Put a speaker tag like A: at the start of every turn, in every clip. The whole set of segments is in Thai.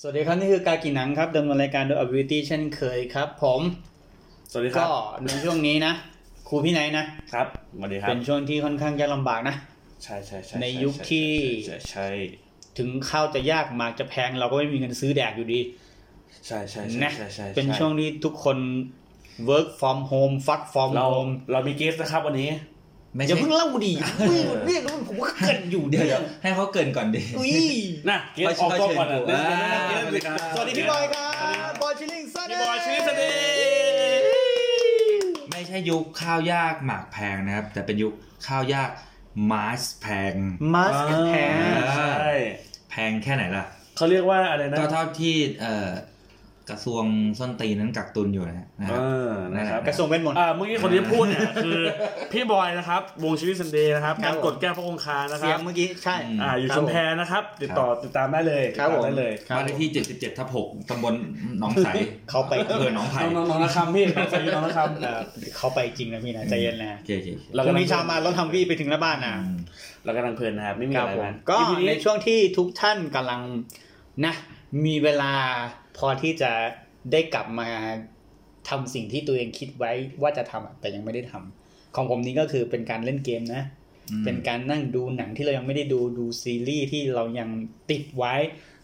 A: สวัสดีครับ นี่คือการกินหนังครับดำเนินรายการโดยอบิวิตี้เช่นเคยครับ ผม
B: สวัสดีครั
A: ก็
B: บ
A: ในช่วงนี้นะครูพี่ไนท์นะ
B: ครับสวัสดีครับ
A: เป็นช่วงที่ค่อนข้างยากลำบากนะ
B: ใช่ใช่ใช่
A: ในยุคที่
B: ใช่ใช่
A: ถึงข้าวจะยากหมากจะแพงเราก็ไม่มีเงินซื้อแดกอยู่ดี
B: ใช่ใช่ใช่
A: นะ
B: ใช่ใช่ใช่
A: เป็นช่วงที่ทุกคน work from home fuck from
B: เรา
A: home
B: เรามีเกสต์นะครับวันนี้
C: ไม่
A: อย่า
C: ใช่
A: เพิ่งเล่าดิอย่าเพิ่งเรียกแล้วผมก็เกินอยู่
C: เดี๋
A: เดี๋
C: ย
A: ยว ว
C: ๆให้เขาเกรินก่อนดิ
A: อุ้ย
B: น่ะเกสต์อ
C: เขา
B: อกตัวก่อนนะ
C: เชิญ
B: เดี๋ยว
C: อ่า
B: เดี๋ยวเดี๋ยวเดี๋ยว
A: สวัสดีพี่บอยครับบอยชิลลิงซัน
B: พี่บอยชื่อสตี
C: ไม่ใช่ยุคข้าวยากหมากแพงนะครับ แต่เป็นยุคข้าวยากมาสแพง
A: มัสแพง
C: อ่า
B: ใช่
C: แพงแค่ไหนล่ะ
B: เขาเรียกว่าอะไรนะ
C: ก็เท่าที่เอ่อกระทรวงส้นตีนนั้นกักตุนอยู่นะฮะนะค
B: เอ
C: รับ
B: อนะครับ
A: กระทรวงเวทมนต์
B: อ่าเมื่อกี้คนที่พูดเนี่ยคือ พี่บอยนะครับ วงชีวิตสันเดย์นะครับ
A: ครั
B: กา
A: บผ
B: ร
A: ม
B: กดแก้วพระองคานะค
A: เสีย
B: รั
A: ง
B: บ
A: เมื่อกี้ใช่
C: อืม
B: อ่าอยู่
A: ครับ
B: ชุมแพนะครับ ติดต่อติดตามได้เลย
A: ครับ
B: ติด
A: ผ
B: ตาม
A: ม
B: ได้เลย
A: ครับ
C: บ้านเลขที่ 77ทับ6ตำบลหนองใส
A: เขาไป
C: อำเภอหนองไผ่
B: น้องน้องน้องนะครับพี่น้องสาวน้องนะครับ
A: เขาไปจริงนะพี่นะใจเย็นนะ
C: โอเคโอเคโอเค
A: พรุ่งนี้เช้ามาเราทำวี่ไปถึงหน้าบ้านนะ
B: เรากำลังเพลินนะครับ ไม่มีอะไร
A: ผม
B: นะ
A: ก็
B: อีพี
A: ใน
B: นี้
A: ช่วงที่ทุกท่านกำลังนะ มีเวลาพอที่จะได้กลับมาทำสิ่งที่ตัวเองคิดไว้ว่าจะทำอะแต่ยังไม่ได้ทำของผมนี้ก็คือเป็นการเล่นเกมนะ
C: อืม
A: เป็นการนั่งดูหนังที่เรายังไม่ได้ดูดูซีรีส์ที่เรายังติดไว้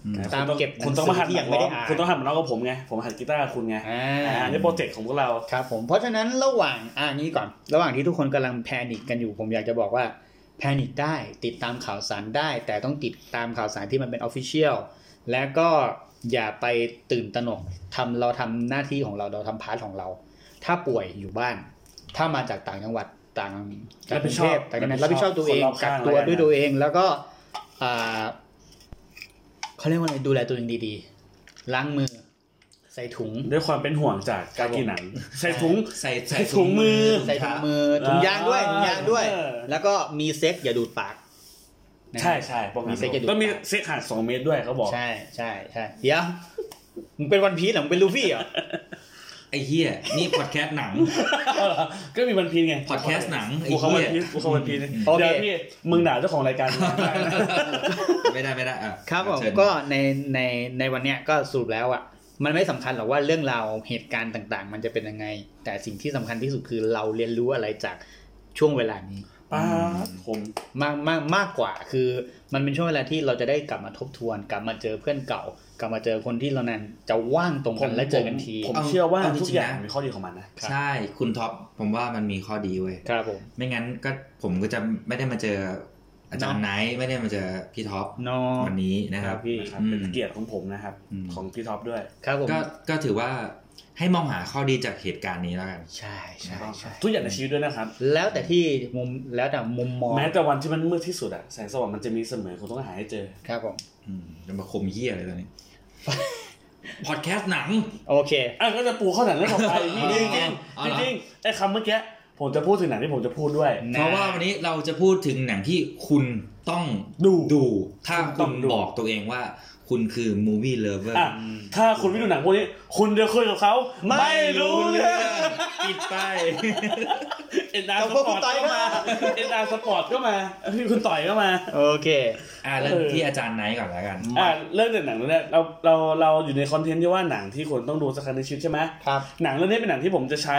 C: อืม
A: ตามเก็บ
B: คุณต้องมาหั
A: ห
B: ด
A: นังสือที่ยังไม่ได้อ่าน
B: คุณต้องหัดเหมือนน้องกับผมไง ผมหัดกีตาร์กับคุณไง
A: อ่
B: อ่า
A: า
B: นี่โปรเจกต์ของพวกเรา
A: ครับผมเพราะฉะนั้นระหว่างอ่านี้ก่อน ระหว่างที่ทุกคนกำลังแพนิคกันอยู่ ผมอยากจะบอกว่าแพนิคได้ติดตามข่าวสารได้ แต่ต้องติดตามข่าวสารที่มันเป็นออฟฟิเชียลและก็อย่าไปตื่นตระหนกทำเราทำหน้าที่ของเราเราทำพาร์ทของเรา ถ้าป่วยอยู่บ้าน ถ้ามาจากต่างจังหวัดต่างจากกรุงเทพ
B: รับผิดชอบ
A: ต่างจังหวัด
B: รั
A: รับบ
B: ผิ
A: ผิ
B: ด
A: ด
B: ช
A: ช
B: อ
A: อ
B: บบ
A: ตัวเอง
B: คนรอบ
A: กั
B: ข้ากง
A: ตัว
B: แล้วกัน
A: ด้วยตัวเองแล้วก็อ่าเขาเรียกว่าอะไรดูแลตัวเองดีๆ ล้างมือใส่ถุง
B: ด้วยความเป็นห่วงจากการกินหนัง ใส่ถุง
C: ใส่
B: ใส่ถุงมือ
A: ใส่ถุงมือถุงยางด้วยถุงยางด้วย
B: เออ
A: แล้วก็มีเซ็กอย่าดูดปากนะ
B: ใช่ใช่ป้องกั
A: มี
B: น
A: เซ็กจะดูด
B: ต้องมีเซ็กห่างสองเมตรด้วยเขาบอก
A: ใช่ใช่ใช่เดี๋ยวมึงเป็นวันพีชเหรอมึงเป็นลูฟี่เหรอ
C: ไอ้เหี้ยนี่พอดแคสต์หนัง
B: ก็มีวันพีนไง
C: podcast หนังไอ้
B: กู
C: เหี้ย
B: เขาวันพีนกู
A: โอ
B: เขาวันพีน
A: เค
B: เดี๋ยวพี่มึงด่าเจ้าของราย การ
C: ไม่ได้ไม่ได้อ่ะ
A: ครับผม
C: เชิญ
A: ก็ในในในวันเนี้ยก็สรุปแล้วอ่ะมันไม่สำคัญหรอกว่าเรื่องราวเหตุการณ์ต่างๆ มันจะเป็นยังไง แต่สิ่งที่สำคัญที่สุดคือเราเรียนรู้อะไรจากช่วงเวลานี้
B: ป้าดผม
A: มากมากมากกว่าคือมันเป็นช่วงเวลาที่เราจะได้กลับมาทบทวน กลับมาเจอเพื่อนเก่า กลับมาเจอคนที่เรานั้นจะว่างตรงกันและเจอกันที
B: ผมเชื่อว่าทุกอย่างมีข้อดีของมันนะ
C: ใช่คุณท็อปผมว่ามันมีข้อดีเว้ย
A: ครับผม
C: ไม่งั้นก็ผมก็จะไม่ได้มาเจออาจารย์ไนท์ไม่ได้มาเจอพี่ท็อป
A: นอ
C: วันนี้นะค
B: ค
C: รั
B: รับ บพี่
C: นะครับอืม
B: เป็นเกียรติของผมนะครับ
C: อืม
B: ของพี่ท็อปด้วย
A: ครับผม
C: ก็ก็ถือว่าให้มองหาข้อดีจากเหตุการณ์นี้แล้วกัน
A: ใช่ใช่ใช่
B: ทุกอย่างในชีวิตด้วยนะครับ
A: แล้วแต่ที่มุมแล้วแต่มุมมอง
B: แม้แต่วันที่มันมืดที่สุดอะแสงสว่างมันจะมีเสมอคุณต้องหาให้เจอ
A: ครับผม
C: อืมจะมาคมเหี้ยอะไรตอนนี้ พอดแคสต์หนัง
A: โอเค
B: อ่ะก็จะปูเข้าหนังเรื่องต่อไป
C: อ๋
B: พี่
C: อ
B: จริงจริง
C: อ๋อเหรอ
B: จริงๆไอ้คำเมื่อกี้ผมจะพูดถึงหนังที่ผมจะพูดด้วย
A: นะ
C: เพราะว่าวันนี้เราจะพูดถึงหนังที่คุณต้อง
B: ดู
C: ดู ถ้า
B: ต้
C: คุ
B: อง
C: ณ
B: ดู
C: บอกตัวเองว่าคุณคือมูวี่เลเวอร์
B: อ่ะถ้าคุณไม่ดูหนังพวกนี้ คุณจะคุยกับเขาไม่รู้เรื่อง
C: ปิดไป
B: เอ็นอาร์
A: กับ
B: ส
A: พวก
B: ป
A: คุ
B: อ
A: ณ
B: ร์ต
A: ต่อย
B: ก็มาเอ็นอาร์สปอร์ตก็มาพี่คุณต่อยก็มา
A: โอเค
C: อ่ะเริ่ม
B: เออ
C: ที่อาจารย์ไนท์ก่อนแล้วกัน
B: อ่ะเรื่องเด็ดหนังเรื่องแรกเราเราเราอยู่ในคอนเทนต์ที่ว่าหนังที่คนต้องดูสักครั้งในชีวิตใช่ไหม
A: ครับ
B: หนังเรื่องนี้เป็นหนังที่ผมจะใช้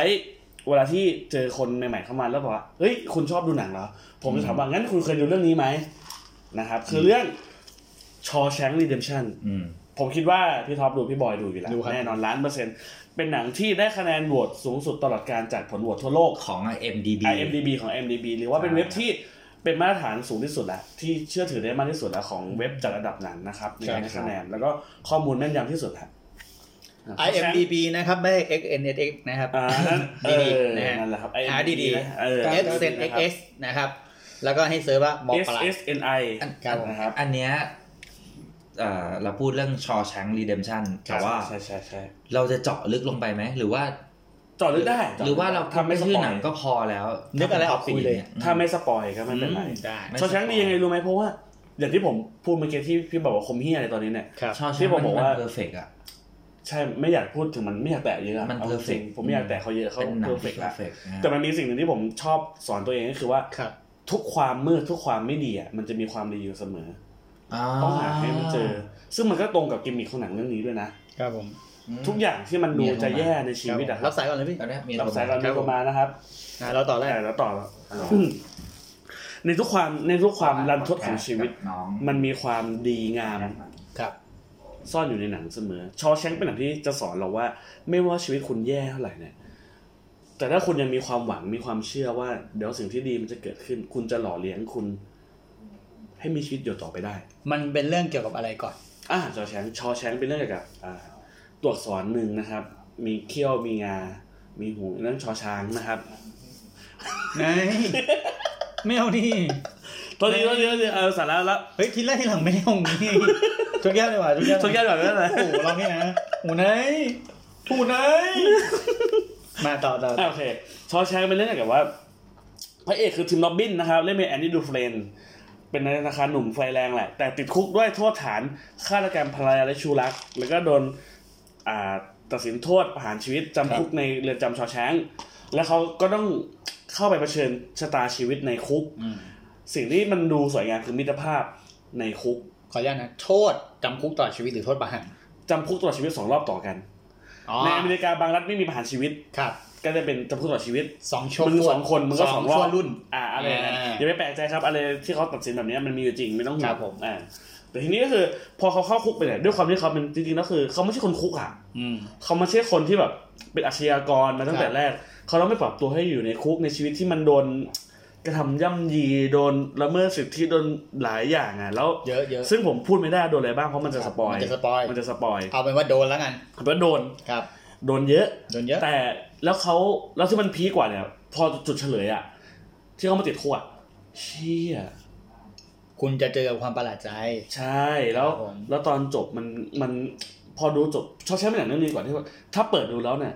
B: เวลาที่เจอคนใหม่ๆเข้ามาแล้วบอกว่าเฮ้ยคุณชอบดูหนังเหรอ ผมจะถามว่างั้นคุณเคยดูเรื่องนี้ไหมนะครับ คือเรื่อง Shawshank Redemption
C: อืม
B: ผมคิดว่าพี่ท็อปดูพี่บอยดูอยู่แล้ว
A: ดูครับ
B: แน่นอนล้านเปอร์เซ็นต์เป็นหนังที่ได้คะแนนโหวตสูงสุดตลอดการจากผลโหวตทั่วโลก
C: ของ IMDB
B: IMDB ของ IMDB หรือว่าเป็นเว็บที่เป็นมาตรฐานสูงที่สุดแล้วที่เชื่อถือได้มากที่สุดแล้วของเว็บจัดอันดับหนังนะครับในการให้คะแนนแล้วก็ข้อมูลแม่นยำที่สุดครับ
A: IMDB นะครับไม่ใช่ XNSX นะครับ
B: อ่านั่นเอ
A: ดี
B: อ
A: ๆนะฮะ
B: นั่นแหละครับไอ้
A: หาดีๆ
B: นะเออ
A: XNSX นะครับ แล้วก็ให้เซิร์ชว่ามอป
B: S
A: ลาย
B: S N I
A: ครับผม
B: นะครับ
C: อันเนี้ยเอ่อเราพูดเรื่องชอชังรีเดมชันแต่ว่า
B: ใช่ใช่ใช่
C: เราจะเจาะลึกลงไปไหม หรือว่า
B: จอดลึกได้
C: หรือว่าเรา
B: ทำไม่ส
C: ชื่อ
B: ปอ
C: หนั
B: ย
C: งก็พอแล้ว
A: นึกอะไรออกคุยเลย
B: ถ้าไม่สปอยก็ไม่เป็นไร
A: ได้
B: ชอช้างดียังไงรู้ไหมเพราะว่า อย่างที่ผมพูดเมื่อกี้ที่พี่บอกว่าคมเฮียอะไรตอนนี้เนี่ย
A: ครับ
C: ชอชั
B: ที่
C: ง
B: ผม
C: มัน
B: บอก
C: มัน
B: ว่า
C: เพอร์เฟกอะ
B: ใช่ไม่อยากพูดถึงมันไม่อยากแตะเยอะ
C: มัน
B: อาจ
C: perfect
B: ริงผมไม่อยากแตะเขาเยอะเขา
C: เป็นหนัง
B: เพอร์เฟก
C: ที่เพอ
B: ละ
C: ร์เฟกต์นะ
B: แต่มันมีสิ่งหนึ่งที่ผมชอบสอนตัวเองก็คือว่า
A: ครับ
B: ทุกความมืดทุกความไม่ดีอ่ะมันจะมีความดีอยู่เสมอ ต้องหาให้มันเจอ ซึ่งมันก็ตรงกับกิมมิคของหนังเรื่องนี้ด้วยนะ
A: ครับผม
B: ทุกอย่างที่มันดูจะแย่ในชีวิตอะค
A: รั
B: รั
A: บบ สายก่อนเลยพี่
C: ตอนนี้มี
B: รับสายเรามีประมาณนะครับ
A: อ่ะเราต่อแรก
B: แต่แล้วต่อแล้วในทุกความในทุกความรันทดของชีวิต
C: น้อง
B: มันมีความดีงาม
A: ครับ
B: ซ่อนอยู่ในหนังเสมอ ชอแชงเป็นหนังที่จะสอนเราว่า ไม่ว่าชีวิตคุณแย่เท่าไหร่เนี่ย แต่ถ้าคุณยังมีความหวังมีความเชื่อว่า เดี๋ยวสิ่งที่ดีมันจะเกิดขึ้น คุณจะหล่อเลี้ยงคุณ ให้มีชีวิตอยู่ต่อไปได้
A: มันเป็นเรื่องเกี่ยวกับอะไรก่อน
B: อ่าชอแชงชอแชงเป็นเรื่องเกี่ยวกับอ่าตัวอักษรหนึ่งนะครับ มีเขี้ยวมีงา มีหูเรื่องชอช้างนะครับ
A: ไหน ไม่เอาดิ
B: ตอนนี้ตอนนี้ตอนนี้เออสาระแล้ว
A: เฮ้ยทีแรกทีหลังไม่ได้เอาอย่าง นี้ชนแก้วดีกว่าชนแก้ว
B: ชนแก้วแบบนั้นเลย
A: โอ้โหเราเนี่ยนะโอ้โหไหนโอ้โหไหนมาต่อต่อต่
B: อ่ะ
A: อ
B: โอเคชอแชงเป็นเรื่องเกี่ยวกับว่าพระเอกคือทิมโรบบินนะครับเล่นเป็นแอนดี้ดูเฟรนเป็นนายธนาคารหนุ่มไฟแรงแหละ แต่ติดคุกด้วยโทษฐานฆาตกรรมภรรยาและชูรัก แล้วก็โดนอ่าตัดสินโทษประหารชีวิตจำคุกในเรือนจำชอแชงแล้วเขาก็ต้องเข้าไปเผชิญชะตาชีวิตในคุก
A: อืม
B: สิ่งที่มันดูสวยงามคือมิตรภาพในคุก
A: ขออนุญาตนะ โทษจำคุกตลอดชีวิตหรือโทษประหาร
B: จำคุกตลอดชีวิตสองรอบต่อกัน
A: อ๋อ
B: ในอเมริกาบางรัฐไม่มีประหารชีวิต
A: ครับ
B: ก็จะเป็นจำคุกตลอดชีวิต
A: สองชั่ว
B: มึงสองคนมึงก็สองร
A: ชั่
B: อ
A: ว
B: บ
A: รุ่น
B: อ่าอะไรอย่างนั้น
A: อ่า
B: อย่าไปแปลกใจครับอะไรที่เขาตัดสินแบบเนี้ยมันมีอยู่จริงไม่ต้องห่วง
A: ครับผม
B: อ่าแต่ทีนี้ก็คือพอเขาเข้าคุกไปเนี่ยด้วยความที่เขาเป็นจริงๆแล้วคือเขาไม่ใช่คนคุกอ่ะ
A: อืม
B: เขาไม่ใช่คนที่แบบเป็นอาชญากรมาตั้งแต่
A: ครับ
B: แรกเขาต้องไม่ปรับตัวให้อยู่ในคุกในชีวิตที่มันโดนกระทำย่ำยีโดนละเมิดสิทธิโดนหลายอย่างอ่ะแล้ว
A: เยอะเยอะ
B: ซึ่งผมพูดไม่ได้โดนอะไรบ้างเพราะมันจะสปอย
A: มันจะสปอย
B: มันจะสปอย
A: เอาเป็นว่าโดนแล้วกัน
B: ผมว่าโดน
A: ครับ
B: โดนเยอะ
A: โดนเยอะ
B: แต่แล้วเขาแล้วที่มันพีคกว่าเนี่ย พอจุดเฉลยอะที่เขามาติดคุกอะเชี่ย
A: คุณจะเจอกับความประหลาดใจ
B: ใช่แล้ว
A: ครับผม
B: แล้วตอนจบมันมันพอดูจบชอบใช้เป็นหนังเรื่องนี้ก่อนที่ว่าถ้าเปิดดูแล้วเนี่ย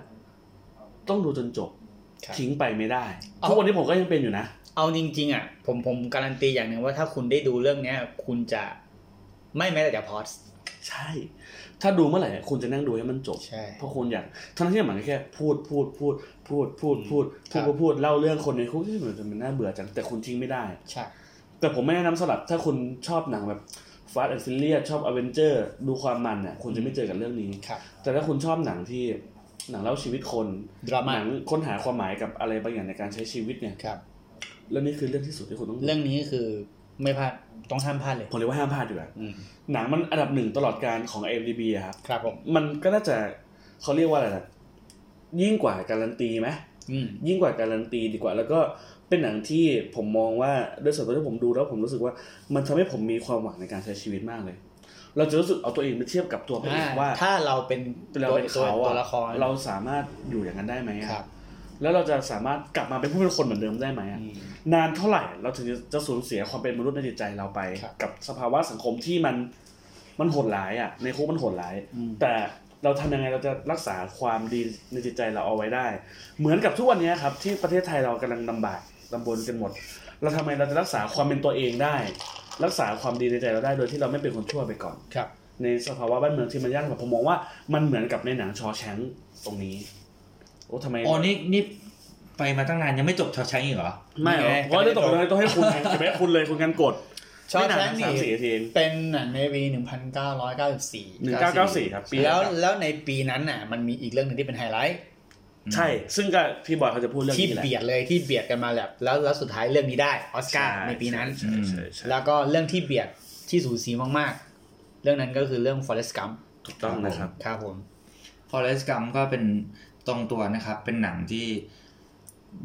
B: ต้องดูจนจบ
A: ครับ
B: ทิ้งไปไม่ได้
A: เอา
B: ทุกวันนี้ผมก็ยังเป็นอยู่นะ
A: เอาจริงๆอ่ะผมผมการันตีอย่างหนึ่งว่าถ้าคุณได้ดูเรื่องเนี้ย คุณจะไม่แม้แต่จะพอส
B: ใช่ ถ้าดูเมื่อไหร่คุณจะนั่งดูให้มันจบ
A: ใช่
B: เพราะคุณอยากทั้งที่มันก็แค่พูดพูดพูดพูดพูดพูด
A: ค
B: พู
A: รั
B: ด
A: บ
B: พูดพูดเล่าเรื่องคนในคุกที่เหมือนจะมันน่าเบื่อจังแต่คุณทิ้งไม่ได้
A: ใช่
B: แต่ผมไม่แนะนำสำหรับถ้าคุณชอบหนังแบบฟาสต์แอนด์ฟิลเลียชอบอเวนเจอร์ดูความมันเนี่ยคุณจะไม่เจอกับเรื่องนี้
A: ครับ
B: แต่ถ้าคุณชอบหนังที่หนังเล่าชีวิตคน
A: ดราม่า
B: หนังค้นหาความหมายกับอะไรบางอย่างในการใช้ชีวิตเนี่ย
A: ครับ
B: เรื่องนี้คือเรื่องที่สุดที่คุณต้องดู
A: เรื่องนี้คือไม่พลาดต้องห้ามพลาดเลย
B: ผมเลยว่าห้ามพลาดดีกว่า
A: อืม
B: หนังมันอันดับหนึ่งตลอดการของ IMDb อะครับ
A: ครับผม
B: มันก็น่าจะเขาเรียกว่าอะไรนะยิ่งกว่าการันตีไหม
A: อืม
B: ยิ่งกว่าการันตีดีกว่า แล้วก็เป็นหนังที่ผมมองว่าด้วยส่วนตัวที่ผมดูแล้วผมรู้สึกว่ามันทำให้ผมมีความหวังในการใช้ชีวิตมากเลย เราจะรู้สึกเอาตัวเองไปเทียบกับตัวพระเอ
A: อ่าก
B: ว่า
A: ถ้าเราเป็น
B: เราเป็น
A: ตัว
B: เขา
A: ตัว
B: อะ
A: ละคร
B: เราสามารถอยู่อย่างนั้นได้ไหมอะ
A: ครับ
B: แล้วเราจะสามารถกลับมาเป็นผู้เป็นคนเหมือนเดิมได้ไหมอะ
A: อืม
B: นานเท่าไหร่เราถึงจะสูญเสียความเป็นมนุษย์ในจิตใจเราไป
A: ครับ
B: กับสภาวะสังคมที่มันมันโหดร้ายอ่ะในคุกมันโหดร้าย
A: อืม
B: แต่เราทำยังไงเราจะรักษาความดีในจิตใจเราเอาไว้ได้ เหมือนกับทุกวันนี้ครับ ที่ประเทศไทยเรากำลังลำบากลำบนกันหมด เราทำไมเราจะรักษาความเป็นตัวเองได้ รักษาความดีในใจเราได้โดยที่เราไม่เป็นคนชั่วไปก่อน
A: ครับ
B: ในสภาวะบ้านเมืองที่มันยากแบบผมมองว่ามันเหมือนกับในหนังชอแชงตรงนี้โอ้ทำไม
C: โอ้นี่นี่ไปมาตั้งนานยังไม่จบชอใช้อีกเหรอ
B: ไม่หรอกเพราะว่าเรื่องตกลงต้องให้คุณไงจะไม่ให้คุณเลยคุณกันกด
A: ชอ
B: ไม่
A: ต
B: นาน
A: แท
B: นะ
A: ง
B: สามสี่
A: นี่
B: นาทีเอง
A: เป็นหนังในปีหนึ่งพันเก้าร้อยเก้าสิบสี่
B: หนึ่งเก้าเก้าสี่ครับปี
A: แล้ว
B: เดียกัน
A: แล้วในปีนั้นน่ะ มันมีอีกเรื่องหนึ่งที่เป็นไฮไลท์
B: ใช่ ซึ่งก็พี่บอยเขาจะพูดเรื่อง
A: ที่
B: นี้แหละ
A: เบียดเลยที่เบียดกันมาแบบแล้วแล้วสุดท้ายเรื่องนี้ได้ออสการ์ในปีนั้น
B: ใช่ใช่ใช่
A: แล้วก็เรื่องที่เบียดที่สูสีมากๆ เรื่องนั้นก็คือเรื่อง Forest Gump
B: ถูกต้องนะครับ
A: ครับผม
C: Forest Gump ก็เป็นตรงตัวนะครับ เป็นหนังที่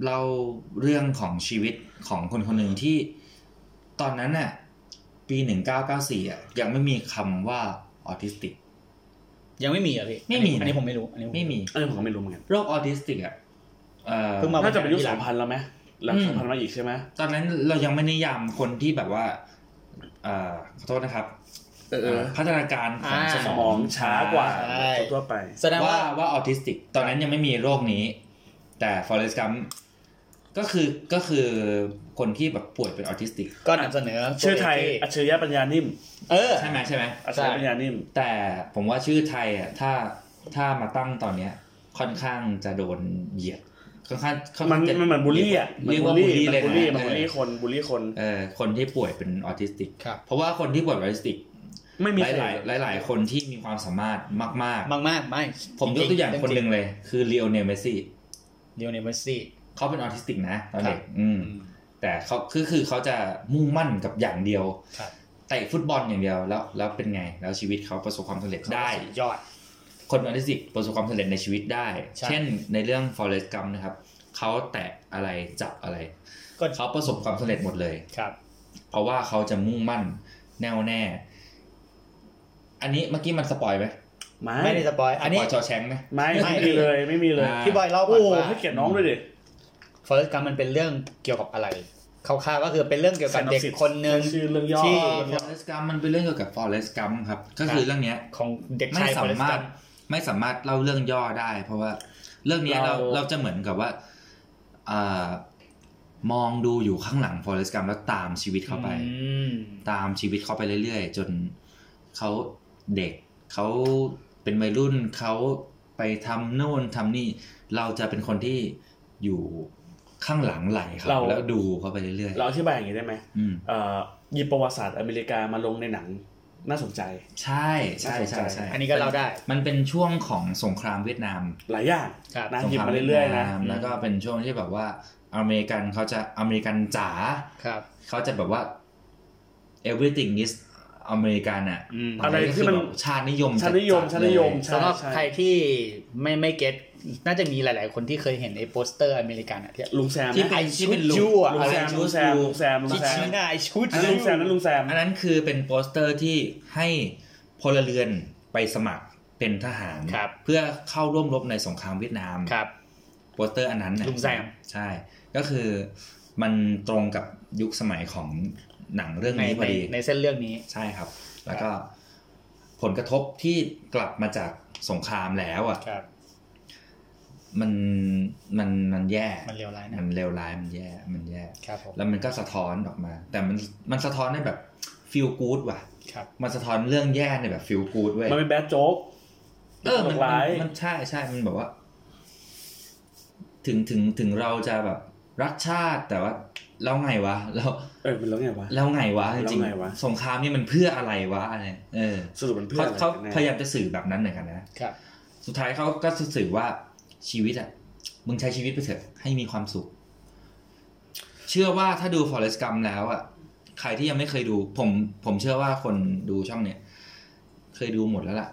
C: เล่าเรื่องของชีวิตของคนคนหนึ่งที่ตอนนั้นน่ะปี 1994อ่ะยังไม่มีคำว่าออทิสติก
A: ยังไม่มีเหรอ่ะพี่
C: ไม่มีนะ
A: อันนี้ผมไม่รู้อันนี้ผ
C: ไม่มี
B: อันนี้ผมก็ไม่รู้เหมือนกัน
C: โรคออทิสติกอ่ะเอ่อ
A: เพิ่งมา
B: น่าจะเป็นยุค
A: ที่ห
B: ส
A: ลั
B: อง
A: ง
B: พันแล้วไหมหลัง
C: อืม
B: สองพันมาอีกใช่ไหม
C: ตอนนั้นเรายังไม่นิยามคนที่แบบว่าเอ่อขอโทษนะครับ
B: เออ
C: เอ่อพัฒนาการของ
A: า
C: ส
B: ส
C: ม
B: ม
C: อ
B: อง งช้ากว่า
A: ใช่
B: ทั่วๆไป
A: แสดงว่า
C: ว่าว่าออทิสติก ตอนนั้นยังไม่มีโรคนี้ แต่ Forest Gump ก็คือก็คือคนที่แบบป่วยเป็นออทิสติก
A: ก็นำเสนอ
B: ชื่อไทยอัจฉริยะปัญญานิ่ม
A: เออ
C: ใช่ไหมใช่ไหม
B: อัจฉริยะปัญญานิ่ม
C: แต่ผมว่าชื่อไทยอ่ะถ้าถ้ามาตั้งตอนเนี้ย ค่อนข้างจะโดนเหยียดค่อนข้างค่อน
B: มั
C: ข้าน งจะ
B: มันเหมือนบูลลี่อ่ะ
C: เรียกว่าบูลลี่เลย
B: บูล
C: นะ
B: ลี่มันบูลลี่คนบูลลี่คน
C: เออคนที่ป่วยเป็นออทิสติก
A: ครับ
C: เพราะว่าคนที่ป่วยออทิสติก
B: ไม่มี
C: หลาย
B: ใคร
C: หลายหลายหลายๆคนที่มีความสามารถมาก
A: มากๆไม่
C: ๆ ผมยกตัวอย่างคนหนึ่งเลย คือเล o อเนลเมซี่
A: เดียวเนเมสซี่
C: เขาเป็นออทิสติกนะตอนเด็
A: ค
C: ก
A: รับ
C: อืม แต่เขาคือคือเขาจะมุ่งมั่นกับอย่างเดียว
A: ครับ
C: เตะฟุตบอลอย่างเดียวแล้วแล้วเป็นไง แล้วชีวิตเขาประสบความสำเร็จได้
A: ยอด
C: คนออทิสติกประสบความสำเร็จในชีวิตได้
A: ใช่
C: เช่นในเรื่อง Forest Gump นะครับเขาแตะอะไรจับอะไร
A: ก็
C: เขาประสบความสำเร็จหมดเลย
A: ครับ
C: เพราะว่าเขาจะมุ่งมั่นแน่วแน่ อันนี้เมื่อกี้มันสปอยไหม
B: ไม่
A: ไม่ได้สปอยอันนี้
C: สปอยจอแชงค์ไหม
B: ไม่
A: ไม่
B: ไม่มีเลยไม่มีเลย
C: อ่า
A: พี่บอยเล่าก่อ
B: โอ้
A: นว่า
B: ให้เกียรติน้องด้วยดิ
A: First Gum มันเป็นเรื่องเกี่ยวกับอะไรคร่าวๆก็คือเป็นเรื่องเกี่ยวกับ
B: Synopsis
A: เด็กคนหนึ่ง
B: ชื่อเรื่องย่อ
A: ที่
C: Forest Gump มันเป็นเรื่องเกี่ยวกับ Forest Gump ครับ ก็คือเรื่องเนี้ย
A: ของเด็ก
C: ไม่
A: ชาย
C: สา
A: Forrest
C: มารถ
A: Gump
C: ไม่สามารถเล่าเรื่องย่อได้ เพราะว่าเรื่องเนี้ยเรา
B: เรา
C: เราจะเหมือนกับว่าอ่ามองดูอยู่ข้างหลัง Forest Gump แล้วตามชีวิตเขาไป
A: อืม
C: ตามชีวิตเขาไปเรื่อยๆ จนเขาเด็กเขาเป็นวัยรุ่นเขาไปทำโน่นทำนี่ เราจะเป็นคนที่อยู่ข้างหลังไหลครับ
B: เรา
C: แล้วดูเขาไปเรื่อย
B: เราอธิบายอย่างนี้ได้ไหม
C: ๆอืม
B: เอ่อหยิบประวัติศาสตร์อเมริกามาลงในหนังน่าสนใจ
C: ใช่ใช่ใช่ใช่
A: อันนี้ก็เล่าได้
C: มันเป็นช่วงของสงครามเวียดนาม
B: หลายอย่าง
A: ครับ
B: นะ
C: ส
B: ห
C: ง
B: ยิบ
C: คราม
B: มา
C: วีด
B: เรื่อยๆนะ
A: อืม
C: แล้วก็เป็นช่วงที่แบบว่าอเมริกันเขาจะอเมริกันจ๋า
A: ครับ
C: เขาจะแบบว่า everything is อเมริกันอะ
A: อืม
B: อะไรที่มัน
C: แบบชาตินิยม
B: ชาตินิยม
C: จัดๆ
B: ชาตินิยม
C: เลย
B: ใช่
A: สำหรับ
B: ใช่
A: ใครที่ไม่ไม่เก็ตน่าจะมีหลาย ๆ คนที่เคยเห็นไอ้โปสเตอร์อเมริกันอะที่
B: ลุงแซม
C: ที่
B: นะ
C: เป็นที่เป็น
A: ไอ้ชุด
C: ลู
A: ยั่ว
B: ลุง
C: อะไร
B: แซมล
C: ชุ
B: ุ
C: ด
B: งแซม
C: ลู
B: ลุงแซมลุง
A: ที่
B: แซม
A: ชี้หน้าไอ้ชุด
B: อันนั้นลุงแซมนั้นลุงแซม
C: อันนั้นคือเป็นโปสเตอร์ที่ให้พลเรือนไปสมัครเป็นทหาร
A: ครับ
C: เพื่อเข้าร่วมรบในสงครามเวียดนาม
A: ครับ
C: โปสเตอร์อันนั้นนะ
A: ลุงแซม
C: ใช่ ก็คือมันตรงกับยุคสมัยของหนังเรื่อง
A: ใน
C: นี้พ
A: ใน
C: อดี
A: ในเส้นเรื่องนี้
C: ใช่ครับ แล้วก็ผลกระทบที่กลับมาจากสงครามแล้วอ่ะ
A: ครับ
C: มันมันมันแย่
A: มันเลวร้ายนะ
C: มันเลวร้ายมันแย่มันแย่
A: ครับผม
C: แล้วมันก็สะท้อนออกมา แต่มันมันสะท้อนในแบบฟิลกู๊ดว่ะ
A: ครับ
C: มันสะท้อนเรื่องแย่ในแบบฟิลกู๊ดเว้ย
B: มันเป็นแบดโจ๊ก
C: เออ
B: ตล
C: มั
B: ก
C: นมัน
B: ร้าย
C: มันใช่ใช่มันแบบว่า ถึงถึงถึงเราจะแบบรักชาติแต่ว่าแล้วไงวะแล้ว
B: เออเป็นแล้วไงวะ
C: แล้วไงวะจริง
B: แล้วไงวะ
C: ๆสงครามนี่มันเพื่ออะไรวะอะไรเออ
B: สรุปมันเพื่อ
C: เขา
B: อะไรกัน
C: เขา
B: แน่
C: พยายามจะสื่อแบบนั้นเหมือนกันนะ
A: ครับ
C: สุดท้ายเขาก็สื่อว่าชีวิตอ่ะ มึงใช้ชีวิตไปเถอะให้มีความสุข เชื่อว่าถ้าดู Forest Gump แล้วอ่ะ ใครที่ยังไม่เคยดู ผมผมเชื่อว่าคนดูช่องเนี่ย เคยดูหมดแล้วล่ะ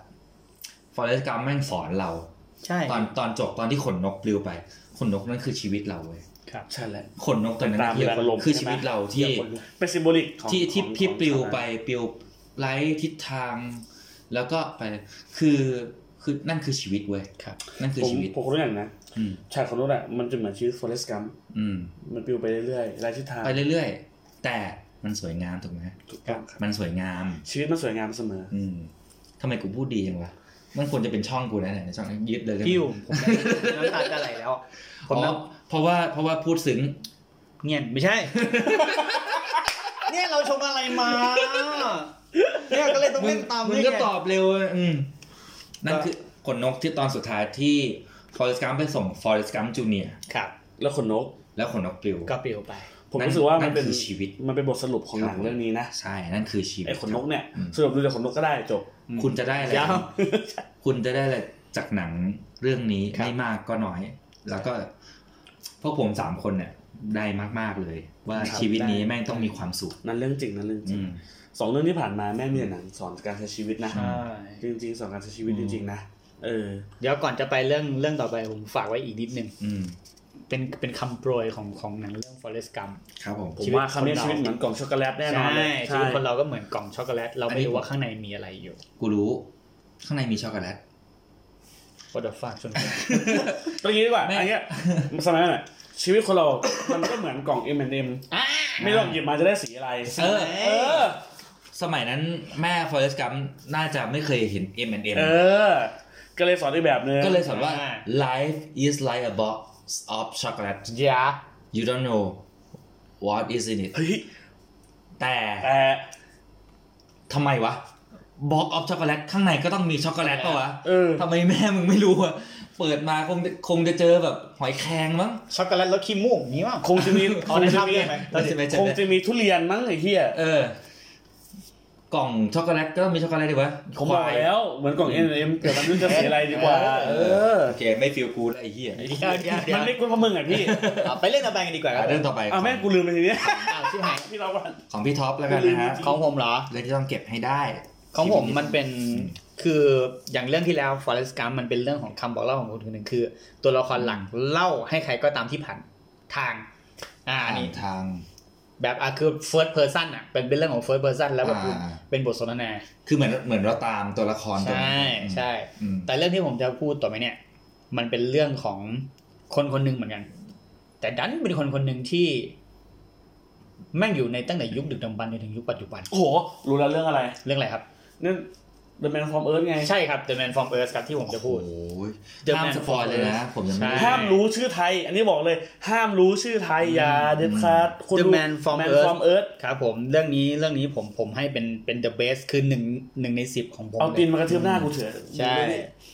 C: Forest Gump แม่งสอนเรา
A: ใช่
C: ตอนตอนจบตอนที่ขนนกปลิวไป ขนนกนั่นคือชีวิตเราเว้ย
A: ครับ
B: ใช่แหละ
C: ขนนกตัวนั้น
B: ตาม
C: คือ
B: แรงลม
C: คือ
B: ใช่
C: ชี
B: ไหม
C: วิตเราที่
B: เป็นซิมโบลิกของ
C: ที่ที่
B: ของ
C: พี่
B: ของ
C: ปลิว
B: ชานา
C: ไปปลิวไร้ทิศทาง แล้วก็ไปคือคือนั่นคือชีวิตเว้ย
A: ครับ
C: นั่นคือ
B: ผม
C: ชีวิต
B: ผมรู้อย่างนะ
C: อืม
B: ฉากของรถอ่ะมันจะเหมือนชีวิตฟอเรสต์กัม
C: อืม
B: มันปลิวไปเรื่อยๆไร้ทิศทาง
C: ไปเรื่อยๆ แต่มันสวยงามถูกไหม
B: ถูกต้องครับ
C: มันสวยงาม
B: ชีวิตมันสวยงามเสมอ
C: อืมทำไมกูพูดดีจังวะ มันควรจะเป็นช่องกูนะเนี่ยในช่องนี้ยึดเลยเลย
A: พี่อยู่ผมน้ำตาจะไหลแล้ว ผม
C: อ๋อ
A: น้
C: เพราะว่าเพราะว่าพูดซึ้ง
A: ำเงียนไม่ใช่ เนี่ยเราชมอะไรมา เนี่ยก็เลยต้องเล่นตาม
C: มึ
A: ด้
C: ง
A: วยไง
C: ก็ตอบเร็วอะอืมนั่นคือขนนกที่ตอนสุดท้ายที่ฟอร์ e ร t กัมไปส่งฟอร์ e ร t กัมจูเนีย
A: ครับ
B: แล้วขนนก
C: แล้วขนนกปลิว
A: ก็ปลิวไป
B: ผม
C: นั่น
B: รู้สึกว่ามัน
C: นั่น
B: เป็น
C: คือชีวิต
B: มันเป็นบทสรุปของ
C: ค
B: ห
C: รับ
B: นังเรื่องนี้นะ
C: ใช่ นั่นคือชีวิต
B: ไอ้ขนนกเนี่ย
C: อืม
B: สรุปดูจากขนนกก็ได้จบ
C: คุณจะได้อะไร
A: ยาว
C: คุณจะได้อะไรจากหนังเรื่องนี้
A: ครับ
C: ไม่มากก็น้อย แล้วก็พวกผมสามคนเนี่ยได้มาก ๆ เลย ว่า
B: ครับ
C: ชีวิตนี้
B: ได้
C: แม่งต้องมีความสุข
B: นั่นเรื่องจริงนั่นเรื่องจริ
C: อื
B: ง
C: ม
B: สองเรื่องที่ผ่านมาแม่มีแต่หนังสอนการใช้ชีวิตนะ
C: ใช่
B: จริงๆสอนการใช้ชีวิตจริง ๆ นะเออ
A: เดี๋ยวก่อนจะไปเรื่องเรื่องต่อไปผมฝากไว้อีกนิดนึง
C: อืม
A: เป็นเป็นคำโปรยของของหนังเรื่อง Forest Gump
C: ครับผม
B: ผมว่าคำนี้
A: ชี
B: ชี
A: วิตคนเรา
B: วิตเหมือนกล่องช็อกโกแลตแน่นอนเลย
A: ชีวิตคนเราก็เหมือนกล่องช็อกโกแลต เรา
C: อัน
A: ไม่
C: นี้
A: รู้ว่าข้างในมีอะไรอยู่
C: กูรู้ ข้างในมีช็อกโกแลต
A: ก็เดี๋ยวฝากชวนกัน
B: ตรงนี้ดีกว่า
C: แม่
B: อันเนี้ยสมัยนั้นอะชีวิตคนเรา มันก็เหมือนกล่อง M&M ไม่ต้องหยิบมาจะได้สีอะไร
C: เออ
B: เออ
C: สมัยนั้นแม่ฟอร์เรสกัมน่าจะไม่เคยเห็น M&M
B: เออ ก็เลยสอนอีกแบบนึง
C: ก็เลยสอนว่า
A: อ่า
C: life is like a box of chocolate
A: ยา
C: you don't know what is in it
B: เฮ้ย
C: แต่
B: แต่
C: ทำไมวะ box of chocolate ข้างในก็ต้องมีช็อกโกแลตปะวะ
B: เออ
C: ทำไมแม่มึงไม่รู้อะเปิดมาคงคงจะเจอแบบหอยแครงมั้ง
A: ช็อกโกแลตรสขี้มูกอย่างนี้มั้ง
B: คงจะมี
A: เอาใน
B: คงจะ
A: ภาพ
B: มี
A: ได้ไหม
C: เราจะไปเจอ
B: คงจะมีทุเรียนมั้งไอ้เหี้ย
C: เออ กล่องช็อกโกแลตก็มีช็อกโกแลตดีวะ
B: ผมบอกแล้ว เหมือนกล่องเอ็นเอ็มเกิดมันไม่จะเสียอะไรดีกว่า เออ
C: โอเคไม่ฟีลกูดแล้วไอ้เหี้ย
A: เดี๋ยวเดี๋ยวเดี๋ย
B: มั
A: วน
B: ไม่คุ้นเพราะมึงอ่ะพี่
A: เอาไปเล่นเอาไปกันดีกว่าครั
C: อ่ะ
A: บ
C: เรื่องต่อไป
B: อ่ะแม่งกูลืมไปทีเนี้ย
A: อ้าวชิบหาย
B: พี่เราว่า
C: ของพี่ท็อปแล้วกันนะฮะ
A: ของผมเหรอ
C: เรื่องที่ต้องเก็บให้ได้
A: ของผมมันเป็นคืออย่างเรื่องที่แล้ว Forest Gump มันเป็นเรื่องของคำบอกเล่าของคนคนหนึ่งคือ ตัวละครหลังเล่าให้ใครก็ตามที่ผ่านทาง อ่าอันนี้
C: ทาง
A: แบบอ่ะคือ first person อ่ะเป็นเป็นเรื่องของ first person แล้วแบบ
C: อ่า
A: เป็นบทสนทนา
C: คือเหมือนเหมือนเราตามตัวละครตัว
A: ใช่
C: นั้น
A: ใช่
C: อืม
A: แต่เรื่องที่ผมจะพูดต่อไปเนี่ย มันเป็นเรื่องของคนคนหนึ่งเหมือนกัน แต่ดันเป็นคนคนหนึ่งที่ แม่งอยู่ในตั้งแต่ยุคดึกดำบรรพ์จนถึงยุคปัจจุบัน
B: โอ้โห รู้แล้วเรื่องอะไร
A: เรื่องอะไรครับ
B: นั่น The Man from Earth ไง
A: ใช่ครับ The Man from Earth ครับที่ผมจะพูด
C: โอ้ย
A: The
C: ห้าม
A: Man
C: ส
A: from
C: ปอยเลยนะ
A: Earth
C: ผมยังไม่
A: ใช่
B: ห้ามรู้ชื่อไทย อันนี้บอกเลย ห้ามรู้ชื่อไทยอย่าเด็ดขาด คุณ
A: The
B: ดู
A: Man from
B: Man
A: Earth
B: from Earth
A: ครับผมเรื่องนี้เรื่องนี้ผมผมให้เป็นเป็น the best คือหนึ่งหนึ่งในสิบของผม
B: เอา
A: เล
B: ตี
A: ย
B: นมากระทืบหน้ากูเถอะ
A: ใช่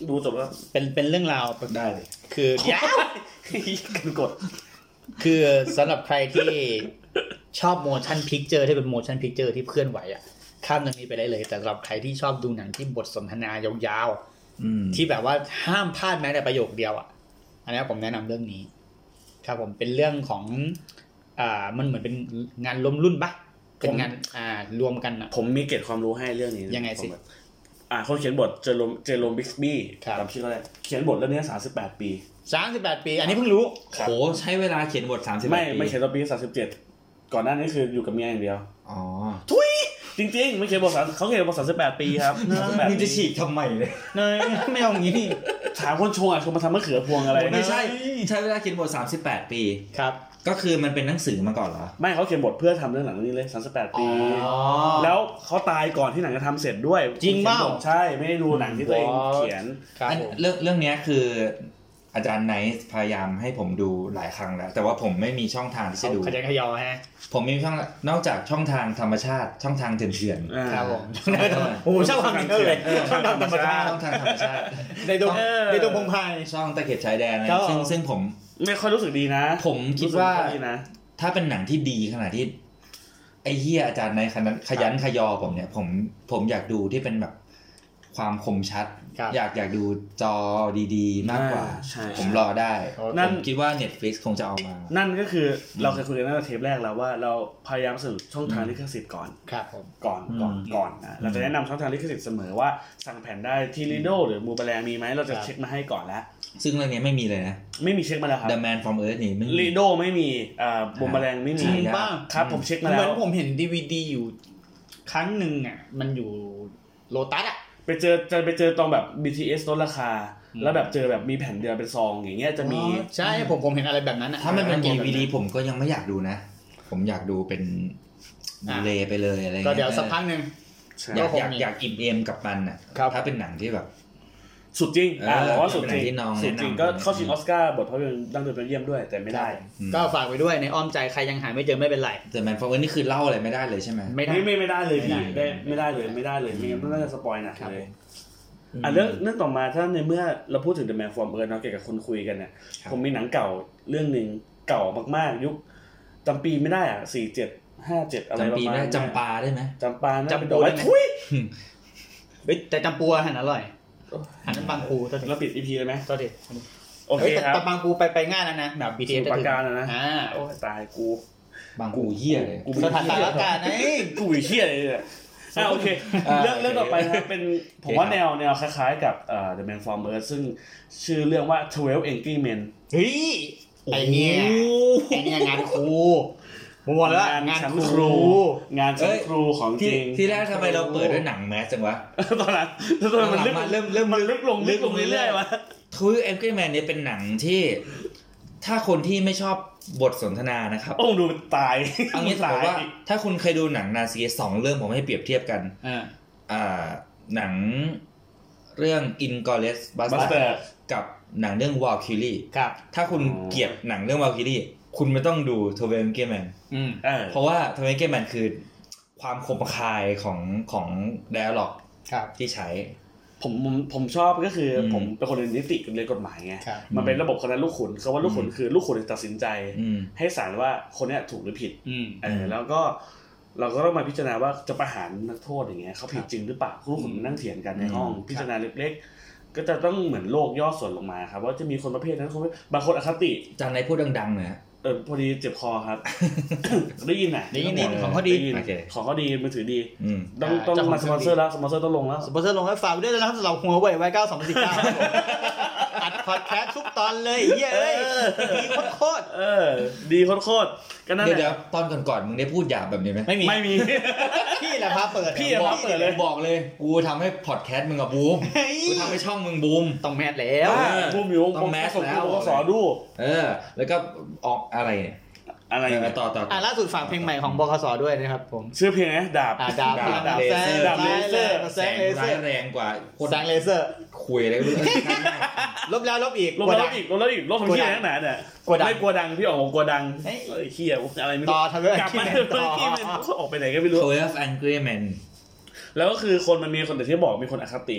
B: ดูจบแล้ว
A: เป็นเป็นเรื่องราว
C: ได้เลย
A: คือเดี๋ยว
B: กันกด
A: คือสำหรับใครที่ชอบ motion picture ที่เป็น motion picture ที่เคลื่อนไหวอ่ะข้ามเรื่องนี้ไปได้เลย แต่สำหรับใครที่ชอบดูหนังที่บทสนทนายาว
C: อืม
A: ๆ ที่แบบว่าห้ามพลาดแม้แต่ประโยคเดียวอ่ะ อันนี้ผมแนะนำเรื่องนี้ ครับผมเป็นเรื่องของอ่ามันเหมือนเป็นงานล้มรุ่นปะเป็นงานอ่ารวมกันอ่ะ
B: ผมมีเกร็ดความรู้ให้เรื่องนี้นะ
A: ยังไงสิ
B: ผมแบบอ่าคนเขียนบทเจอโรมเจอโรมบิ๊กบี้
A: ครับ
B: จำชื่อเขาได้เขียนบทเรื่องนี้สามสิบแปดปี
A: สามสิบแปดปี อันนี้เพิ่งรู้
B: ครับ
C: โหใช้เวลาเขียนบทสามสิบ
B: ไม่ไม่เขียนตอนปีสามสิบเจ็ดก่อนหน้านี้คืออยู่กับเมียอย่างเดียว
C: อ๋อ
B: จริงๆ ไม่เขียนบทสามเขาเขียนบทสามสิบแปดปีครับ38
C: มึงจะฉี
B: ปี
C: กทำไมเลย
A: เนยไม่เอางี้
B: ถามคนชงอ่ะคือมาทำมะเขือพวงอะไร
A: นะ
C: ไม่ใช่ ใช้เวลาเขียนบท 38 ปี
A: ครับ
C: ก็คือมันเป็นหนังสือมาก่อนเหรอ
B: ไม่เขาเขียนบทเพื่อทำเรื่องหนังเรื่องนี้เลยสามสิบแปดปี
C: อ๋อ
B: แล้วเขาตายก่อนที่หนังจะทำเสร็จด้วย
A: จริงเปล่า
B: ใช่ไม่ได้ดูหนังที่ตัวเองเขียน
A: ครับ
C: อัน
A: ผม
C: เรื่องเรื่องเนี้ยคืออาจารย์ไนท์พยายามให้ผมดูหลายครั้งแล้ว แต่ว่าผมไม่มีช่องทางที่จะดู
A: ขยันขยอฮะ
C: ผมมีช่องนอกจากช่องทางธรรมชาติ ช่องทางเถื่อน
B: อ่า
A: ครับผมโอ้โหชอบความเยอะเลยชอบความธรรมชาติ
C: ๆช่องทางธรรมชาติ
A: ในตรง
B: เออ
A: ในตรงพงไพาย
C: ช่องตะเข็บชายแดนอะไร
A: ครับ
C: ซึ่งซึ่งผม
B: ไม่ค่อยรู้สึกดีนะ
C: ผมคิดว่า
B: รู้สึกไม่อยดีนะ
C: ถ้าเป็นหนังที่ดีขนาดที่ ไอ้เฮียอาจารย์ในขยันขยันขยอผมเนี่ย ผมผมอยากดูที่เป็นแบบความคมชัด
A: ครับ
C: อยากอยากดูจอดีๆ มากกว่า
B: อ่าใช่
C: ผมรอได้
A: โอเค
B: นั่น
C: ผมคิดว่า Netflix คงจะเอามา
B: นั่นก็คือเราเคยคุยกันตั้งแต่เทปแรกแล้วว่าเราพยายามสื่อช่องทางลิขสิทธิ์ก่อน
A: ครับผม
B: ก่อนก่อน
C: อืม
B: ก่อนนะเราจะแนะนำช่องทางลิขสิทธิ์เสมอว่าสั่งแผ่นได้ที่ลิโดหรือมูบแลมีไหมเราจะเช็คมาให้ก่อนแล้ว
C: ซึ่งเรื่องนี้ไม่มีเลยนะ
B: ไม่มีเช็คมาแล้วครับ
C: The Man from Earth นี่ไม่มี
B: ลิโดไม่มีอ่าบูมแรงไม่มี
C: จริงปะ
B: ครับผมเช็คมา
A: เห
B: แล้
A: มือน
B: ว
A: ผมเห็นดีวดีอยู่ครั้งหนึ่งอ่ะ มันอยู่โลตัสอ่ะ
B: ไปเจอจะไปเจอตรงแบบ BTS ลดราคา แล้วแบบเจอแบบมีแผ่นเดียวเป็นซองอย่างเงี้ยจะมี
A: อ๋อใช่ผมผมเห็นอะไรแบบนั้นอ่ะ
C: ถ้ามันเป็น
A: อะไรแบบ
C: DVD ผมก็ยังไม่อยากดูนะ ผมอยากดูเป็น
A: อ่ะ
C: ดูเลไปเลยอะไร
A: ก็
C: เงี้ย
A: เดี๋ยวสักพักหนึ่ง
C: อยาก
A: ก็คง
C: อยาก
A: มี
C: อยากอิ่มเอมกับมันอ่ะ
A: ครับ
C: ถ้าเป็นหนังที่แบบ
B: สุดจริงอ่า
C: เออ
B: บอกว่าสุดจริง
C: เป็นหนังที่น้อง
B: สุดจริง
C: แนะนำ
B: ก็เข้าชิงออสการ์บทภาพยนตร์ดังเดินไปเยี่ยมด้วยแต่ไม่ได้
C: อืม
A: ก็ฝากไว้ด้วยในอ้อมใจใครยังหาไม่เจอไม่เป็นไร
C: The Man from Earth นี่คือเล่าอะไรไม่ได้เลยใช่ไหม
A: ไม่ได้
B: ไม่ไม่ไม่ได้เลยพี่
A: ไม่ได้
B: ได้ไม่ได้เลยไม่ได้เลยไม่งั้นน่าจะสปอยหนัก
A: ครับ
B: เลยอ่ะเรื่องเรื่องต่อมาถ้าในเมื่อเราพูดถึง The Man from Earth เนาะเกี่ยวกับคนคุยกันเนี่ย
C: ครับ
B: ผมมีหนังเก่าเรื่องหนึ่งเก่ามากๆ ยุคจำปีไม่ได้อ่ะสี่เจ็ดห้าเจ็ดอะไรป
C: จำ
B: ระ
C: ปี
B: มาณ
C: ได้
B: นั้น
C: จำปาได้ไหม
B: จำปาน่าจะเป็น
A: จำปู
B: ดอกไม้
A: ได้ไหม
B: ทุย
A: เฮ้ยแต่จำปูอาหันอร่อยหันน้ำบางปูตอนเด็
B: เรา
A: ก
B: ปิด EP เลยไหม
A: ตอนเด็ก
B: โอเคครับ
A: แต่บางปูไปไปง่ายแล้วนะแบบ BTS
B: ปากกานะนะ
A: อ่าโอ้ย
B: ตายกู
C: บางกูเหี้ยเลย
B: กู
A: สถานตากอากาศนะ
B: กูอีเหี้ยเลยเนี่ยอ่ะโอเค
C: อ่า
B: เรื่อง
C: โอเค
B: เรื่องต่อไปนะครับเป็นผมว่าแนวแนวคล้ายๆกับเอ่อ The Man from Earth ซึ่งชื่อเรื่องว่า Twelve Angry Men
A: เฮ้ยไอเนี่ยไอเนี่ยงานครูผมบอกแล้วงาน
B: ชั้น
A: ค
B: ค
A: รู
B: รู งานชั้
C: เอ้
B: น
C: ย
B: ครูของจ
C: ที่
B: ริง
C: ที่แรกทำไมเราเปิดด้วยหนังแมสจังวะ
B: ตอนนั้นตอนนั้นมันลึก
C: หลังๆมาเริ่มเริ่ม
B: มันลึกลง
C: ลึ
B: ลึ
C: ก
B: ก
C: ล
B: ล
C: ง
B: ง
C: เรื่
B: เรื่
C: อ
B: อยย
C: ๆ
B: ๆวะ
C: ทูเอ็มเกอร์แมนเนี่ยเป็นหนังที่ ถ้าคนที่ไม่ชอบบทสนทนานะครับ
B: โอ้ดูตาย
C: เอางี้ผมว่าถ้าคุณเคยดูหนังนาซีสองเรื่องผมให้เปรียบเทียบกัน
A: อ่า
C: อ่าหนังเรื่อง In g o r i o u s
B: บัส
C: Bastard
B: เตอร์
C: กับหนังเรื่อง Valkyrie
A: ครับ
C: ถ้าคุณ
B: อ๋อ
C: เกลียดหนังเรื่อง Valkyrie คุณไม่ต้องดู t o b e m g a m a n
A: อืม
B: เออ
C: เพราะว่า t o b e m g a m a n คือความคมคายของของ dialog
A: ครับ
C: ที่ใช้
B: ผมผมผมชอบก็คืออ
C: ม
B: ผมเป็นคนเรียนนิติเรียนกฎหมายไง
A: ครับ
B: มันเป็นระบบคณะลูกขุนคำว่าลูกขุนคือลูกขุนตัดสินใจ
C: อืม
B: ให้ศาลว่าคนเนี้ยถูกหรือผิด
A: อืม
B: เออ
C: ม
B: แล้วก็ เราก็ต้องมาพิจารณาว่าจะประหารนักโทษอย่างเงี้ยเขาผิดจริงหรือเปล่าคู่ผมนั่งเถียงกันในห้อง
C: อืม
B: พิจารณาเล็ก ๆ ก็จะต้องเหมือนโลกย่อส่วนลงมาครับว่าจะมีคนประเภทนั้นคนประเภทบางคนอคติ
C: อาจารย์ในพูดดังๆหน่อยฮะ
B: เออพอดีเจ็บคอครับ ได้ยินอ่ะ
A: ได้ยิน
C: ได้ยิน
A: ของเขาดี
B: ยิน
C: โอเค
B: ของเขาดีมือถือดี
C: อืม
B: ต้องต้อง
A: เจ้าของ
B: มาสปอนเซอร์แล้วสปอนเซอร์ต้องลงแล้ว
A: สปอนเซอร์ลงให้ฝากไว้ด้วยนะครับสำหรับหัวเว่ยไว้เก้าสองสิบเก้าอัดพอดแคสต์ทุกตอนเลยเหี้ยเอ้ยดีโคตร
B: เออ ดีโคตรๆก็นั่นแห
C: เดี๋ยว
B: ละ
C: ๆตอนก่อนๆมึงได้พูดหยาบแบบนี้ไหม
A: ๆไม่มี
B: ไม่มี
A: พี่แหละพาเปิด
B: พี่แหละพาเปิดเลย
C: บอกเลยกูทำให้พอดแคสต์มึงอะบูม
A: เฮ้ย
C: กูทำให้ช่องมึงบูม
A: ต้องแมทแล้ว
B: บ้าบูมอยู่
C: ต้องแมส
B: ส่ง
C: แล้ว
B: กูก็สอดู
C: เออ แล้วก็ออกอะไรเนี่ย
B: อะไรอย่างเงี้ย
C: ต่อต่อต่
A: อ่ะ
C: อ
A: ล่าสุดฝากเพลงใหม่ของบคสด้วยนะครับผม
B: ชื่อเพลงไงดาบ
A: อ่ะดาว
C: ดาว
A: ดาว
C: เล
A: แซ
C: เซอร์
A: งดาวเลเซอร์แซ
C: แส
A: ง
C: ง
A: เลเซอ
C: ร้า
A: ย ร์
C: แรงกว่าโคตร
A: แซงเลเซอร์
C: คุยอะไรก็ไม่รู้
A: ลบแล้วลบอีก
B: ลง
A: กด
B: แล้ว
A: ดัง
B: อีกลงแล้วอีกลงทำที่ไหนนักหนาเนี่ย
A: กลัวดัง
B: ไม่กลัวดังพี่ออกบอกกลัวดัง
A: เฮ้ย
B: เอ้ยเขี้ยวอะไรไม่
A: ต่
B: รู้
A: อทำเรื่อง
B: กลับ
A: ที่
B: มา
A: ไหน
B: เรื่อง
A: ต่อ
B: ที่มันออกไปไหนก็ไม่รู้
C: Twelve Angry Men
B: แล้วก็คือคนมันมีคนแต่ที่บอกมีคนอคติ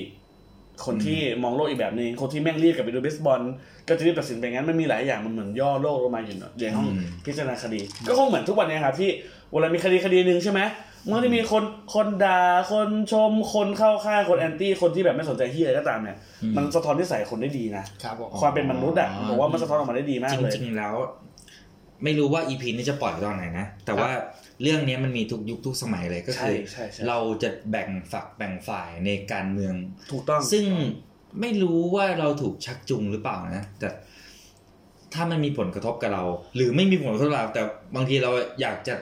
B: คนที่มองโลกอีกแบบนึงคนที่แม่งเรียกกลับไปดูเบสบอลก็จะรีบตัดสินไปงั้นมันมีหลายอย่างมันเหมือนย่อโลกลงมาอยู่เนอะในห้อง
C: อืม
B: พิจารณาคดี ก็คงเหมือนทุกวันเนี้ครับที่เวลามีคดีคดีหนึ่งใช่ไหมมันก็จะมีคนคนด่าคนชมคนเข้าข้างคนแอนตี้คนที่แบบไม่สนใจที่อะไรก็ตามเนี่ย มันสะท้อนนิสัยคนได้ดีนะ
A: ครับผม
B: ความเป็นมนุษย์อ่ะผมว่ามันสะท้อนออกมาได้ดีมาก
C: จ
B: เลย
C: ริงๆแล้ว ไม่รู้ว่าอีพีนี้จะปล่อยตอนไหนนะ แต่ว่าเรื่องนี้มันมีทุกยุคทุกสมัยเลยก็
B: ใช่
C: คือ
B: ใช่ใช่
C: เราจะแบ่งฝักแบ่งฝ่ายในการเมือง
B: ถูกต้อง
C: ซึ่งไม่รู้ว่าเราถูกชักจูงหรือเปล่านะ แต่ถ้ามันมีผลกระทบกับเรา หรือไม่มีผลกระทบกับเรา แต่บางทีเราอยากจะ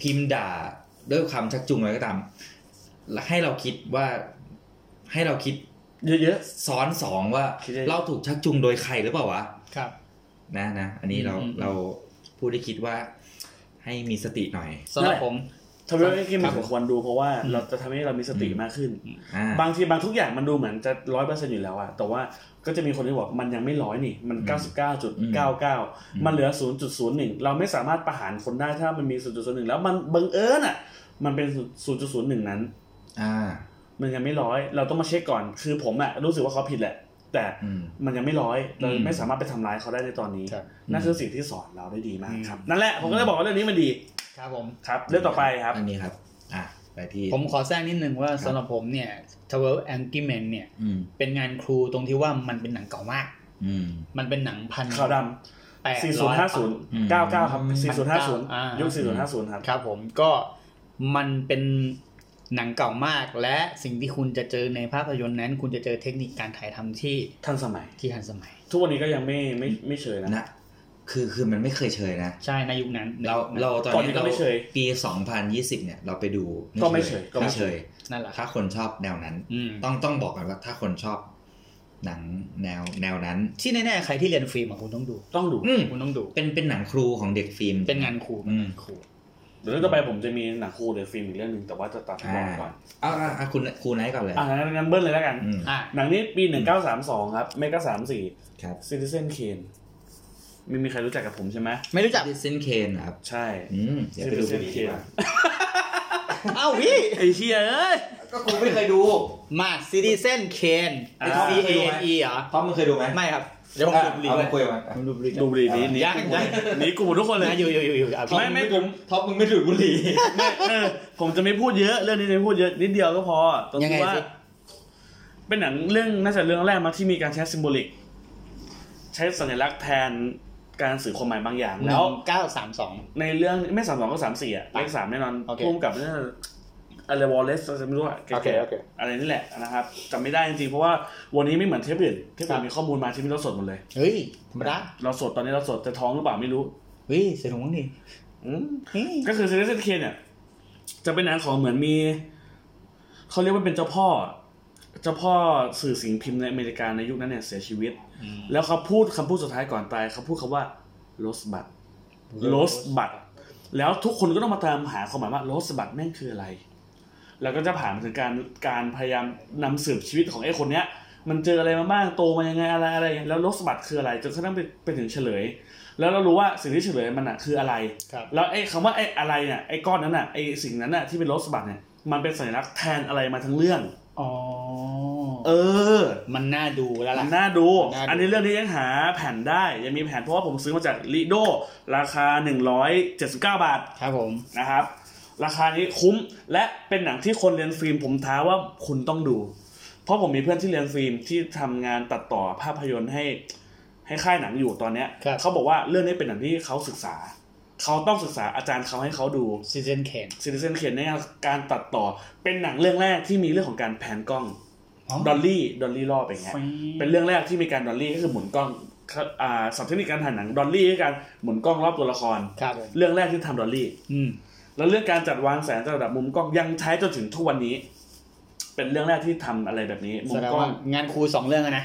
C: พิมพ์ด่าด้วยคำชักจูงอะไรก็ตามให้เราคิดว่าให้เราคิด
B: เยอะ
C: ซ้อนสองว่า
B: คิดได้
C: เราถูกชักจูงโดยใครหรือเปล่าวะ
A: ครับ
C: นะนะอันนี้เรา
A: อืม
C: เราพูดได้คิดว่าให้มีสติหน่อย
A: สำหรับผม
B: ๆทำให้ไม่กินมันสมควรดูเพราะว่า
A: อืม
B: เราจะทำให้เรามีสติ
C: อืม
B: มากขึ้น
C: อ่า
B: บางทีบางทุกอย่างมันดูเหมือนจะร้อยเปอร์เซ็นต์อยู่แล้วอะแต่ว่าก็จะมีคนที่บอกมันยังไม่ร้อยนี่ มันเก้าสิบเก้าจุดเก้าเก้ามันเหลือศูนย์จุดศูนย์หนึ่งเราไม่สามารถประหารคนได้ถ้ามันมีศูนย์จุดศูนย์หนึ่งแล้วมันบังเอิญอะมันเป็นศูนย์จุดศูนย์หนึ่งนั้น
C: อ่า
B: มันยังไม่ร้อยเราต้องมาเช็คก่อน คือผมอะรู้สึกว่าเขาผิดแหละ แต่
C: อืม
B: มันยังไม่ร้อยเรา
C: อืม
B: ไม่สามารถไปทำร้ายเขาได้ในตอนนี้
A: ครับ
B: นั่นคือสิ่งที่สอนเราได้ดีมากครับ นั่นแหละผมก็เลยบอกว่าเรื่องนี้มันดี
A: ครับผม
B: ครับ เรื่องต่อไปครับ
C: อันนี้ครับ อ่ะไปที่
A: ผมขอแทรกนิดนึงว่าสำหรับผมเนี่ย t w e l v e Angry Men เนี่ย
C: อืม
A: เป็นงานครูตรงที่ว่ามันเป็นหนังเก่ามาก
C: อืม
A: มันเป็นหนังพัน
B: ขาวด
A: แปด
B: ำ
A: ร้อย
C: อืม
B: 4050 99 ครับ
A: อ่า
B: 4050
A: ยุ
B: ยุค4050 ครับ
A: ครับผมก็มันเป็นหนังเก่ามาก และสิ่งที่คุณจะเจอในภาพยนตร์นั้น คุณจะเจอเทคนิคการถ่ายทำที่
B: ทันสมัย
A: ที่ทันสมัย
B: ทุกวันนี้ก็ยังไม่ไม่ไม่เชยนะ
C: นะคือคือมันไม่เคยเชยนะ
A: ใช่ในยุคนั้นใน
C: เรา
A: ยุคนั้น
C: เราตอน
B: ก่อนนี้
C: นี้
B: ก็
C: เรา
B: ไม่เชย
C: ปี 2020 เนี่ย เราไปดู
B: ก็ไม่เชยก็ไม่
C: ไม่
B: เช
C: เช
B: ย
C: ย
A: นั่นแหละครับ
C: ถ้าคนชอบแนวนั้น
A: อืม
C: ต้องต้องบอกกันว่าถ้าคนชอบ หนังแนวแนวนั้น
A: ที่แน่ๆ ใครที่เรียนฟิล์มอะคุณต้องดู
B: ต้องดู
C: อืม
A: คุณต้องดู
C: เป็นเป็นหนังครูของเด็กฟิล์ม
A: เป็นงานครู
C: อื
A: เป็น
C: ม
A: งานครู
B: เดี๋ยวเรื่องต่อไปผมจะมีหนังครูเดอะฟิล์มอีกเรื่องหนึ่งแต่ว่าจะตัดให้บ
C: อ่า
B: อกก่อน
C: เอาเอาเอาคุณครูไนท์ก่อนเลย
B: อ่างั้นเบิ้ลเลยแล้วกัน
C: อืม
A: อ่ะ
B: หนังนี้ปี 1932 ครับเมกา34
C: ครับ
B: Citizen Kane ไม่มีใครรู้จักกับผมใช่ไหม
A: ไม่ รู้จัก
C: ดิสเซนเคนครับ
B: ใช่
C: อืมเดี๋ยวไปดูกัน
B: Citizen
C: ดีก
B: Kane
C: ว่า
A: อ้าวพี่
B: ไอ้เชี่ยเอ้ย
C: ก็คุณไม่เคยดู
A: มาซิติเซนเคน
B: อ่า
A: C A N E เหรอ
C: ท็อปมึงเคยดูไหม
A: ไม่ครับ เดี๋ยวผมดูบุหรี่
C: เอา
A: เล
C: มายคุยกัน
A: ผมดูบุหรี่
B: ดู
A: ดู
B: ดีนี้หนี
A: ยัง
B: กู
A: ยัง
B: หนีกูหมดทุกคนเลย
A: นะอยู่อยู่อยู่อยู่อ่ะพี่
B: ไม่ไม่ผม
C: ท็อปมึงไม่ดูดบุหรี่
B: เออผมจะไม่พูดเยอะเรื่องนี้จะไม่พูดเยอะนิดเดียวก็พอตรง
A: ยังไง
B: ที่ว่า
A: สิ
B: เป็นหนังเรื่องน่าจะเรื่องแรกมาที่มีการใช้ซิมโบลิก ใช้สัญลักษณ์แทนการสื่อความหมายบางอย่าง
A: ห
B: แล้
A: นึ่
B: ว
A: งเก้าสามสอง
B: ในเรื่องไม่สามสองก็สามสี่อะเลขสามแน่นอน
A: โอเค
B: พุ่มกับเรื่องอะไรวอลเลสจะไม่รู้อะ
A: โอเค
B: แก่
A: โอเค
B: ๆอะไรนี่แหละนะครับจำไม่ได้จริงๆเพราะว่าวันนี้ไม่เหมือนเทปอื่นเทป
A: ครั
B: อื่
A: บ
B: นมีข้อมูลมาที่ไม่เราสดหมดเลย
A: เฮ้ยธรรมดา
B: เราสดตอนนี้เราสดจะท้องหรือเปล่าไม่รู้
A: เฮ้ยเสียงของนี่
B: อืม
A: เฮ้ย
B: ก็คือซิติเซนเคนเนี่ย จะเป็นหนังของเหมือนมีเขาเรียกว่าเป็นเจ้าพ่อ เจ้าพ่อสื่อสิ่งพิมพ์ในอเมริกาในยุคนั้นเนี่ยเสียชีวิต
A: อืม
B: แล้วเขาพูดคำพูดสุดท้ายก่อนตายเขาพูดคำว่าโรสบัตโรสบัตแล้วทุกคนก็ต้องมาตามหาความหมายว่าโรสบัตแม่งคืออะไร แล้วก็จะผ่านมาถึงการการพยายามนำสืบชีวิตของไอ้คนเนี้ย มันเจออะไรมาบ้างโตมายังไงอะไรอะไรอย่างเงี้ยแล้วโรสบัตคืออะไรจนกระทั่งไปไปถึงเฉลย แล้วเรารู้ว่าสิ่งที่เฉลยมันอะคืออะไร
A: ครับ
B: แล้วไอ้คำว่าไอ้อะไรเนี่ยไอ้ก้อนนั้นน่ะไอ้สิ่งนั้นน่ะที่เป็นโรสบัตเนี่ยมันเป็นสัญลักษณ์แทนอะไรมาทั้งเรื่อง
A: อ๋อ
B: เออ
A: มันน่าดูแล้วล่ะ
B: มันน่าดู
A: น่าดู
B: อันนี้เรื่องนี้ยังหาแผ่นได้ยังมีแผ่นเพราะว่าผมซื้อมาจากลีโดราคา 179 บาท
A: ครับผม
B: นะครับ ราคานี้คุ้มและเป็นหนังที่คนเรียนฟิล์มผมท้าว่าคุณต้องดู เพราะผมมีเพื่อนที่เรียนฟิล์มที่ทำงานตัดต่อภาพยนตร์ให้ ให้ค่ายหนังอยู่ตอนเนี้ย
A: ครับ
B: เขาบอกว่าเรื่องนี้เป็นหนังที่เขาศึกษา เขาต้องศึกษาอาจารย์เขาให้เขาดู
A: ซีเซนเคน
B: ซิติเซนเขียนในการตัดต่อเป็นหนังเรื่องแรกที่มีเรื่องของการแผนกล้องดอลลี่ดอลลี่รอบอย่างเงี้ยเป็นเรื่องแรกที่มีการดอลลี่ก็คือหมุนกล้องครับอ่าสับเทคนิคการถ่ายหนังดอลลี่คือการหมุนกล้องรอบตัวละคร
A: ครับผม
B: เรื่องแรกที่ทำดอลลี่
A: อืม
B: แล้วเรื่องการจัดวางแสงจัดระดับมุมกล้องยังใช้จนถึงทุกวันนี้ เป็นเรื่องแรกที่ทำอะไรแบบนี้ มุ
A: แส
B: ม
A: ดง
B: กล้อ
A: ว่าง งานครูสองเรื่องอะนะ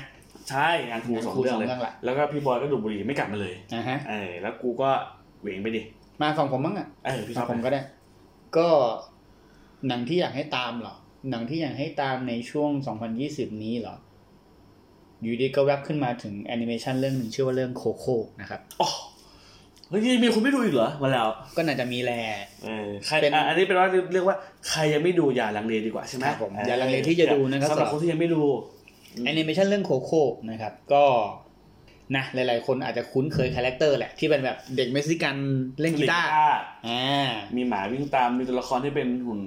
B: ใช่งานครูสองเรื่องเลย
A: งานครูสองเรื่องแหละ
B: แล้วก็พี่บอยก็ดูดบุหรี่ไม่กลับมาเลย
A: นะฮะ
B: เออแล้วกูก็เหวงไปดิ
A: มาฝั่งผมบ้างอ่ะ
B: เออพี่ช
A: ฝั่
B: อง บ
A: ผมก็ได้ ก็ หนังที่อยากให้ตามเหรอ หนังที่อยากให้ตามในช่วง 2020 นี้เหรอ อยู่ดีก็แวบขึ้นมาถึงแอนิเมชันเรื่องหนึ่งชื่อว่าเรื่องโคโค่นะครับ
B: อ๋อเฮ้ยยังมีคนไม่ดูอีกเหรอมาแล้ว
A: ก็น่าจะมีแหละ
B: เออใคร
A: เป็น
B: อ่ะอันนี้เป็นว่าเรียกว่าใครยังไม่ดูอย่าลังเลดีกว่าใช่ไหม
A: ครับผมอย่าลังเลที่จะดูนะครับ
B: สำหรับคนที่ยังไม่ดู
A: แอนิเมชันเรื่องโคโค่นะครับ ก็นะหลาย ๆ คนอาจจะคุ้นเคยคาแรคเตอร์แหละ ที่เป็นแบบเด็กเม็กซิกันเล่นกีตาร์อ่า
B: มีหมาวิ่งตามมีตัวละครที่เป็นหุ่น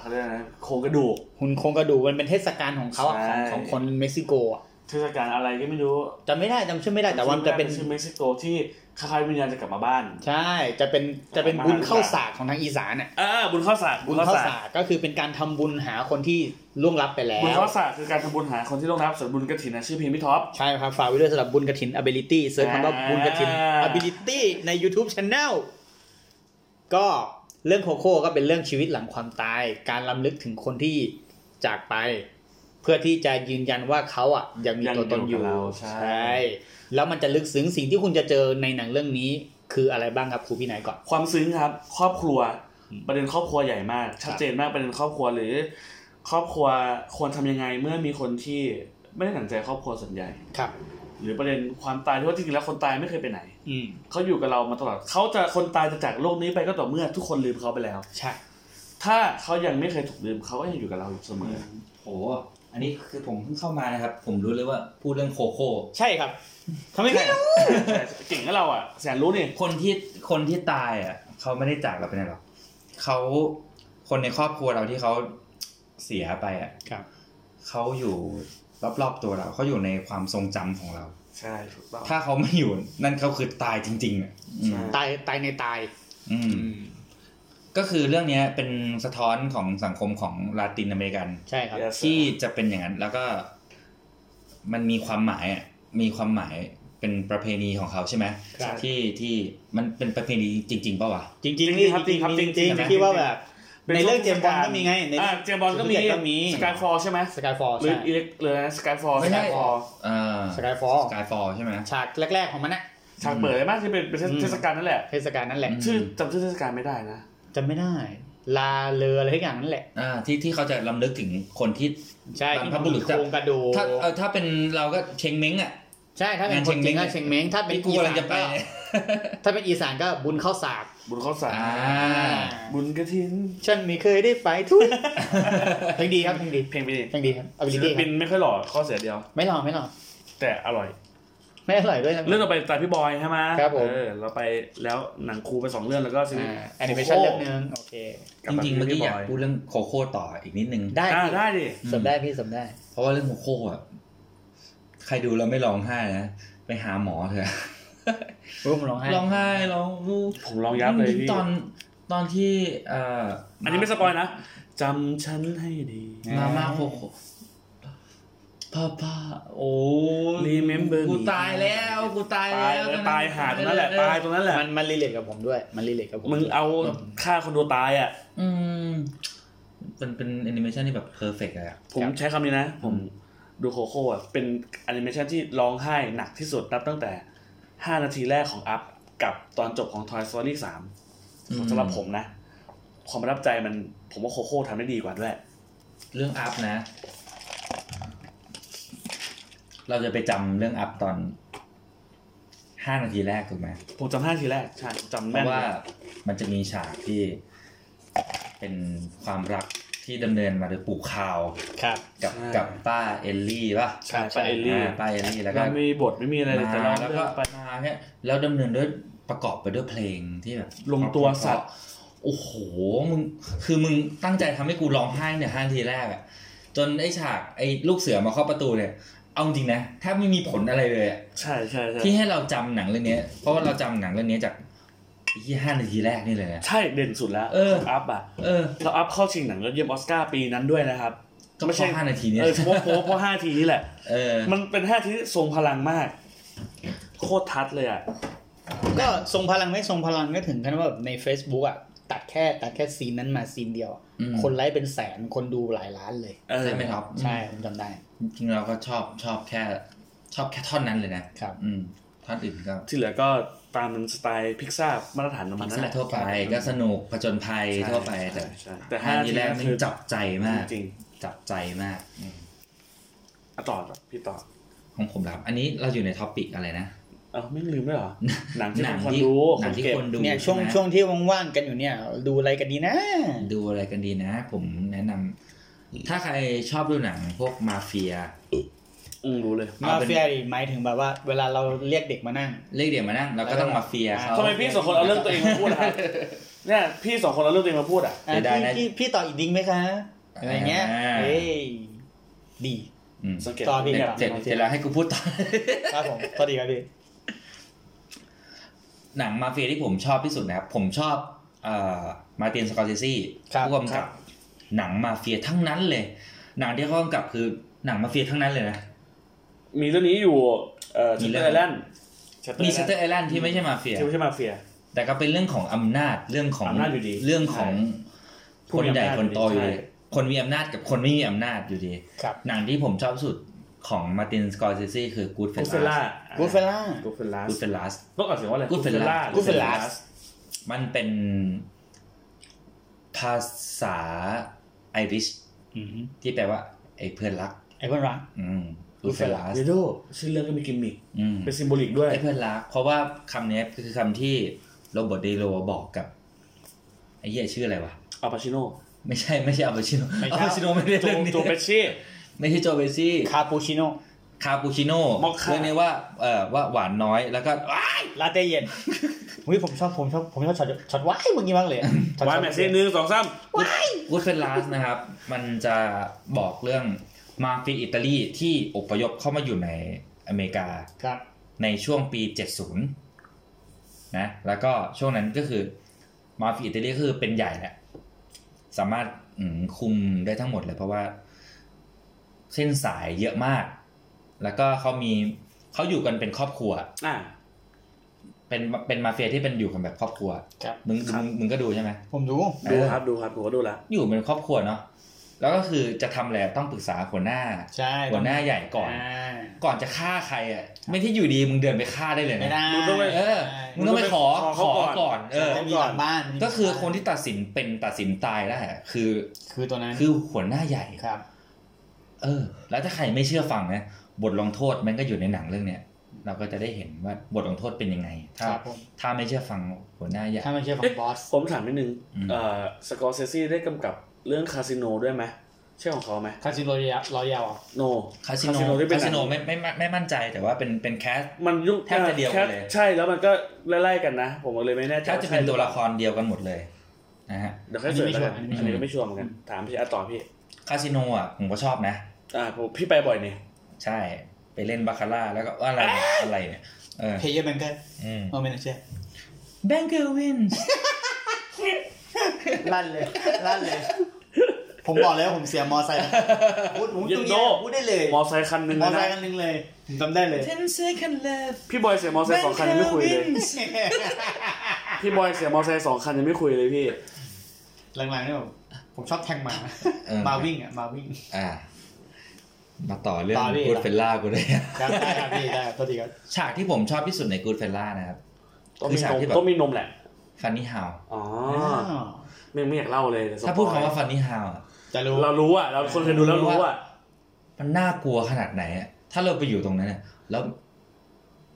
B: เขาเรียกอะไรนะโครงกระดูก
A: หุ่นโครงกระดูกมันเป็นเทศกาลของเขาอะของ
B: ใช่
A: ของคนเม็กซิโกอะ
B: เทศกาลอะไรก็ไม่รู้
A: จำไม่ได้จำชื่อไม่ได้แต่ว่ามันจะเป็น
B: ชื่อเม็กซิโกที่คล้ายๆวิญญาณจะกลับมาบ้าน
A: ใช่ จะเป็นจะเป็น
B: ประมาณ
A: บุญเข้าศาสตร์ของทางอีสานน่ะ
B: เออบุญข้าวสาร
A: บุญเข้าศาสตร์ก็คือเป็นการทำบุญหาคนที่ล่วงลับไปแล้
B: บุญ
A: ว
B: ข้าวสารคือการทำบุญหาคนที่ต้องรับส่วนบุญกระถินนะชื่อเพลงพี่ท็อป
A: ใช่ครับฝากไว้ด้วยสำหรับบุญกระถิน ability เซิร์ชคำว่า
B: อ่า
A: บุญกระถิน ability ใน YouTube Channel ก็เรื่องโคโค่ก็เป็นเรื่องชีวิตหลังความตาย การล้ำลึกถึงคนที่จากไป เพื่อที่จะยืนยันว่าเขาอ่ะยังมีตัวตนอยู่
B: งกับเราใช
A: ใช่ ่ แล้วมันจะลึกซึ้งสิ่งที่คุณจะเจอในหนังเรื่องนี้ คืออะไรบ้างครับครูพี่นายก่อน
B: ความซึ้งครับครอบครัว
A: อืม
B: ประเด็นครอบครัวใหญ่มาก ชัดเจนมากประเด็นครอบครัวหรือ ครอบครัวควรทำยังไงเมื่อมีคนที่ไม่ได้สนใจครอบครัวส่วนใหญ่
A: ครับ
B: หรือประเด็นความตายที่ว่าจริงๆแล้วคนตายไม่เคยไปไหน
A: อืม
B: เขาอยู่กับเรามาตลอดเขาจะคนตายจะจากโลกนี้ไปก็ต่อเมื่อทุกคนลืมเขาไปแล้ว
A: ใช่
B: ถ้าเขายังไม่เคยถูกลืมเขาก็ยังอยู่กับเราอยู่เสมอ
C: โอ้อันนี้คือผมเพิ่งเข้ามานะครับ ผมรู้เลยว่าพูดเรื่องโคโค่
A: ใช่ครับทำไมไม่รู้
B: แต่เก่งกับเราอ่ะแสนรู้นี่
C: คนที่คนที่ตายอ่ะเขาไม่ได้จากเราไปไหนหรอกเขาคนในครอบครัวเราที่เขาเสียไปอ่ะ
A: ครับ
C: เขาอยู่รอบๆตัวเราเขาอยู่ในความทรงจำของเรา
B: ใช่ถูกต้อง
C: ถ้าเขาไม่อยู่นั่นเขาคือตายจริงๆอ่ะอืม
B: ใช่
A: ตายตายในตาย
C: อืมก็คือเรื่องเนี้ยเป็นสะท้อนของสังคมของลาตินอเมริกัน
A: ใช่ครับ
B: Yes
C: ที่จะเป็นอย่างนั้น แล้วก็มันมีความหมายอ่ะมีความหมายเป็นประเพณีของเขาใช่ไหม
A: ครับ
C: ที่ที่มันเป็นประเพณีจริง ๆเปล่าวะ
A: จริงจริง
B: จริงครับจริงครับ
A: จริงจ
B: จริ
A: ริง
B: งครับ
A: ที่ว่าแบบ ในเรื่องเจมส์บอลก็มีไงใน
B: อ่าเจมส์บอลก็มี
A: ก็มี
B: สกายฟอลใช่ไหม
A: สกายฟอล
B: หรือ
A: ใช่
B: อิเล็กหรืออะไรสกายฟอล
C: ไม่
B: ส
C: ใช่
B: กายฟอล
C: เอ่อ
A: สกายฟอล
C: สกายฟอลใช่ไหม
A: ฉากแรก ๆ ของมันนะ
B: ฉากเปิดเลยมากที่เป็นเป็นเทศเทศกาลนั่นแหละ
A: เทศกาลนั่นแหละ
C: อืม
B: ชื่อจำชื่อเทศกาลไม่ได้นะ
A: จำไม่ได้ ลาเลออะไรทุกอย่างนั่นแหละ
C: อ่าที่ที่เขาจะลำลึกถึงคนที่
A: ใช่ ที่มัน
C: บรรพบุรุ
A: มี
C: ษ
A: โครงกระดูก
C: ถ้าเออถ้าเป็นเราก็เชงเม้งอ่ะ
A: ใช่ถ้าเป็น
C: งาน
A: คนจริงก็
C: เช
A: เชง
C: งเม้
A: เม้ง
C: ง
A: ถ้าเป็น
C: กู
A: อีสา
C: กำลัง
A: น
C: จะไป
A: ก็
C: เนี่ย
A: ถ้าเป็นอีสานก็บุญข้าวสาก
B: บุญข้าวสาร
C: อ่า
B: บุญกระถิน
A: ฉันไม่เคยได้ไปทุกเพลงดีครับเพลงดี
B: เพลงไปดิ
A: เพลงดีครับเอา
B: ศิล
A: ดีค
B: ปิ
A: รับ
B: นไม่ค่อยหล่อข้อเสียเดียว
A: ไม่หลอกไม่หลอก
B: แต่อร่อย
A: ไม่อร่อยด้วยนะ
B: เรื่องต่อไปตาพี่บอยใช่ไหม
A: ครับผม
B: เออเราไปแล้วหนังครูไปสองเรื่องแล้วก็ซีรี
A: อ่า
B: ส์
A: แอนิเมชันเรื่องหนึงโอเค
C: จริงๆเมื่อกี้อยากพูดเรื่องโคโค่ต่ออีกนิดนึง
A: ได้
B: อ่า
A: พี่
B: ได้ดิ
A: สมได้พี่สมได้
C: เพราะว่าเรื่องโคโค่อ่ะใครดูแล้วไม่ร้องไห้นะไปหาหมอเถอะ
A: ร่วมร้องไห้
C: ร้องไห้ร้อง
B: ผมลองยับเลยพี่
C: ตอนตอนที่เอ่อ
B: อั
C: อั
B: นนี้ไม่สปอยนะจำฉันให้ดี
C: มาม่าโคโค่พ่อพ่อโอ้ย
B: รีเมมเบอร์
C: กูตายแล้วกูตาย
B: ตาย
C: แล้ว
B: เลยตายหาตรงนั้นแหละตายตรงนั้นแหละ
A: มันมันรีเลทกับผมด้วย มันรีเลทกับผม
B: มึงเอาฆ่าคนดูตายอ่ะ
C: อืมมันเป็นแอนิเมชันที่แบบเพอร์เฟกต์อะ
B: ผมใช้คำนี้นะ ผมดูโคโค่อะเป็นแอนิเมชันที่ร้องไห้หนักที่สุดนับตั้งแต่ 5 นาทีแรกของอัพกับตอนจบของ Toy Story
C: อืม
B: 3สำหรับผมนะ ความประทับใจมันผมว่าโคโค่ทำได้ดีกว่าด้วย
C: เรื่องอัพนะ เราจะไปจำเรื่องอัพตอนห้านาทีแรกถูกไหม
B: ผมจำ5นาทีแรกใช่ผมจำ
C: เพ
B: แม่น
C: ราะว่า
B: เลย
C: มันจะมีฉากที่เป็นความรักที่ดำเนินมาโดยปู่ข่าว
A: ครับ
C: กับกับป้าเอลลี่ป่ะ
B: ใช่
A: ใช่
B: ปาเอลลี่
C: อ่าป้าเอลลี่แล้วก็
B: ก็ไม่มีบทไม่มีอะไรเลยแต่
C: มา
B: เรา
C: แล้
B: เลื
C: วก็
B: อกไป
C: มาเนี่ยแล้วดำเนินด้วยประกอบไปด้วยเพลงที่แบบ
B: ลงตัวสัตว์
C: เพราะ โอ้โหมึงคือมึงตั้งใจทำให้กูร้องไห้เนี่ยห้านาทีแรกอะจนไอ้ฉากไอ้ลูกเสือมาเคาะประตูเนี่ย เอาจริงนะแทบไม่มีผลอะไรเลยอะ
B: ใช่ใช่ใช่
C: ที่ให้เราจำหนังเรื่องนี้ เพราะว่าเราจำหนังเรื่องนี้จากที่ห้านาทีแรกนี่เลยนะ
B: ใช่เด่นสุดแล้ว
C: เออ
B: อัพอ่ะ
C: เออ
B: เราอัพเข้าชิงหนังยอดเยี่ยมออสการ์ปีนั้นด้วยนะครับ
C: ก็
B: ไม่
C: ไม่
B: ใช่
C: ใช่ห้านาทีเนี้ย
B: เออเพราะเพ ราะเพราะห้าทีนี่แหละ
C: เออ
B: มันเป็นห้าทีที่ทรงพลังมาก โคตรทัดเลยอ่ะ
A: ก็ทรงพลังไม่ทรงพลังก็ถึงขั้นว่าแบบใน Facebook อ่ะตัดแค่ตัดแค่ซีนนั้นมาซีนเดียว
C: อืม
A: คนไลค์เป็นแสนคนดูหลายล้านเลย
B: เออ
C: ใช่ไหมครับ
A: ใช่ผมจำได้
C: จริงๆเราก็ชอบชอบแค่ ชอบแค่ท่อนนั้นเลยนะครับ อืมท่อนอื่นก็
B: ที่เหลือก็ตามสไตล์พิกซ่ามาตรฐานประมาณนั้นแหละ
C: ทั่วไปก็สนุกผจญภัยทั่วไป
B: ใช่ใช่
C: แต่
B: แต่ห้า
C: ห้านา
B: ที
C: ทีแร
B: แร
C: ก
B: ก
C: นี่
B: คือ
C: จับใจมา
B: จ
C: ก
B: ริง
C: จับใจมากอืม
B: ๆอ่ะต่อต่อพี่ต่อ
C: ของผมรับอันนี้เราอยู่ในท็อปิกอะไรนะ
B: เอ้าไม่ลืมด้วย เหรอ หนังที่
C: หนัง
B: คน
C: ที่
B: ดู
C: หนังที่
B: เก็บ
C: คนดู
A: เนี่ยช่วง
C: ใไหม
A: ช่วงที่ว่างๆกันอยู่เนี่ย ดูอะไรกันดีนะ
C: ดูอะไรกันดีนะ ผมแนะนำถ้าใครชอบดูหนังพวกมาเฟีย
B: อืมรู้เลย
A: มา
C: เอาเป็น
A: เฟียหมายถึงแบบว่า เวลาเราเรียกเด็กมานั่ง
C: เรียกเดี๋ยวมานั่งเราก็ต้องมาเฟียเขา
A: อ
B: ทำไมพี่สองคนเอาเรื่องตัวเองมาพูดนะครับเนี่ยพี่สองคนเอาเรื่องตัวเองมาพูดอ่ะ
A: อ่ะ
C: เสียดาย
A: พี่
C: นะ
A: พี่พี่ต่ออีกดิ้งไหมคะอะไรเงี้ย
C: อ่า
A: เอ้ยดี
C: อืม
B: สังเกต
A: ต่อพี่
B: นี่ย
C: เสร็จเสร็จแล้วให้กูพูดต่อ
A: ครับผมพอดีครับพี่
C: หนังมาเฟียที่ผมชอบที่สุดนะครับ ผมชอบเอ่อมาตินสกอร์เซซีผู้กำกับหนังมาเฟียทั้งนั้นเลย หนังที่เขากำกับคือหนังมาเฟียทั้งนั้นเลยนะ
B: มีเรื่องนี้อยู่เอ่อ
C: มี
B: ชัต
C: เรื่
B: เตอร์ไอแลน
C: อง
B: ด์
C: มีชัตเตอร์ไอแลนด์ที่ไม่ใช่มาเฟีย
B: ที่ไม่ใช่มาเฟีย
C: แต่ก็เป็นเรื่องของอำนาจเรื่องของ
B: อำนาจอยู่ดี
C: เรื่องของ
B: ผู้
C: คน
B: มีอำนาจ
C: ใหญ่คนโตอยู่ดี
B: ใช่
C: คนมีอำนาจกับคนไม่มีอำนาจอยู่ดี
A: ครับ
C: หนังที่ผมชอบสุดของมาตินสกอร์เซซีคือ
B: กูเฟ
C: Goodfellas
B: ล่า
A: กูเฟล่า
B: กูเฟล่า
C: Goodfellas
B: ต้องออกเสียงว่าอะไร
C: Goodfellas
A: Goodfellas
C: มันเป็นภาษาไอริชที่แปลว่า ไอ้เพื่อนรัก
A: ไอ้เพื่อนรัก
C: อืม
A: Goodfellas
C: Goodfellas
B: เยโดชื่อเรื่องก็มีกิมมิค
C: อืม
B: เป็นซิมโบลิกด้วย
C: ไอ้เพื่อนรัก เพราะว่าคำนี้คือคำที่โรเบิร์ตเดโรบอกกับ ไอ้เหี้ยชื่ออะไรวะ
B: อัลปาชิโน่
C: ไม่ใช่ไม่ใช่อัลปาชิโน
A: ไม่ใช่
C: อัลปาชิโนไม่ได้
B: โจ
C: เรื่องนี้
B: โจเปชี่
C: ไม่ใช่โจเบซี่
A: คาปูชิโน่
C: คาปูชิโน่
B: มอคค่า
C: เรื่องนี้ว่าเอ่อว่าหวานน้อยแล้วก็อ้าย
A: ลาเต้ เย็นอุ้ยผมชอบผมชอบผมชอบช็อตช็อตว้ายเมื่อกี้มาก เลยช็อต
B: วาย
A: ช็อต
B: แมสซี่หนึ่งสองสาม
C: วูดเฟนลาสนะครับ มันจะบอกเรื่องมาเฟียอิตาลีที่อพยพเข้ามาอยู่ในอเมริกา
A: ครับ
C: ในช่วงปี 70 นะ แล้วก็ช่วงนั้นก็คือมาเฟียอิตาลีก็คือเป็นใหญ่แหละ สามารถอืมคุมได้ทั้งหมดเลยเพราะว่าเส้นสายเยอะมาก แล้วก็เขามีเขาอยู่กันเป็นครอบครัว
B: อ่า
C: เป็นเป็นมาเฟียที่เป็นอยู่กันแบบครอบครัว
A: ครับ
C: มึง
B: ครับ
C: มึงมึงก็ดูใช่ไหม
A: ผมดู
B: ดูครับดูครับผมก็ดูละ
C: อยู่เป็นครอบครัวเนาะ แล้วก็คือจะทำอะไรต้องปรึกษาหัวหน้า
A: ใช่
C: หัวหน้าใหญ่ก่อน
A: า
C: ก่อนจะฆ่าใครอ่ะ ไม่ที่อยู่ดีมึงเดินไปฆ่าได้เลยนะ
A: ไม่ได้
B: มึงต้องไป
C: เออ มึงต้องไปขอข
B: ขอ
C: อ
B: เขาก่อน
C: ก่อน เออ
A: มันมีหลังบ้าน
C: ก็คือคนที่ตัดสินเป็นตัดสินตายได้อะคือ
A: คือตัวนั้น
C: คือหัวหน้าใหญ่
A: ครับ
C: เออ แล้วถ้าใครไม่เชื่อฟังนะ บทลงโทษมันก็อยู่ในหนังเรื่องเนี้ย เราก็จะได้เห็นว่าบทลงโทษเป็นยังไง ถ้า
A: ครับผม
C: ถ้าไม่เชื่อฟังหัวหน้าใหญ่
A: ถ้ามันเชื่อฟั
B: เอ๊ะ
A: งบอส
B: ผมถามนิดนึง
C: อืม
B: เอ่อสกอร์เซซี่ได้กำกับเรื่องคาสิโนด้วยไหมใช่ของเขาไหม
A: คาสิโนรอยัลรอยัลอ่ะ
B: โน
C: คาสิโน
B: ที่เป็น
C: คาสิโนไม่ไม่ไม่ไม่มั่นใจแต่ว่าเป็นเป็นแคส
B: มันยุ่ง
C: แทบจะเดียวกันเลย
B: ใช่แล้วมันก็ไล่ๆกันนะ ผมเลยไม่แน่ใจ
C: แทบจะเป็นตัวละครเดียวกันหมดเลยนะฮะ
B: เดี๋ยวค่อยเสิร์ชแล้วกันอันนี้ก็ไม่ชัวร์เหมือนกันถามพี่อ่ะต่อพี่
C: คาสิโนอ่ะผมก็ชอบนะ
B: อ่าผมพี่ไปบ่อยนี่
C: ใช่ไปเล่นบาคาร่าแล้วก็อะไรเนี่ยอะไรเนี่ยเออ
A: เพย์เยอร์แบงเกอร์
C: อืม
A: โอเมนเช่
C: แบงเกอร์วิน
A: ลั่นเลยลั่นเลย ผมบอกเลยว่าผมเสียมอไซค์นะพูดผมตรง
B: เย็นโน่
A: นี้พูดได้เลย
B: มอไซค์คันหนึ่ง
A: มอ
B: นะ
A: ไซค์กันหนึ่งเลยผมจำได้เลย
C: Ten second left
B: พี่บอยเสียมอไซค์สองคันยังไม่คุยเลย พี่บอยเสียมอไซค์สองคันยังไม่คุยเลยพี่
A: หลังๆเนี่ยผมผมชอบแทงหมา
C: เออ
A: มาวิ่งอ่ะมาวิ่ง
C: อ่า มาต่อเรื่อง
A: ต่อพี่
C: กูดเฟลล่ากูเลย
A: ครับได้ครับพี่ได้ครับสวัสดีครับ
C: ฉากที่ผมชอบที่สุดในกูดเฟลล่านะครับ
B: ต้อง
C: คือ
B: มี
C: ฉาก
B: นม
C: ที่แบบ
B: ต้องมีนมแหละ
C: ฟันนี่ฮาว
B: อ๋อ
A: อ้าว
B: ไม่ไม่อยากเล่าเลยเยวสปอย
C: ถ้าพูดคำว่าฟันนี่ฮาว
A: จะรู้
B: เรารู้อ่ะ เราคนเคยดูแล้วรู้อ่ะ
C: มันน่ากลัวขนาดไหนอะถ้าเราไปอยู่ตรงนั้นเนี่ยแล้ว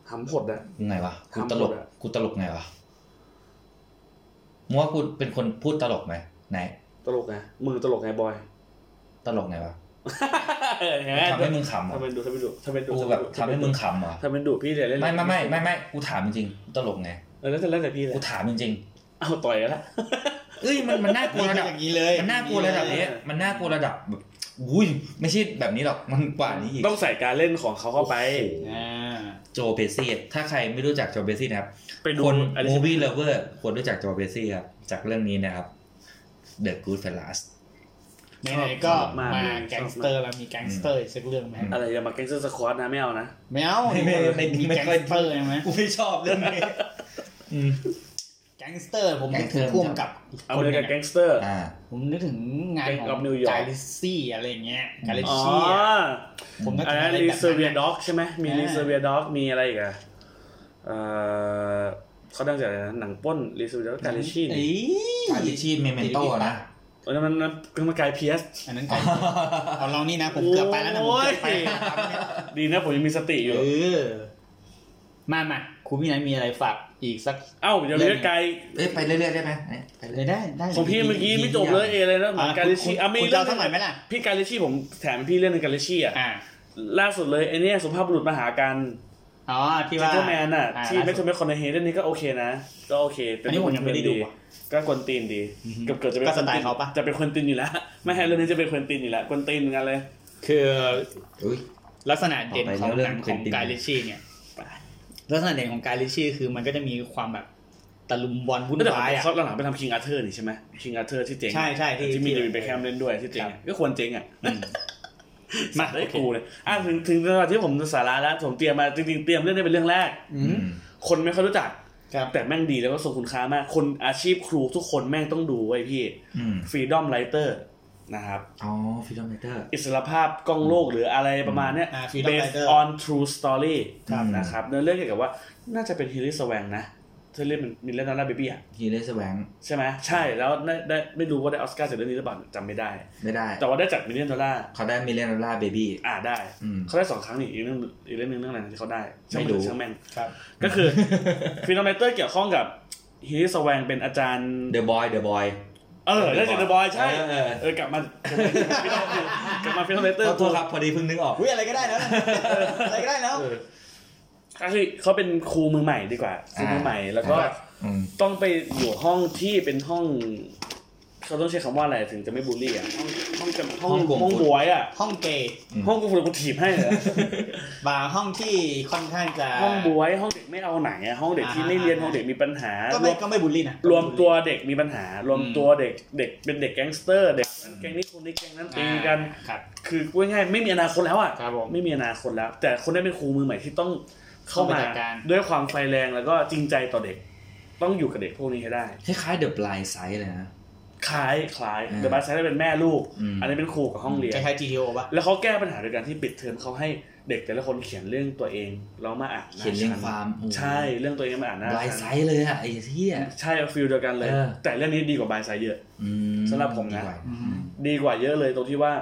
B: ทำผดอ่ะ
C: ยังไงวะกูตลก
B: ทำหมดอะ
C: กูตลกไงวะมึงว่ากูเป็นคนพูดตลกไหมไหน
B: ตลกไงมึงตลกไงบอย
C: ตลกไงวะ
B: เห็นไหม
C: ทำให้มึงขำเหรอ
B: ทำเป็นดูทำเป็นดูทำเป็นดู
C: กูแบบทำให้มึงขำเหรอ
B: ทำเป็นดูพี่เดี๋ยวเล่น
C: ไม่ไม่ไม่ไม่ไม่กูถามจริงๆกูตลกไง
B: เออแล้วแต่แล้วแต่พี่เลย
C: กูถามจริง
B: เอาต่อยกันละ
C: เอ้ยมันมันน่ากลัวระดับ
A: อย่างนี้เลย
C: มันน่ากลัวระดับนี้มันน่ากลัวระดับแบบอุ้ยไม่ใช่แบบนี้หรอกมันกว่านี้อีก
B: ต้องใส่การเล่นของเขาเข้าไป
D: อ่า
C: โจเปซี่ถ้าใครไม่รู้จักโจเปซี่นะครับ
B: ไปดู
C: คน
B: อัน
C: มู
B: นี้
C: วี่เลเวอร์ควรรู้จักโจเปซี่ครับ จากเรื่องนี้นะครับ The Goodfellas
A: ไหนๆก็มาแก๊งสเตอร์แล้วมีแก๊งสเตอร์อีกสักเรื่องไหม
B: อะไรอย่ามาแก๊งเซอร์สควอตนะไม่เอานะ
A: ไม่เอา
C: ไม่ไม่ไม่
A: มี
C: ไม่
A: แก๊ง
C: ค่อย
A: สเตอร์ใช่ไหม
C: กูไม่ชอบเรื่อง นี้
A: แก๊งสเตอร์ผมนึกถึง
C: Gangster
A: พ่วงกับอีก
B: เอา
A: คนห
B: เลย
A: นึ่ง
B: กับ
A: อะ
B: แก๊งสเตอร์
C: อ่า
A: ผมนึกถึงงาน
B: Gang
A: ขอ
B: of
A: ง
B: New York
A: กาลิซี่อะไรอย่างเงี้ยกาลิ
B: อ๋อ
A: ซี่อะผมนึก
B: อัน
A: ถึง
B: นั้
A: อะ
B: น
A: ไร
B: รี
A: แบบ
B: เซอร์เวีย
A: นั้น
B: ด็อกใช่ไหมมีรีเซอร์เวียด็อกมีอะไรอีกอะเอ่อเขาดังจากอะไรนะหนังปล้นรีเซอร์เวียด็อกกาลิชี่
A: เอ้ย
C: อาริชีเมเมนโตนะ
B: เออมันมันมันมันกลายเพียส
A: อันนั้นกันเอาเรานี่นะผมเกือบไปแล้วนะผมเกือบไป
B: โอ้ย ดีนะผมยังมีสติอยู่
A: เออมามาคุณพี่ไหนมีอะไรฝากอีกสัก
B: เอ้าเดี๋ยว
A: เรื่
B: เรี
A: อง
B: ยกไกล
C: เอ้ยไปเรื่อยๆได้ไหมไปเรื่
A: ได้
C: อย
A: ได้ได้
B: ของพี่เมื่อกี้ไม่จบเลยเอเลยนะเหมือนกาลิชี่
A: อ่ะ
B: อ่ะ
A: คุ
B: ไม่
A: ณคุณจะ
B: เรื่อ
A: เอา
B: ง
A: เท่าไหร่ไหมล่ะ
B: พี่กาลิชี่ผมแถมให้พี่เรื่องหนึงกาลิชี่อ่ะ
A: อ่า
B: ล่าสุดเลยไอเนี่ยสุภาพบุรุษมหาการ
A: อ๋อที่
B: จิ
A: ว่า
B: เจอร์แมนอ่ะ
A: อ่า
B: ที่
A: ล่าสุด
B: แมทเทอร์แมคคอนเฮเดนนี่ก็โอเคนะ ก็โอเค
A: อันนี้ผมยังไม่ได้ดู
B: ก็
A: อ่ะ
B: ก็ควนตีนดีเกือบเกือบจะเป็น
A: ก็สไตล์เขาปะ
B: จะเป็นควนตีนอยู่แล้ว ไม่ให้เรื่องนี้จะเป็นควนตีนอยู่แล้วควนตีนเหมือนกันเลย
A: คือ
C: ๆอุ้ย
A: ลักษณะเด่นของหนังของ
C: ต่อไปเรื่อง
A: กายลิชชี่เนี่ย ลักษณะเด่นของกายลิชชี่คือมันก็จะมีความแบบตะลุมบอลวุ่น
B: แต่
A: วายอ่ะ
B: เขาหลังๆไปทำคิงอาเธอร์นี่ใช่ไหมคิงอาเธอร์ที่เจ๋ง
A: ใช่ใช่ที่
B: ที่มี
A: ที่
B: เดวิดเบคแฮมเล่นด้วยที่เจ๋ง
A: ครั
B: อ่ะ
A: บ
B: ก็ควรเจ๋งอ่ะ
A: อืม
B: มาได้กูเลยอ่ะถึงถึงตอนที่ผมจะสาระแล้วผมเตรียมมาจริงๆเตรียมเรื่องนี้เป็นเรื่องแรก
C: อืม
B: คนไม่ค่อยรู้จัก
A: ครับ
B: แต่แม่งดีแล้วก็ทรงคุณค่ามาก คนอาชีพครูทุกคนแม่งต้องดูไว้ยพี่
C: อืม
B: ฟรีดอมไรเตอร์นะครับ
C: อ๋อฟิลเมเตอร์
B: อิสรภาพกล้องโลกหรืออะไรประมาณเนี้ย
A: อ่า Freedom
B: based
A: Rider
B: on true story
C: ครับ
B: นะครับเนื้อเรื่องเกี่ยวกับว่าน่าจะเป็นฮิลลี่สแวงนะเธอเล่นเป็นมิลเลนนาเบบี้อ่ะ
C: ฮีเลสแวง
B: ใช่ไหมใช่แล้วได้ได้ไม่รู้ว่าได้ออสการ์จากเรื่องนี้หรือเปล่าจำไม่ได้
C: ไม่ได้
B: แต่ว่าได้จากมิลเลนดอลลาร์
C: เขาได้มิเลนดอลลาร์เบบี้
B: อ่าได้
C: อืม
B: เขาได้สองครั้งนี่อีกเรื่องอีกเรื่องหนึงเรื่องอะไรที่เขาได้ช่างน
C: ไม่รู้
B: ช่างแม่ง
A: ครับ
B: ก็ คือฟิโนเมเตอร์เกี่ยวข้องกับฮิลลี่สแวงเป็นอาจารย์
C: เดอะบอยเดอะบอย
B: เออได้จากเดอะบอยใช่
C: เออ
B: เออกลับมา กลับมาฟิโนเมเตอร์
C: ขอโทษครับพอดีเพิ่งนึกออก
A: อุ้ยอะไรก็ได้ แล้วนะอะไรก็ได้แล้ว
B: ก็คือเขาเป็นครูมือใหม่ดีกว่าครูมือใหม่แล้วก็
C: อ่า อืม
B: ต้องไปอยู่ห้องที่เป็นห้อง เขาต้องใช้คำว่าอะไรถึงจะไม่บูลลี่อ่ะห้องห้องจะห้องห้องบวยอ่ะ
A: ห้องเกย์
B: ห้องกูฝุ่นกูถีบให้เลย
A: บาร์ห้องที่ค่อนข้างจะ
B: ห้องบวยห้องเด็กไม่เอาไหนอะห้องเด็กที่ไม่เรียน
A: อ่า
B: ห้องเด็กมีปัญหา
A: ก็
B: ร
A: ไม่
B: วม
A: ก็ไม่บูลลี่นะ
B: รวมตัวเด็กมีปัญหา รวม
A: อืม
B: ตัวเด็กเด็กเป็นเด็กแก๊งสเตอร์เด็กนั้นแก๊งนี้คนนี้แก๊งนั้นตีกัน
A: ครับ
B: คือพูดง่ายๆไม่มีอนาคตแล้วอ่ะ
A: ครับผม
B: ไม่มีอนาคตแล้ว แต่คนได้เป็นครูมือใหม่ที่ต้องเข้า
A: ต้อง
B: มา
A: ไปจัดการ
B: ด้วยความไฟแรงแล้วก็จริงใจต่อเด็ก ต้องอยู่กับเด็กพวกนี้ให้ได้
C: คล้ายๆเดอะบลายไซส์เลยนะ
B: คล้ายคล้าย
C: อ่า
B: เดอะบัสไซด์เป็นแม่ลูก
C: อืม
B: อันนี้เป็นครูกับห้องเรียน
A: คล้ายๆ GTO ป่ะ
B: แล้วเขาแก้ปัญหาโดยการที่ปิดเทอมเขาให้เด็กแต่ละคนเขียนเรื่องตัวเองแล้วมาอ่านห
C: เขียนเรื่องความโอ้โห
B: ใช่เรื่องตัวเองมาอ่านหน้า
C: บลายไซ
B: ชั้น
C: ส์เลยอะไอ้เหี้ย
B: ใช่ฟิลเดียวกันเลย
C: เออ
B: แต่เรื่องนี้ดีกว่าบายไซด์เยอะ
C: อืม
B: สำหรับผมนะ
C: ดีกว่า
A: อืม
B: ดีกว่าเยอะเลยตรงที่ว่า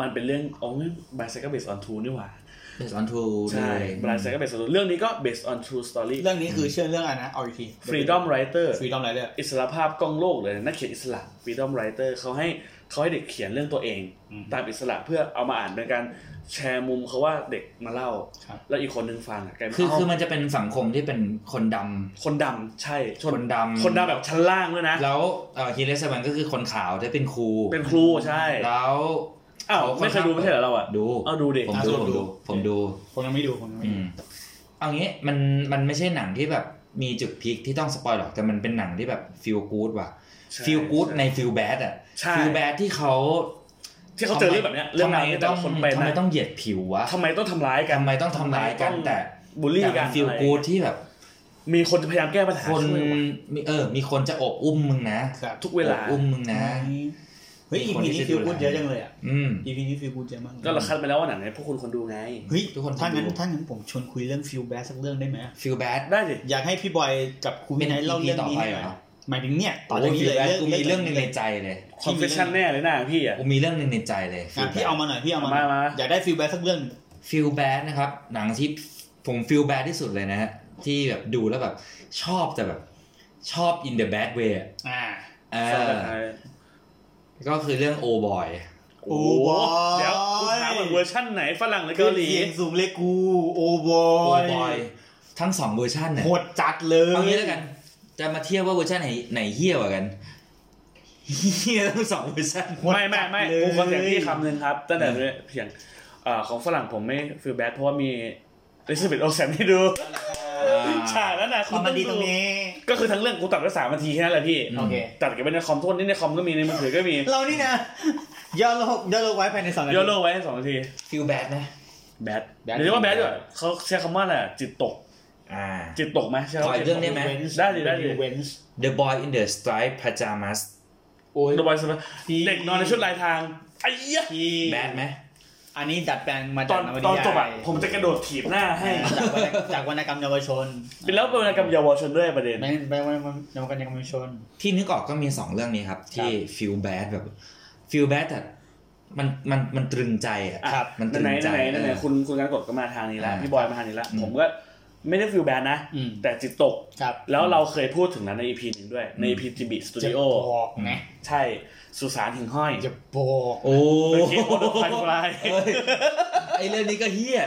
B: มันเป็นเรื่องโอ้ยบายไซด์ก็เบสออนทูนี่หว่า
C: เบสออนทู
B: ใช่บรายไซก็เป็นส่วนเรื่องนี้ก็ based on true story
A: เรื่องนี้คือเชื่อเรื่องอะไรนะเอาอีกที
B: freedom writer
A: Freedom Rider
B: อิสระภาพกล้องโลกเลยนักเขียนอิสระ freedom writer เขาให้เขาให้เด็กเขียนเรื่องตัวเอง
A: อืม
B: ตามอิสระเพื่อเอามาอ่านเป็นการแชร์มุมเขาว่าเด็กมาเล่า
A: ครับ
B: แล้วอีกคนนึงฟังอ่ะกลายเป็น
C: คือ
B: เอ้า
C: คือมันจะเป็นสังคมที่เป็นคนดำ
B: คนดำใช่ช
C: คน นดำ
B: คนดำแบบชั้นล่างด้วยนะ
C: แล้วเอ่อฮีเลสแวนก็คือคนขาวได้เป็นครู
B: เป็นครูใช่
C: แล้ว
B: อ้าวไม่เคยดูไม่ใช่เหรอเราอ่ะ
C: ดู
B: เอาดูดิ
C: ผมดู
A: อ่ะ
C: ผม
A: ดู
C: ดูผมดู
A: ผมยังไม่ดูผมยังไม่
C: อื
A: ดู
C: มเอางี้มันมันไม่ใช่หนังที่แบบมีจุดพีคที่ต้องสปอยหรอกแต่มันเป็นหนังที่แบบฟิลกู๊ดว่ะ
B: ใช่
C: ฟิลกู๊ดในฟิลแบดอ่ะ
B: ใช่
C: ฟิลแบดที่เขา
B: ที่เขาเจอเรื่องแบบเนี้ยเรื่อง
C: ทำไม
B: ราวที่แต่
C: ต้อง
B: ละคนเป็น
C: ทำไม
B: นะ
C: ต้องเหยียดผิววะ
B: ทำไมต้องทำร้ายกัน
C: ทำไมต้องทำร้ายกันแต่
B: บูลลี่
C: แต่
B: กั
C: มัน นฟิล
B: อะไร
C: กู๊ดที่แบบ
B: มีคนพยายามแก้ปัญหา
C: คน
B: ช่วยว่ะ
C: มีเออ มีคนจะโอบอุ้มมึงนะครับ
B: ทุกเวลา
C: โอบอุ้มมึงนะ
A: เฮ้ย EP
C: คนที่
A: นี้
C: จะ
A: ฟิล
C: ดู
A: กูด
C: แล
A: เยอะจังเลยอ่ะ
C: อืม
A: EP นี้ฟิลกูดเยอะมากเลย
B: ก็เราคัดไปแล้วว่าหนังไหนพวกคุณคนดูไง
A: เฮ้ย
C: ทุกคน
A: ถ้างั้น
C: ดู
A: ถ้างั้นผมชวนคุยเรื่องฟิลแบสสักเรื่องได้ไหม
C: ฟิลแบด
B: ได้สิ
A: อยากให้พี่บอยกับคุณ
C: เป็
A: วิ
C: น
A: นัยเล่า
C: EP
A: เรื่อง
C: ต่อ
A: นี้
C: ไป
A: ให้ห
C: เหร
A: น่
C: อ
A: อยหมายถึงเนี่ยต่อ
C: โอ้
A: จาก
C: ย
A: นี้
C: ฟิล
A: เลย
C: แบด
A: เรื่อง
C: กูมีเรื่องหนึ่งในใจเลย
B: คอนเฟ s ชั่นแน่เลยนะพี่อ่ะ
C: กูมีเรื่องหนึ่งในใจเลย
A: อ่ะพี่เอามาหน่อยพี่เอามา
B: เอามา
A: อยากได้ฟิลแบสสักเรื่อง
C: ฟิลแบดนะครับ หนังที่ผมฟิลแบดที่สุดเลยนะฮะ ที่แบบดูแล้วแบบชอบแต่แบบ ชอบ in the bad way อะ
A: อ่า
C: เอ
B: สำหรับ
C: อ
B: ใคร
C: ก็คือเรื่องโอบอย
A: โอ้บอย
B: เดี๋ยวกูถามว่าเวอร์ชั่นไหนฝรั่งหรือ
A: เกา
B: เกา
A: ห
B: ห
A: ลี
B: ลี
A: เสียงสูงเลยกู โอบอ
C: โอย บอยทั้งสองเวอร์ชันเนี่ย
A: โหดจัดเลย
C: เอางี้แล้วกัน จะมาเทียบว่าเวอร์ชันไหนไหนเฮี้ยกว่ากัน เฮี้ยทั้งสองเวอร์ชัน
B: ไม่ไม่ไม่
E: เลย
B: ผมขอเสียงพี่คำหนึ่งครับตั้งแต่เนี่ยเสียงเอ่อของฝรั่งผมไม่ฟีลแบดเพราะว่ามีลิซาเบธโอแซมให้ดูฉากนั้นนะ
A: ความมันดีตรง
B: ดู
A: นี้
B: ก็คือทั้งเรื่องกูตัดไว้สามนาทีแค่นั้นแหละพี่
C: อืม
A: โอเค
B: ตัดกันไปในคอมทุกวันนี้ในคอมก็มีในมือถือก็มี
A: เรานี่นะ ย่อโลกย่อโลกไว้ภายในสองนาที
B: ย่อโลกไว้ให้สองนาที
C: ฟิลแบดนะ
B: แบด
E: Bad
B: เดี๋ยวเรียกว่าแบดด้วยเขาใช้คำว่าอะไรอะจิตตก
C: อ่า
B: จิตตกไหมใช่ไหม
C: ขออีกเรื่องได้ไหม
B: ได้ดิได้ดิ
E: เวนส์
C: The Boy in the Striped Pajamas
E: โอ้ย
B: โดบอยสมัย
E: พี่
B: เด็กนอนในชุดลายทางไอ้เหี้ย
E: ที่
C: แบดไหม
A: อันนี้ดัดแปลงมา
B: ต
A: จา
B: อก น
A: นวนิ
B: ต
A: ย
B: อนจบ
A: า
B: อะ
A: ย
B: ผมจะกระโดดถีบหน้าให้
A: จากวรรณจากวรรณกรรมเยาวชน
B: เป็นแล้วเป็นวรรณกรรมเยาวชนด้วยประเด็น
A: แม่งแม่งวรรณกรรมเยาวชนเยาวชน
C: ที่นึกออกก็มีสองเรื่องนี้ครับ ที่ฟิลแบดแบบฟิลแบดแต่มันมันมันตรึงใจอ่ะ
B: อ่ะ
C: มันตรึ
B: ไหน
C: งใจ
B: ไหนไหนไหน
C: เออ
B: คุณคุณการกดก็มาทางนี้แล้ว
C: อ่า
B: พี่บอยมาทางนี้แล้ว
C: อืม
B: ผมก็ไม่ได้ฟิลแบนนะ
A: อืม
B: แต่จิตตก
A: ครับ
B: แล้วเราเคยพูดถึงนั้นใน EP หนึ่งด้วย ใน
C: อืม
B: EP จิบิสตูดิโอ
A: บอกนะ
B: ใช่ สุสานหิ่งห้อย
A: จะบอก
C: โอ้
B: เมื่อกี้โคตรไฟฟลาย
C: เอ้ยไอเรื่องนี้ก็เฮี้ย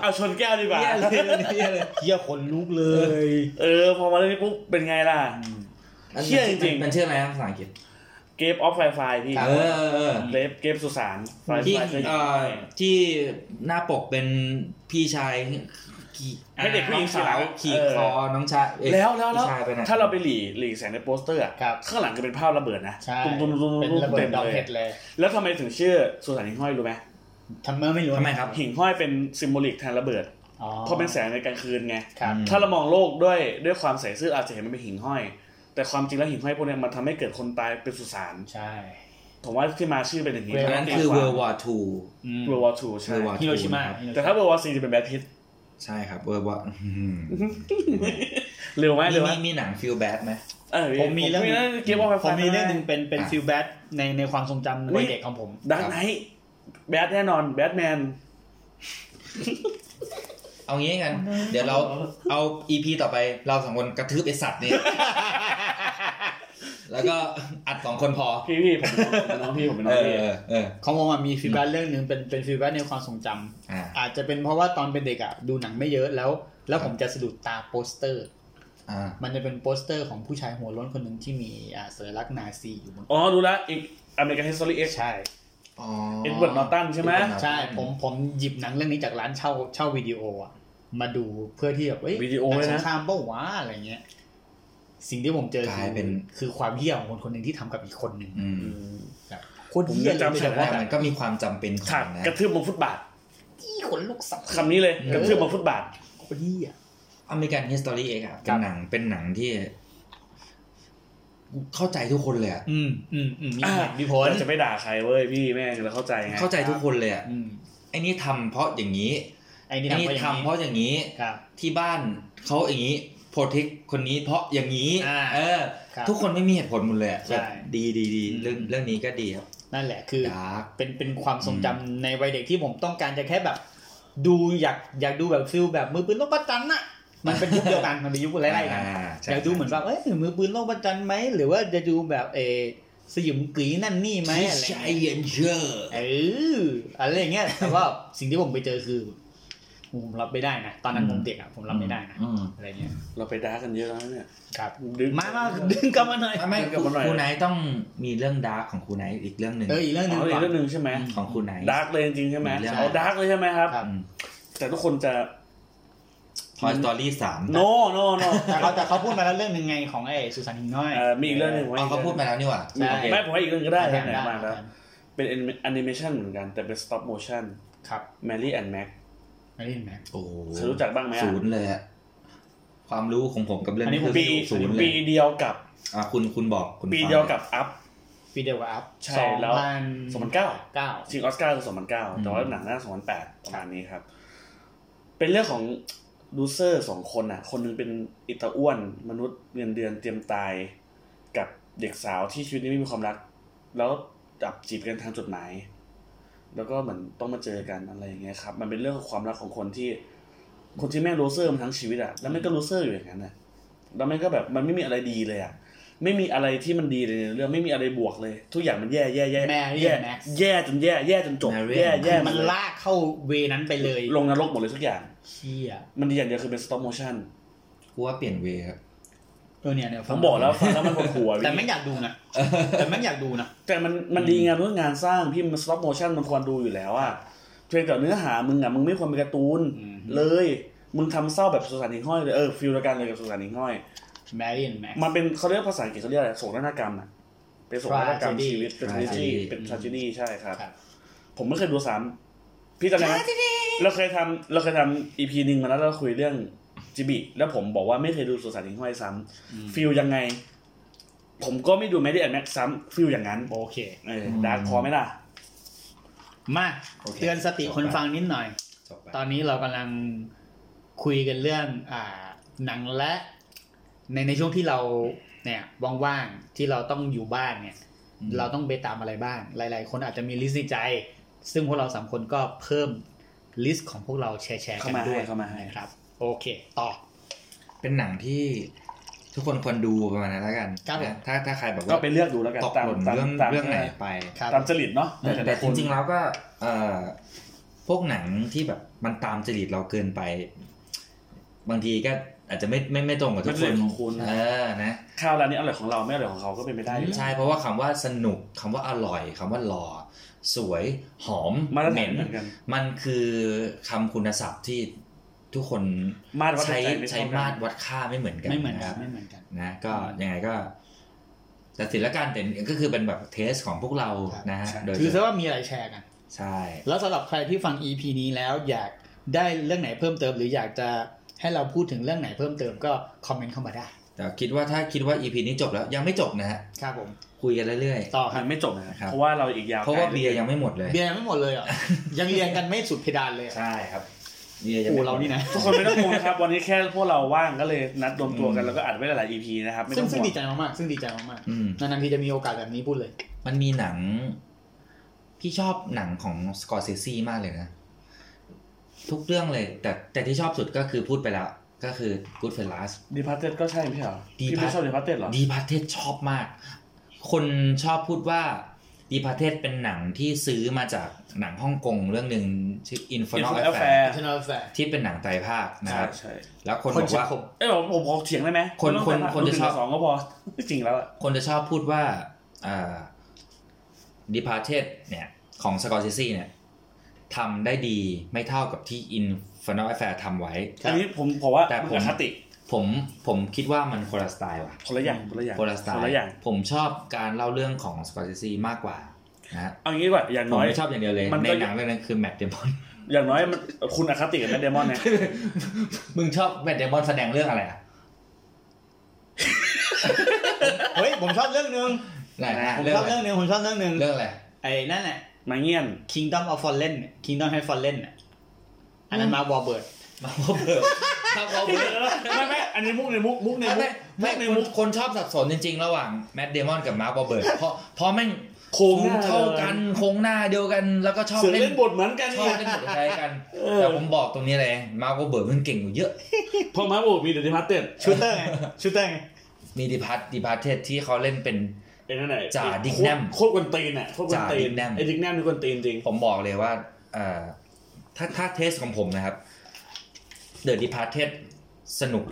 B: เอาชนแก้วดีกว่า
C: เฮี้ยเลยเรื่องนี้เฮี้ยเลย
A: เฮียคนลุกเลย
B: เออ พอมาเรื่องนี้ปุ๊บเป็นไงล่ะ
C: อัน
B: เหี้ยจริงๆ
C: มันชื่ออะไรนะภาษาอังกฤษ
B: เกมออฟไฟฟายพี่
C: เออเออเออ
B: เกมเกมสุสานไฟ
C: ที่
B: ฟลาย
C: เอ่อที่หน้าปกเป็นพี่ชายขี่
B: ให้เด็กผู้หญิง
C: น้อสาวขี่
B: เ
C: คอน้องชายเอ้ย
B: แล้วแล้วแล้ว
C: พี่ชายไปไหน
B: ถ้าเราไปหลีหลีแสงในโปสเตอร์อะ
A: ครับ
B: ข้างหลังก็เป็นภาพระเบิดนะ
A: ใช่
B: ตุ้มตุ้มตุ้ม
A: เป็น
B: ตุ้ม
A: ระเบิ
B: เต็
A: ด
B: ม
A: ดอก
B: เลย
A: เห็ดเลย
B: แล้วทำไมถึงชื่อสุสานหิ่งห้อยรู้ไหม
A: ทำไมไม่รู้
C: ทำไมครับ
B: หิ่งห้อยเป็นซิมโบลิกแทนระเบิด
A: อ๋อ
B: เพราะเป็นแสงในกลางคืนไง
A: ครับ
C: อืม
B: ถ้าเรามองโลกด้วยด้วยความใส่ซื่ออาจจะเห็นมันเป็นหิ่งห้อย แต่ความจริงแล้วหิ่งห้อยพวกเนี้ยมันทำให้เกิดคนตายเป็นสุสาน
A: ใช่ผม
B: ผมว่าที่มาชื่อเป็นอย่างนี้
C: อันนั้นคือ World War II
A: อืม
B: World War II ใช่
C: World War II
A: ฮิโรชิมา
C: นะครับ
B: แต่ถ้า World War C จะเป็นแบทพิท
C: ใช่ครับ World War อืม
B: เร็วไหม
C: มี
B: เร็วไหม
C: มีมีหนัง Feel Bad ไหม
B: เออ
A: ผมมีเรื่อง
B: ผมมีเรื่องเกมออฟไฟ
A: ผมมีเรื่องหนึ่งเป็นเป็น
C: อ่ะ
A: ฟิลแบดในในความทรงจำวัยเด็กของผม
B: ดักไนท์แบทแน่นอนแบทแมน
C: เอางี้กัน เดี๋ยวเราเอา EP ต่อไปเราสองคนกระทืบไอสัตว์เนี่ย แล้วก็อัดสองคนพอ
B: พี่พี่ผมเป็นน้องพี่ผมเป็น
C: เอ
B: น้อง
C: อ
B: พี่
C: เออเออ
A: ของผมอะมีฟิลแบดเรื่องหนึ่งเป็นเป็นฟิลแบดในความทรงจำ
C: อ่า
A: อาจจะเป็นเพราะว่าตอนเป็นเด็กอะดูหนังไม่เยอะแล้ว แล้วผมจะสะดุดตาโปสเตอร์
C: อ่า
A: มันจะเป็นโปสเตอร์ของผู้ชายหัวโล้นคนหนึ่งที่มีอ่าสัญลักษณ์นาซีอยู่บน
B: อ๋อรู้ละอีกอเมริกันฮิสตอรี่เอ็ก
A: ใช่
C: อ๋อ
B: Edward Norton ใช่ไหม
C: Edward Norton
A: ใช่ผมผมหยิบหนังเรื่องนี้จากร้านเช่าเช่าวิดีโออะมาดูเพื่อที่แบบเอ้ย
B: วิดีโอ
A: หนั
B: เลย
A: งส
B: นะ
A: งครามเป้าวะอะไรเงี้ย สิ่งที่ผมเจอก
C: ลา
A: คื
C: ย
A: อ
C: เป็น
A: คือความเหี้ยของคนคนหนึ่งที่ทำกับอีกคนหนึ่ง
C: อืม
A: แบบโคตรเหี้ยเลย
B: ผมยังจำ
A: โดยเฉ
B: ฉาก
A: พาะ
B: ได้
A: แบ
C: มั
A: บ
C: นก็มีความจำเป็นขอ
B: ฉาก
C: งนะ
B: กระทืบบนฟุตบาท
A: อี้ขนลุกสับ
B: คำนี้เลยกระทืบบนฟุตบาท
A: โคตรเหี้ย
C: อเมริกัน History X อ่ะเป็นหนังเป็นหนังที่ เข้าใจทุกคนเลยอะ
A: อืมอืมอืมมี
B: อ่า
A: เหตุมีผล
B: เราจะไม่ด่าใครเว้ยพี่แม่งเราเข้าใจไง
C: เข้าใจทุกคนเลยอะ
A: อืม
C: ไอ้นี่ทำเพราะอย่างนี้
A: ไอ้
C: ไอ้
A: นี่
C: นี่ทำ
A: ทำ
C: เพ
A: เพราะ
C: ราะอย่างนี้
A: อย่างนี้ครับ
C: ที่บ้านเขาอย่างนี้โปรเทคคนนี้เพราะอย่างนี้
A: อ่า
C: เออ
A: ครับ
C: ทุกคนไม่มีเหตุผลหมดเลยอะ
A: ใช่
C: แบบดีดีดีเรื่อง
A: อืม
C: เรื่องนี้ก็ดีครับ
A: นั่นแหละคือ
C: ดาร์ก
A: เป็นเป็นความทรงจำ
C: อืม
A: ในวัยเด็กที่ผมต้องการจะแค่แบบ ดูอยากอยากดูแบบฟิลแบบมือปืนโลกประจันน่ะมันเป็นยุคเดียวกัน มันเป็นยุคไล่ๆกันอยากดูเหมือนแบบเอ้ยมือปืนโลกประจันไหมหรือว่าจะดูแบบเออสยิมกรีนั่นนี่ไหมอะไร
C: ใช่
A: เงี้ย
C: เย็นเชอร์
A: เอออะไรอย่างเงี้ยแต่ว่าสิ่งที่ผมไปเจอคือผมรับไม่ได้นะตอนนั้นผมเด็กอ่ะผมรับไม่ได้นะ
C: อืม
A: อะไรเงี้ย
B: เราไปด่ากันเยอะแล้วเนี่ย
A: ครับ
B: ดึง
A: มามาดึงกลับมาหน่อย
C: ไม่
B: เดี๋ยวผมหน่อย
C: ครูไนท์ต้องมีเรื่องดาร์กของครูไนท์อีกเรื่องหนึ่ง
A: เอออีกเรื่องหนึ่ง
B: เอาอี
A: ก่อก น
B: เรื่องหนึ่งใช่ไหม
C: ของครูไนท์
B: ดาร์กเลยจริงๆใช่ไหม
C: เรื่องอะไร
B: เอาดาร์กเลยใช่ไหมครับ
A: ครับ
B: แต่ทุกคนจะ
C: ทอยสตอรี่สาม
B: โนโนโน
A: แต่เขาแต่เขาพูดมาแล้วเรื่องหนึ่งไงของไอ้สุสานหิงน้อย
B: เออมีอีกเรื่องหนึ่งไว้
C: อ๋อเขาพูดมาแล้วนี่หว่า
A: ใช่
C: โอเค
B: ไม่ผมว่าอีกเรื่องก็ได้
A: ได้
B: นะไหนมาแล้ว
A: ได้
B: เป็นแอนิเมชันเหมือนกันแต่เป็นสต็อปโมชั่น
A: ครับ
B: แมรี่แอนด์แม็ก
A: ไม่ได้ยินไหม
C: โอ้โห
B: เคยรู้จักบ้างไหมอะ
C: ศูนย์เลยอะความรู้ของผมกับเรื่อง
A: อันนี้ผม
C: คื
B: ปี
C: ศูนย์เล
B: ปี
C: ย
B: เดียวกับ
C: อ่ะคุณคุณบอกคุณ
B: ปี
C: ฟัง
B: เดียว
C: ล
B: กับอัพ
A: ปีเดียวกับอัพ
B: ใช่
A: สอง
B: แล้ว
A: พัน
B: สองพันเก้า
A: เก้า
B: ชิงออสการ์คือสองพันเก้า
C: อืม
B: แต่ว่าหนังหน้าสองพันแปดประมาณนี้ครับ เป็นเรื่องของลูเซอร์สองคนอ่ะ คนหนึงเป็นอิตาอ้วน มนุษย์เงินเดือนเตรียมตาย กับเด็กสาวที่ชีวิตนี้ไม่มีความรัก แล้วจับจีบกันทางจดหมาย แล้วก็เหมือนต้องมาเจอกันอะไรอย่างเงี้ยครับ มันเป็นเรื่องของความรักของคนที่ คนที่แม่งลูเซอร์มาทั้งชีวิตอ่ะแล้วแม่งก็ลูเซอร์อยู่อย่างนั้นอ่ะแล้วแม่งก็แบบมันไม่มีอะไรดีเลยอ่ะไม่มีอะไรที่มันดีเลยในเรื่องไม่มีอะไรบวกเลย ทุกอย่างมันแย่แย่แย่
A: แม่เรีย
B: แย่
A: กแม็กซ์
B: แย่จนแย่แย่จนจบ
C: Marian
B: แย่แย่
A: มันลากเข้าเวนั้นไปเลย
B: ลงนรกหมดเลยทุกอย่าง
A: เชี่ย
B: มันดีอย่างเดียวคือเป็นสต็อปโมชั่น
C: กูว่าเปลี่ยนเวย์ครับ
A: ตัวเนี่ยเนี่ย
B: ผม บอกแล้วฟังแล้วมันปวดหัว
A: แต่
B: พี่
A: ไม่อยากดูนะแต่ไม่อยากดูนะ
B: แต่มันมันดีงานเพื่องานสร้างพี่มัน stop motion มันควรดูอยู่แล้วอะเพียงแต่เนื้อหามึงอะมึงไม่ควรเป็นการ์ตูน เลย มึงทำเศร้าแบบสุสานหิ่งห้อยเลยเออฟิลเดียวกันเลยกับสุสานหิ่งห้อย
A: แมรี่แม็ก
B: มันเป็นเขาเรียกภาษาอังกฤษเขาเรียกอะไรโศกนาฏกรรมนะเป็นโศกนาฏกรรม
A: Tragedy
B: ชีวิตเป็นทา
C: Tragedy
B: จีเป็นทาจีดีใช่ครับ
A: ครับ
B: ผมไม่เคยดูซ้ำพี่จำได้ไหมเราเคยทำเราเคยทำอีพีหนึ่งมาแล้วเราคุยเรื่องจิบิแล้วผมบอกว่าไม่เคยดูสุสานหิ่งห้อยซ้ำฟิลยังไง ผมก็ไม่ดูแมดี้แอนแม็กซ้ำฟิลอย่างนั้น
A: โอเค
B: เอออ
C: ม
B: ดาร์กพอไหมล่ะ
A: มา
C: โอเค
A: เตือนสติคนฟังนิดหน่อย
C: จบไป
A: ตอนนี้เรากำลังคุยกันเรื่องอ่าหนังและ ในในช่วงที่เราเนี่ยว่างๆที่เราต้องอยู่บ้านเนี่ย เราต้องไปตามอะไรบ้าง หลาย ๆ คนอาจจะมีลิสต์ในใจ ซึ่งพวกเราสามคนก็เพิ่มลิสต์ของพวกเราแชร์แชร์ๆกัน
B: เข้ามาให้
A: ด้วย
B: เข้ามาให้
A: ครับ โอเค ต่อ
C: เป็นหนังที่ทุกคนควรดูประมาณนั้นแล้วกัน
A: ครับผม
C: นะถ้าถ้าใครแบบ
B: ก็
C: ว่า
B: ไปเลือกดูแล้วกัน
C: ตก
B: ตาม
C: หล่น
B: ตาม
C: เรื่อง
B: ตาม
C: เรื่องไหนไป
A: ครับ
B: ตามจริตเนาะ
C: แต่
B: ละค
C: จ
B: น
C: ริงๆแล้วก็เอ่อพวกหนังที่แบบมันตามจริตเราเกินไป บางทีก็อาจจะไม่ไม่ไม่ตรงกับทุ
B: มัน
C: กค
B: เป็น
C: น
B: เรื่องของคุณ
C: เออนะ
B: ข้าวร้านนี้อร่อยของเราไม่อร่อยของเขาก็เป็นไปได้อยู่
C: ใช่เพราะว่าคำว่าสนุกคำว่าอร่อยคำว่าหล่อสวยหอม
B: มาตร
C: เห
B: ฐา
C: ม็
B: น
C: น
B: เหมือนกัน
C: มันคือคำคุณศัพท์ที่ทุกคน
B: มาตรวัด
C: ใช้
B: ใจไม่เท่ากัน
C: ใช้มาตรวัดค่าไม่เหมือนกัน
A: ไม่เหมือนกัน
C: ะครับ
A: ไม่เหมือนกัน
C: นะก็ยังไงก็ตัดสินละกันแต่ก็คือเป็นแบบเทสของพวกเรา
A: ครับ
C: นะฮะโดย
A: ถือซะว่ามีอะไรแชร์กัน
C: ใช่
A: แล้วสำหรับใครที่ฟัง EP นี้แล้วอยากได้เรื่องไหนเพิ่มเติม หรืออยากจะให้เราพูดถึงเรื่องไหนเพิ่มเติมก็คอมเมนต์เข้ามาได้
C: แต่คิดว่าถ้าคิดว่า EP นี้จบแล้วยังไม่จบนะฮะ
A: ครับผม
C: คุยกันเรื่อย
A: ต่อค
B: มั
A: รับ
B: นไม่จบนะ
C: ครับ
B: เพราะว่าเราอีกยาว
C: ๆ เพราะว่าเบียร์ยังไม่หมดเลย
A: เบียร์ยังไม่หมดเลยเหรอ ยังเรียงกันไม่สุดเพดานเลย
C: ใช่ครับเบียร์ยัง
A: อู
C: ไม่หมด
A: เรานี่นะ
B: ทุกคนไม่ต้องงงนะครับ วันนี้แค่พวกเราว่างก็เลยนัดรวมตัวกันแล้วก็อัดไว้หลายๆ EP นะครับ ไม่
A: ซึ่
B: ต้
A: ง
B: อง
A: ซึ่ง
B: ห่ว
A: ดี
B: ง
A: ใจมากๆซึ่งดีใจมาก
C: อืม
A: ๆนานๆทีจะมีโอกาสแบบนี้พูดเลย
C: มันมีหนัง พี่ชอบหนังของสกอร์เซซีมากเลยนะ ทุกเรื่องเลย แต่แต่ที่ชอบสุดก็คือพูดไปแล้ว ก็คือ Goodfellas
B: ดีพาร์เต็ดก็ใช่ไม่ใช่เหรอ
C: Departed
B: พี่ไม่ชอบดีพาร์เต็ดหรอ
C: ดีพาเทสชอบมาก คนชอบพูดว่าดีพาเทสเป็นหนังที่ซื้อมาจากหนังฮ่องกงเรื่องหนึ่งชื่อ Infernal
B: Infernal
C: Affair
B: Affair
A: ชนะแฟร์
C: ที่เป็นหนังไตรภาคนะ
B: ใช่
C: ครับ
B: ใช่
C: แล้วคน
A: ค
C: บ
A: น
C: อก
A: ชัก
C: ว่า
A: ผม
B: เอ้ยผมผมขอเถียงได้ไหม
C: คน
B: ไม่ต้องไป
C: คนคนจะชอบ
B: ดูหงกัสองก็พอ จริงแล้วอะ
C: คนจะชอบพูดว่าดีพาเทสเนี่ยของสกอร์เซซีเนี่ยทำได้ดีไม่เท่ากับที่ Infernal Affair ทำไว้
B: อันนี้ผมผมว่า
C: แต่
B: มัน
C: ผม
B: อคติ
C: ผมผมคิดว่ามันคนละสไตล์ว่ะ
B: คนละอย่างคนละอย่าง
C: คนละสไตล์
B: อย่าง
C: ผมชอบการเล่าเรื่องของสกอร์เซซีมากกว่านะฮะ
B: เอาอย่างนี้ดีกว่าอย่าง
C: ผ
B: น้
C: ม
B: อย
C: ไม่ชอบอย่างเดียวเลย
B: มัน
C: ใน
B: ก็
C: หนังเรื่องนั้นคือแมตต์เดมอน
B: อย่างน้อยมันคุณอคติกับแมดเดมอน เนี่ย
C: มึงชอบแมตต์เดมอนแสดงเรื่องอะไรอ่ะ
A: เฮ้ยผมชอบเรื่องนึง
C: ไหนนะ
A: ผม
C: เรื่อ
A: ช
C: ง
A: อบ
C: อะไร
A: เรื่องนึงผมชอบเรื่องนึง
C: เรื่องอะไร
A: ไอ้นั่นแหละ
B: มาเงียน
A: Kingdom of Fallen เนี่ย Kingdom Hearts Fallen น่ะอันนั้นมาวอลเบิร์ด
C: มาพบเบิร์มาพบเบิร์
B: ไม่ไม่อันนี้มุกในมุกมุกใน
C: ไม่
B: มุ
C: ไม่
B: ก
C: ไม่คนคนชอบสับสนจริง ๆ ระหว่างแมตต์เดมอนกับมาร์คบอเบิร์เพราะเพราะแม่ง
B: โค้งหน้
C: เท่ากันโครงหน้าเดียวกันแล้วก็ชอบ
B: เสือ
C: เล่
B: เล่
C: น
B: นบทเหมือนกัน
C: ชอบ
B: เนี่ย
C: เล่นบทอะไรกัน
B: เออ
C: แต่ผมบอกตรงนี้เลยมาร์คบอเบิร์มันเก่งอยู่เยอะ
B: เพอมาโบมีเดอะพาร์เต็ด
A: ชูเตอร์ ไงชูเตอร์ไง
C: มีดิพัทดิพัทเทสที่เขาเล่นเป็น
B: ไอ้นั่นไหนะ
C: จ่าดิกแนม
B: โคตรกวนตีนอ่ะโคตรกวนตี
C: จ่าดิ
B: น
C: กแนม
B: ไอ้ดิกแนมนี่กวนตีนจริง
C: ผมบอกเลยว่าเอ่อถ้าถ้าเทสของผมนะครับ The Departed สนุก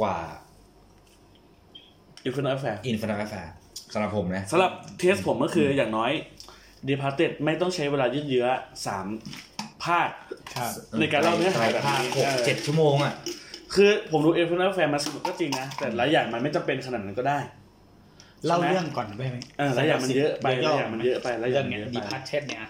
C: กว่า
B: อินฟินิตแฟร์
C: Infernal Affair สำหรับผมนะ
B: สำหรับเทสผมก็คืออย่างน้อย d e p a r t e d ไม่ต้องใช้เวลายืดเยื้อสามภาค
A: ครับ
B: ในการเล่าเนื้อหาแบบนี้
C: ภาคหก
B: เออ
C: เจ็ดชั่วโมงอ่ะ
B: คือผมดู i n f i n i t Affair มาสนุกก็จริงนะ แต่หลายอย่างมันไม่จำเป็นขนาดนั้นก็ได้
A: เล่าเรื่องก่อนได้ไหม
B: เออหลายอย่างมันเยอะไปห
A: เรื่
B: ลาย
A: ง
B: อย่างมันเยอะไปหลายอ
A: เรื่
B: ย่า
A: อง ง
B: มัน
A: เนี้ย
B: เยอะ
A: ดี
B: ไป
A: พาร์ทเทสเนี่ย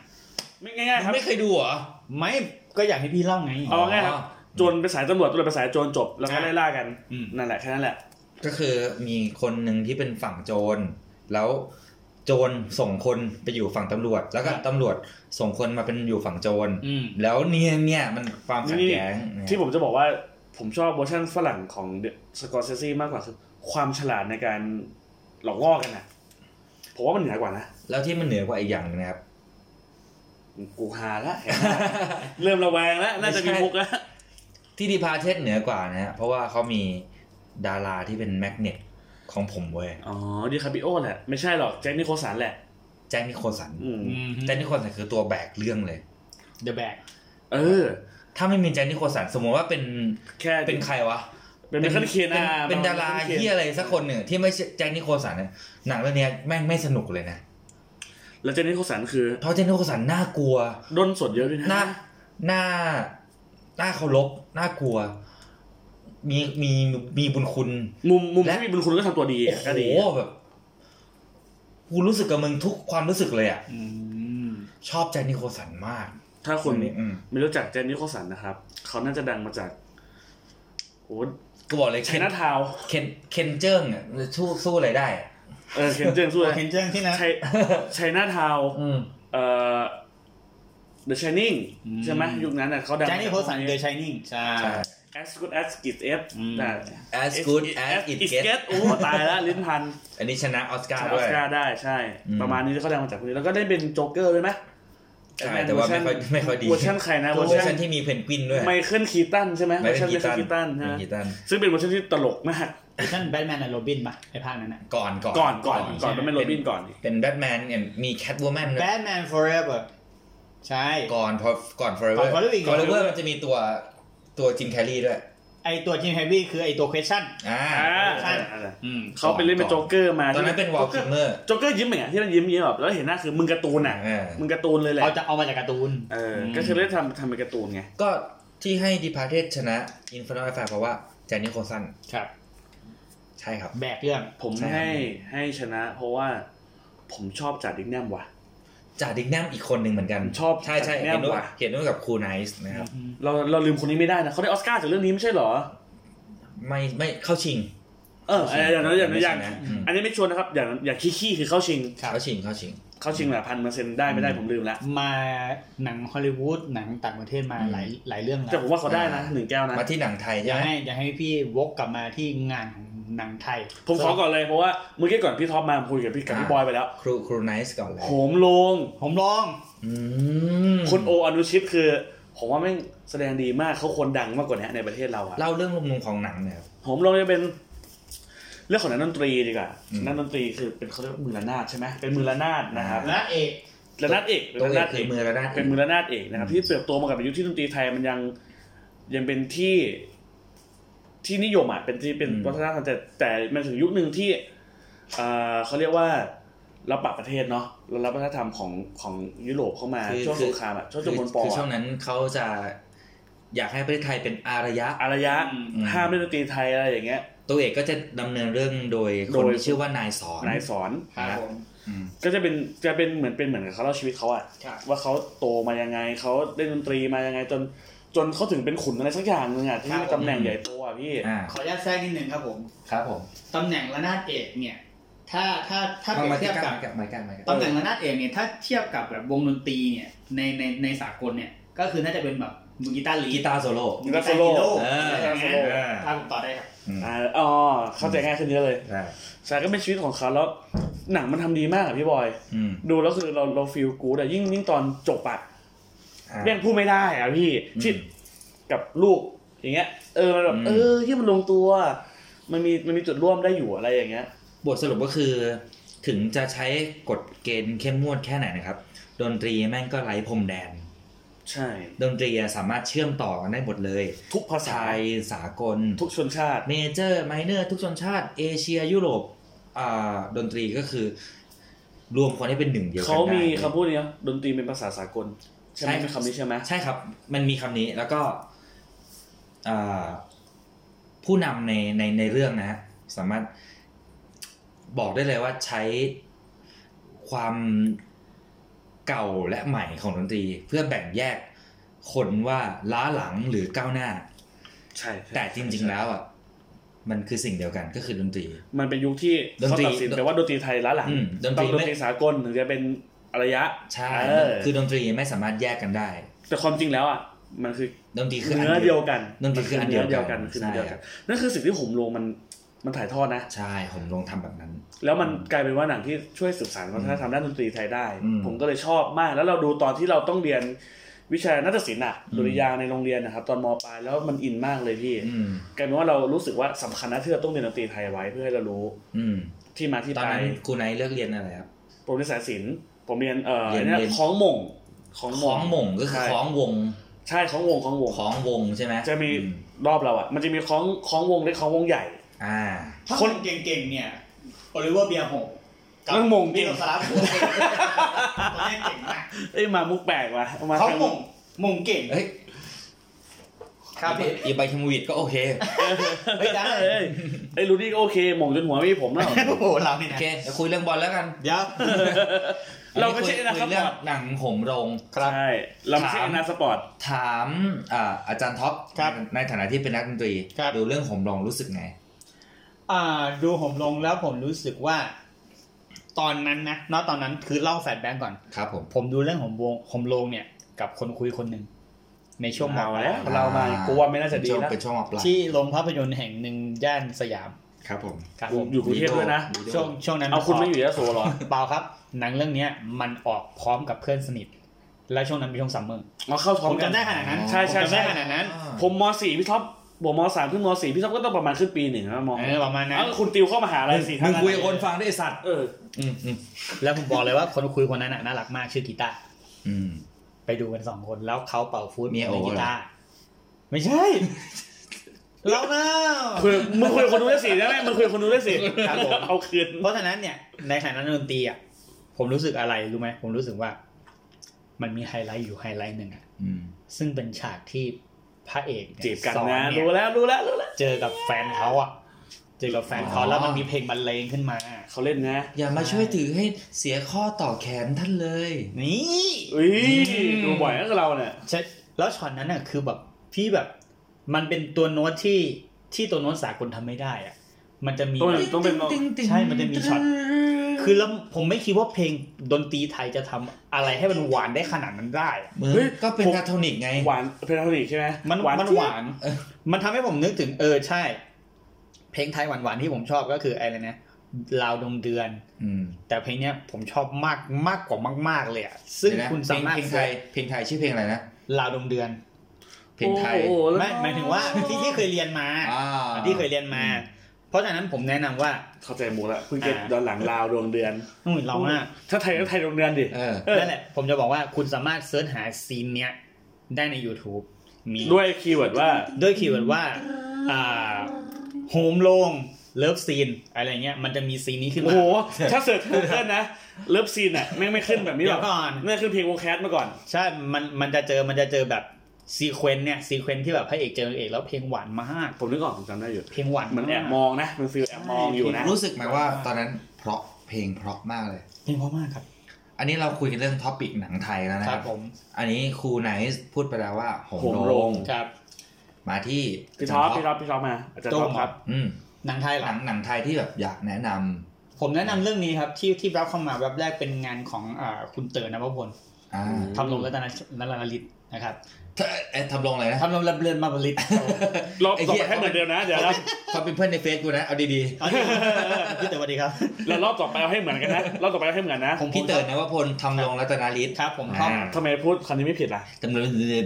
B: ไม่ง่ายๆครับ
C: ไม่เคยดูเหรอ
A: ไม่ก็อยากให้พี่เล่าไง
B: เอาง่ายๆครับโจรเป็นสายตำรวจตำรวจเป็นสายโจรจบแล้วก็
A: อ่ะ
B: ไล่ล่ากัน
A: อืม
B: นั่นแหละแค่นั้นแหละ
C: ก็คือมีคนหนึ่งที่เป็นฝั่งโจร แล้วโจรส่งคนไปอยู่ฝั่งตำรวจ แล้วก็ตำรวจส่งคนมาเป็นอยู่ฝั่งโจร
A: อืม
C: แล้วเนี่ยเนี่ยมันความขัดแย้งเนี่ย
B: ที่ผมจะบอกว่าผมชอบเวอร์ชันฝรั่งของสกอร์เซซีมากกว่าคือความฉลาดในการหลอกล่อกันนะผมว่ามันเหนือกว่านะ
C: แล้วที่มันเหนือกว่าอีกอย่างหนึงนะครับ
B: กูหาละเห็นละ เริ่มระแวงแล้วน่าจะมีมุกแล้ว
C: ที่ดีพาเทสเหนือกว่านะฮะเพราะว่าเขามีดาราที่เป็นแมกเนตของผมเว้ย
B: อ๋อดิคาปิโอแหละ ไม่ใช่หรอกแจ็คนิโคลสันแหละ
C: แจ็คนิโคลสัน
B: อืม
C: แจ็คนิโคลสันคือตัวแบกเรื่องเลย
A: The Bag
B: เออ
C: ถ้าไม่มีแจ็คนิโคลสันสมมติว่าเป็น
B: แค่
C: เป็นใครวะ
B: เป็นเมคานเคนอ่ะ
C: เป็นดาราเฮียอะไรสักคนหนึ่งที่ไม่ใช่แจ็คนิโคลสันเนี่ยหนังเรื่องเนี้ยแม่งไม่สนุกเลยนะ
B: แล้วเจนนี่โคสันคือ
C: เพราะแจ็คนิโคลสันน่ากลัว
B: ด้นสดเยอะด้วยนะ
C: หน้าหน้าหน้าเคารพน่ากลัว มีมีมีบุญคุณ
B: มุมมุม
C: และ
B: ที่มีบุญคุณก็ทำตัวดี
C: โอ้
B: อ่ะก็ดี
C: โหแบบกูรู้สึกกับมึงทุกความรู้สึกเลยอ่ะ
B: อืม
C: ชอบแจ็คนิโคลสันมาก
B: ถ้าคน
C: เรื่องนี้อืม
B: ไม่รู้จักเจนนี่โคสันนะครับ เขาน่าจะดังมาจากโอ้
C: กูบอกเลย
B: ไช
C: เคน
B: น่าทาวน์
C: เคนเคนเจิ้งอะสู้สู้อะไรได้อะ
B: เออเคนเจิ้งสู้เลย
F: เห็นเจ้งที่นะ
B: ไชไชน่าทาวน์
C: อืม
B: เอ่อ The Shining ใช่ไหมยุคนั้นน่ะเขาดัง
F: แจ็คนี่โคสันเดอะชายนิ่งใช่
B: as good as it is
F: อืม
B: แต่
C: as good as it gets
B: โอ้ตายแล้วลิ้นพัน
C: อันนี้ชนะออสการ์
B: ชาอ
C: ด้
B: อ
C: วย
B: สการ์ได้ใช่
C: อืม
B: ประมาณนี้แล้วก็ได้มาจากคนนี้แล้วก็ได้เป็นโจ๊กเกอร์ด้วยไหม
C: ใช่แต่ว่าไม่ค่อยไม่ค่อยดี
B: เวอร์ชันใครนะ
C: เว
B: เวอ
C: อ
B: ร์
C: ร์
B: ชั
C: ชั
B: น
C: นที่มีเพนกวินด้วย
B: ไมเคิลคีตันใช่ไหมเวอ
C: ไม่
B: ร์ชันไม
C: กี
B: เคิล
C: ตัน
B: คีตันฮะ
C: ไม่กีตัน
B: ซึ่งเป็นเวอร์ชันที่ตลกมาก
F: ท่านแบทแมนและโรบินป่ะไอ้ภาคนั้นน่ะ
C: ก่อนก่อน
B: ก่อนก่อนก่อนแล้วไม่โรบินก่อนดิ
C: เป็นแบทแมนเนี่ยมีแคทวูแมนด้วย
F: Batman Forever ใช่
C: ก่อนพอก่อน
F: ก่อ
C: forever
F: น Forever อีก
C: forever มันจะมีตัวตัวจินแคลรี่ด้วย
F: ไอตัวจิมแฮร์รี่คือไอตัว question
C: อ่า
B: อ่า
F: ใช่ อืม
B: เขาไปเล่นเป็นโจ๊กเกอร์มา
C: ตอนนั้นเป็นวอลคิมเมอร์
B: โจ๊กเกอร์ยิ้มเหมือนกันที่เรายิ้มเยอะแบบแล้วเห็นหน้าคือมึงการ์ตูนอ่ะ
C: อ่า
B: มึงการ์ตูนเลยแหละ
F: เขาจะเอามาจากการ์ตูน
B: เออก็คือได้ทำทำเป็นการ์ตูนไง
C: ก็ที่ให้ดีพาร์เทชนะอินฟ n นอลไฟเพราะว่าแจนนี่โคลสัน
F: ครับ
C: ใช่ครับ
F: แบกเรื่อง
B: ผม
C: ใช่
B: ให้ให้ชนะ เพราะว่าผมชอบจ่าดิกแนมว่ะ
C: จ่าดิกแนมอีกคนหนึ่งเหมือนกัน
B: ชอบ
C: ใช่ใช่
B: จ่าดิกแน
C: เห็
B: ม
C: นด้
B: ว่ะ
C: วยเห็นด้วยกับครูไนส์นะครับ
B: เราเราลืมคนนี้ไม่ได้นะเขาได้ออสการ์จากเรื่องนี้ไม่ใช่เหรอ
C: ไม่ไม่เข้าชิง
B: เออเอออย่างนั้นอย่างนั้นอย่าง
C: ไม่ใช่นะอืม
B: อันนี้ไม่ชวนนะครับ อย่างอย่างขี้ขี้คือเข้าชิง
C: เข้าชิงเข้าชิง
B: เข้าชิงแหละพันเปอร์เซ็นต์ได้ไม่ได้ผมลืมละ
F: มาหนังฮอลลีวูดหนังต่างประเทศมา
C: อืม
F: หลายหลายเรื่องแล้
B: แต่
F: ว
B: ผมว่าเขาได้นะ
C: อ่า
B: หนึ่งแก้วนะ
C: มาที่หนังไทย
F: อ
C: ใช่
F: ยาก
C: ไหม
F: ให้อยากให้พี่วกกลับมาที่งานของหนังไทย
B: ผมขอก่อนเลยเพราะว่าเมื่อกี้ก่อนพี่ท็อปมาผมคุยกับพี่กับพี่บอยไปแล้ว
C: ครูครูไนส์ก่อนเลย
B: โหมโลง
F: ผมลอง
C: อืม
B: คุณโออนุชิตคือ ผมว่าแม่งแสดงดีมากเขาคนดังมากกว่านี้ในประเทศเราอะ
C: เล่าเรื่องมุมของหนังหนะครับ
B: ผมลงจะเป็นเรื่องของนักดนตรีดีกว่า
C: อืม
B: นักดนตรีคือเป็นเขาเรียกว่ามือระนาดใช่ไหมเป็นมือระนาดนะครับ
F: และเอก
B: ระนาดเอก
C: ตัว
B: ระ
C: เอ
B: นาด
C: ก
B: เอ
C: คือกมือระนาด
B: เป็นมือระนาดเอกนะครับ ที่เติบโตมากับในยุคที่ดนตรีไทยมันยังยังเป็นที่ที่นิยมอ่ะเป็นที่เป็นวัฒนธรรมแต่แต่มันถึงยุคหนึ่งที่เอ่อเขาเรียกว่าเราปรับประเทศเนาะเรารับวัฒนธรรมของของยุโรปเข้ามาช่วงสงครามอ่ะช่วงจบมนปอ
C: คือช่วง
B: อะ
C: นั้นเขาจะอยากให้ประเทศไทยเป็นอารยะ
B: อารยะ
C: อืม
B: ห้ามเล่นดนตรีไทยอะไรอย่างเงี้ย
C: ตัวเอกก็จะดำเนินเรื่องโดยค
B: โด
C: น
B: ย
C: ที่ชื่อว่านายสอน
B: นายสอน
C: ครับอืม
B: ก็จะเป็นจะเป็นเหมือนเป็นเหมือนกับเขาเล่าชีวิตเขาอะว่าเขาโตมายังไงเขาเล่นดนตรีมายังไงจนจนเขาถึงเป็นขุนอะไรสักอย่างหนึงอะที่มีตำแหน่งใหญ่โตอะพี่
C: อ่า
F: ขออนุญาตแทรกนิดนึงครับผม
C: ครับผม
F: ตำแหน่งระนาดเอกเนี่ย ถ้าถ้าถ้าเปรียบ
C: มา
F: เที
C: ที่
F: ยบ
C: กา
F: กั
C: ร
F: บ
C: มาการมา
F: ตำแหน่งระนาดเอกเนี่ยถ้าเทียบกับแบบวงดนตรีเนี่ยในในในสากลเนี่ยก็คือน่าจะเป็นแบบมือกีตาร์ลี
C: กี
F: ด
C: ตาร์โซโล่
B: กีตาร์โซโล่
C: เออ
F: อะไรอย่างเงี้ย
C: เออ
F: ถ้าผมต่อได้ครับ
B: อ่าอ๋อเข้าใจง่ายขึ้นเยอะเลย
C: ใช่
B: ใช่ก็เป็นชีวิตของเขาแล้วหนังมันทำดีมากอะพี่บอย
C: อืม
B: ดูแล้วคือเราเราฟีลกู๊ดอะยิ่งยิ่งตอนจบอะ
C: อ่า
B: เร่งพูดไม่ได้อะพี่
C: อืม
B: ชิดกับลูกอย่างเงี้ยเออมันแบบ
C: อืม
B: เออที่มันลงตัว มันมีมันมีจุดร่วมได้อยู่อะไรอย่างเงี้ย
C: บทสรุปก็คือ ถึงจะใช้กฎเกณฑ์เข้มงวดแค่ไหนนะครับ ดนตรีแม่งก็ไร้พรมแดน
B: ใช่
C: ดนตรีอะสามารถเชื่อมต่อกันได้หมดเลย
B: ทุกภาษา
C: ชายสากล
B: ทุกชนชาติ
C: เมเจอร์ไมเนอร์ ทุกชนชาติ เอเชียยุโรปอ่าดนตรีก็คือ รวมคนให้เป็นหนึ่งเดียวกัน
B: เขา
C: ได้
B: มีคำพูดนี้นะดนตรีเป็นภาษาสากล ใช่ไหม
C: ใช่
B: เป็นคำนี้ใช่ไหม
C: ใช่ครับ มันมีคำนี้แล้วก็อ่าผู้นำในในในเรื่องนะฮะสามารถบอกได้เลยว่าใช้ความเก่าและใหม่ของดนตรี เพื่อแบ่งแยกคนว่าล้าหลังหรือก้าวหน้า
B: ใช่ใช่
C: แต่จริง ๆ แล้วอ่ะมันคือสิ่งเดียวกันก็คือดนตรี
B: มันเป็นยุคที่
C: ดน
B: เขา
C: ตรี
B: ตัดสินแต่ว่าดนตรีไทยล้าหลัง
C: อืมดนต
B: ต้
C: รี
B: องดน
C: ไม่
B: ตรีสากลถึงจะเป็นอารยะ
C: ใช่
B: เออ
C: คือดนตรีไม่สามารถแยกกันได้
B: แต่ความจริงแล้วอ่ะมันคือ
C: ดนตรีคืออั
B: เนื้อเดียวกัน
C: ดนตรีคืออันเดียว
B: เดียว
C: กั
B: กัน นคือเนื้อเดียวกัน
C: ใช่
B: นั่นคือสิ่งที่ผมลงมันมันถ่ายทอดนะ
C: ใช่ผมลงทำแบบนั้น
B: แล้วมันกลายเป็นว่าหนังที่ช่วยสืบสานวัฒนธรรมด้านดนตรีไทยได้
C: อืม
B: ผมก็เลยชอบมาก แล้วเราดูตอนที่เราต้องเรียนวิชานาฏศิลป์อะ
C: อืม
B: ดุริยางค์ในโรงเรียนนะครับตอนมปลายแล้วมันอินมากเลยพี่
C: อืม
B: กลายเป็นว่าเรารู้สึกว่าสำคัญนะที่เราต้องเรียนดนตรีไทยไว้เพื่อให้เรารู้
C: อืม
B: ที่มาที่
C: ตอน
B: ไป
C: นั้นครูไนท์เลือกเรียนอะไรครับ
B: ผมเรียนสายศิลป์ผมเรียนเอ่อ
C: เรียน
B: เนี่ย
C: เรียน
B: คล้องหม่งคล้อง
C: ค
B: หม่
C: ล้อง
B: ง
C: หม่งก็คือ
B: ใช่
C: คล้องวง
B: ใช่ของวงของวง
C: ของวงใช่ไหม
B: จะมี
C: อื
B: รอบเราอ่ะ มันจะมีของของวงเล็กของวงใหญ่
C: อ่า
A: ถ้าคนเก่งๆเนี่ยโอลิเวอร์เบียโฮ
B: เรื่องมงจริ
A: มิ
B: ง
A: โลสลาฟหัวเก่งตัวเนี้ยเก่งมาก
B: เอ้ยมามุกแปลกว่ะมา
A: เขา
B: ทาง
A: มงมงเก่ง
C: เฮ้ย
A: ครับพี่
C: อีไบคิมวิดก็โอเค
B: เฮ้ย
A: ได้
B: ได้เอ้ยเอ้ยรูดี้ก็โอเคมงจนหัวไม่มีผมแล้ว
A: โอ้โหเรานี่
C: โอ
A: นะ
C: เคเดี๋ยวคุยเรื่องบอลแล้วกัน
A: เดี๋ยว
B: เราไม่ใช่
C: อั
B: นะ
C: ย
B: ครับ
C: ยเรื่องหนังโหมโรง
A: ครับ
B: ใช่เราไม่ใช่
C: ถาม
B: นาสปอร์ต
C: ถามอ่าอาจารย์ท็อป
A: ครับ
C: ในในฐานะที่เป็นนักดนตรี
A: ครับ
C: ดูเรื่องโหมโรงรู้สึกไง
A: อ่าดูผมลงแล้วผมรู้สึกว่า ตอนนั้นนะเนอะตอนนั้นคือเล่าแฟลชแบ็กก่อน
C: ครับผม
A: ผมดูเรื่องของวงผมลงเนี่ย กับคนคุยคนหนึ่งในช่วงม
B: เอา
A: ป
B: แล้
A: ลา
B: วย เรามากูว่าไม่น่าจะดี
C: เป็ช่วง
B: นะ
C: เป็นช่วงออกปลาย
A: ที่โรงภาพยนตร์แห่งหนึ่งย่านสยาม
C: ครับผม
A: ครับ
B: อยู่
A: ผม
B: อยู่กรุงเทพด้วยนะ
C: โ
A: ช่วงช่วงนั้น
B: เอาคุณไม่อยู่ยะโสเหรอ
A: เปล่าครับ หนังเรื่องเนี้ยมันออกพร้อมกับเพื่อนสนิท และช่วงนั้นเป็นช่วงซัมเมอร์
B: มาเข้า
A: ผ
B: ท้อง
A: ม
B: กัน
A: จำได้ขนาดนั้น
B: ใช่ใช่
A: ผมจำได้ข
B: ใช่
A: นาดนั้น
B: ผมมสี่พี่ท็อปผมมสามขึ้นมสี่พี่ท็อปก็ต้องประมาณขึ้นปีหนึ่งนะม
A: เออประมาณนั้น
B: เอ้าคุณติวเข้ามหาลัยสี่
C: มึ
B: ท่าง
C: คุยกับคนฟังด้วยไอ้สัตว์
B: เออ
C: อืมอืม
A: แล้วผมบอกเลยว่าคนคุยคนนั้นน่ะน่ารักมากชื่อกีตาร์
C: อืม
A: ไปดูกันสองคนแล้วเขาเป่าฟูด
C: เมีย
A: ผ
C: โอ๋
A: ล่นกีตาร์ไม่ใช่ เราเนา
B: คุยมึงคุยกับคนดูได้สิได้ไหมมึงคุยกับคนดูได้สิ
A: ครับผม
B: เอาคืน
A: เพราะฉะนั้นเนี่ย ในฐานะนักดนตรีอ่ะผมรู้สึกอะไรรู้ไหมผมรู้สึกว่า มันมีไฮไลท์อยู่ไฮไลท์หนึ่งอ่ะ
C: อืม
A: ซึ่งเป็นฉากที่พระเอกเย
B: จีบกัน
A: สอ
B: นะ
A: เย
B: รู้แล้วรู้แล้วรู้แล้ว
A: เจอกับแฟนเขาอ่ะ เจอกับแฟนเขาแล้วมันมีเพลงบรรเลงขึ้นมา
B: เขาเล่นนะ
C: อย่ามาช่วยถือให้เสียข้อต่อแขนท่านเลย
A: นี่
B: อุ้ยดูบ่อยนะกับเราเนี่ย
A: ใช่แล้วช็อตนั้นน่ะคือแบบพี่แบบ มันเป็นตัวโน้ตที่ที่ตัวโน้ตสากลทำไม่ได้อ่ะ มันจะมี
B: ต้องเป็นต้องเป็น
A: ใช่มันจะมีช็อต คือแล้วผมไม่คิดว่าเพลงดนตรีไทยจะทำอะไรให้มันหวานได้ขนาดนั้นได้อะ
C: มึงก็เป็นคาทอนิกไง
B: หวานเป็นเทคนิคใช่ไหม
A: มัน
B: หวาน
A: มันหวาน
C: เออ
A: มันทำให้ผมนึกถึงเออใช่ เพลงไทยหวานๆที่ผมชอบก็คืออะไรนะลาวดงเดือน
C: อืม
A: แต่เพลงเนี้ยผมชอบมากมากกว่ามาก ๆเลยอ่ะซึ่ง
C: เดี๋ยวนะ
A: คุณสามารถ
C: เพลงไทยเพลงไทยชื่อเพลงอะไรนะ
A: ลาวดงเดือน
C: เพลงไทย
B: โอ้โแล้ว
A: ไม่หมายถึงว่าที่ที่เคยเรียนมา
C: อ่า
A: ที่เคยเรียนมา เพราะฉะนั้นผมแนะนำว่า
B: เข้าใจหมูละเพิ่งเก็ตตอนหลังลาวดวงเดือน
A: นุ่ยเราอะ
B: ถ้าไทยก็ไทยดวงเดือนดิ
C: เออ
B: เออ
A: นั่นแหละ ผมจะบอกว่าคุณสามารถเสิร์ชหาซีนเนี้ยได้ใน YouTube มี
B: ด้วยคีย์เวิร์ดว่า
A: ด้วยคีย์เวิร์ดว่าอ่าโฮมโลงเลิฟซีนอะไรเงี้ยมันจะมีซีนนี้ขึ้น
B: โอ้
A: มา
B: โห ถ้าเสิร์ชกูเกิลนะ เลิฟซีนอ่ะ แม่งไม่ขึ้นแบบนี้หร
A: เดี๋ย
B: อก
A: วก่อน
B: แม่งขึ้นเพลงวงแคสมาก่อน
A: ใช่มันมันจะเจอมันจะเจอแบบซีเควนต์เนี่ยซีเควนต์ที่แบบพระเอกเจอนางเอกแล้วเพลงหวานมาก
B: ผมนึกออกผมจำได้อยู่
A: เพลงหวาน
B: มันแอบ
A: ม
B: ม
A: อก
B: องนะ มันฟิลแอบมองอยู่นะ
C: รู้สึกไหมว่าตอนนั้นเพราะเพลงเพราะมากเลย
A: เพลงเพราะมากครับ
C: อันนี้เราคุยกันเรื่องท็อปิกหนังไทยแล้วนะ
A: ค
C: ค
A: รั
C: รั
A: บบ ผม
C: อันนี้ครูไนท์พูดไปแล้วว่าโหม
B: โหม
C: โร
B: โรง ง
A: ครับ
C: มาที่
B: พี่ท็อปพี่ท็อปพี่ท็อปมาอาจารย์ท็อปครับ
C: อืม
A: หนังไทยเหร
C: ห
A: อ
C: นังหนังไทยที่แบบอยากแนะนำ
A: ผมแนะนำเรื่องนี้ครับที่ที่รับเข้ามาแบบแรกเป็นงานของอ่าคุณเต๋อนวพล
C: อ่า
A: ทำลงรัตนรัตนลิตนะครับ
C: เธอเอ๊ะทำลงอะไรนะ
A: ทำลงระเบือนมาบลิต
B: เรา
C: ไอ้
B: ต
C: เหี้
B: อบไป
C: ย
B: ให้เหมือนเดิมนะ เดี๋ยวนะ
C: เขาเป็นเพื่อนในเฟซกูนะ เอาดี
A: อ๋อพี่เต๋อสวัสดีครับ
B: แล้วรอบต่อไปเอาให้เหมือนกันนะ รอบต่อไปเอาให้เหมือนนะ
A: ผม
C: ๆ
A: พี่
C: พี่
A: เต๋
C: เติ
A: อ
C: ร์นนวพลทำลงรัตนาลิศ
A: ครับ ผมท็อป
B: ทำไมพูดคำนี้ไม่ผิดล่ะ
C: จำเลย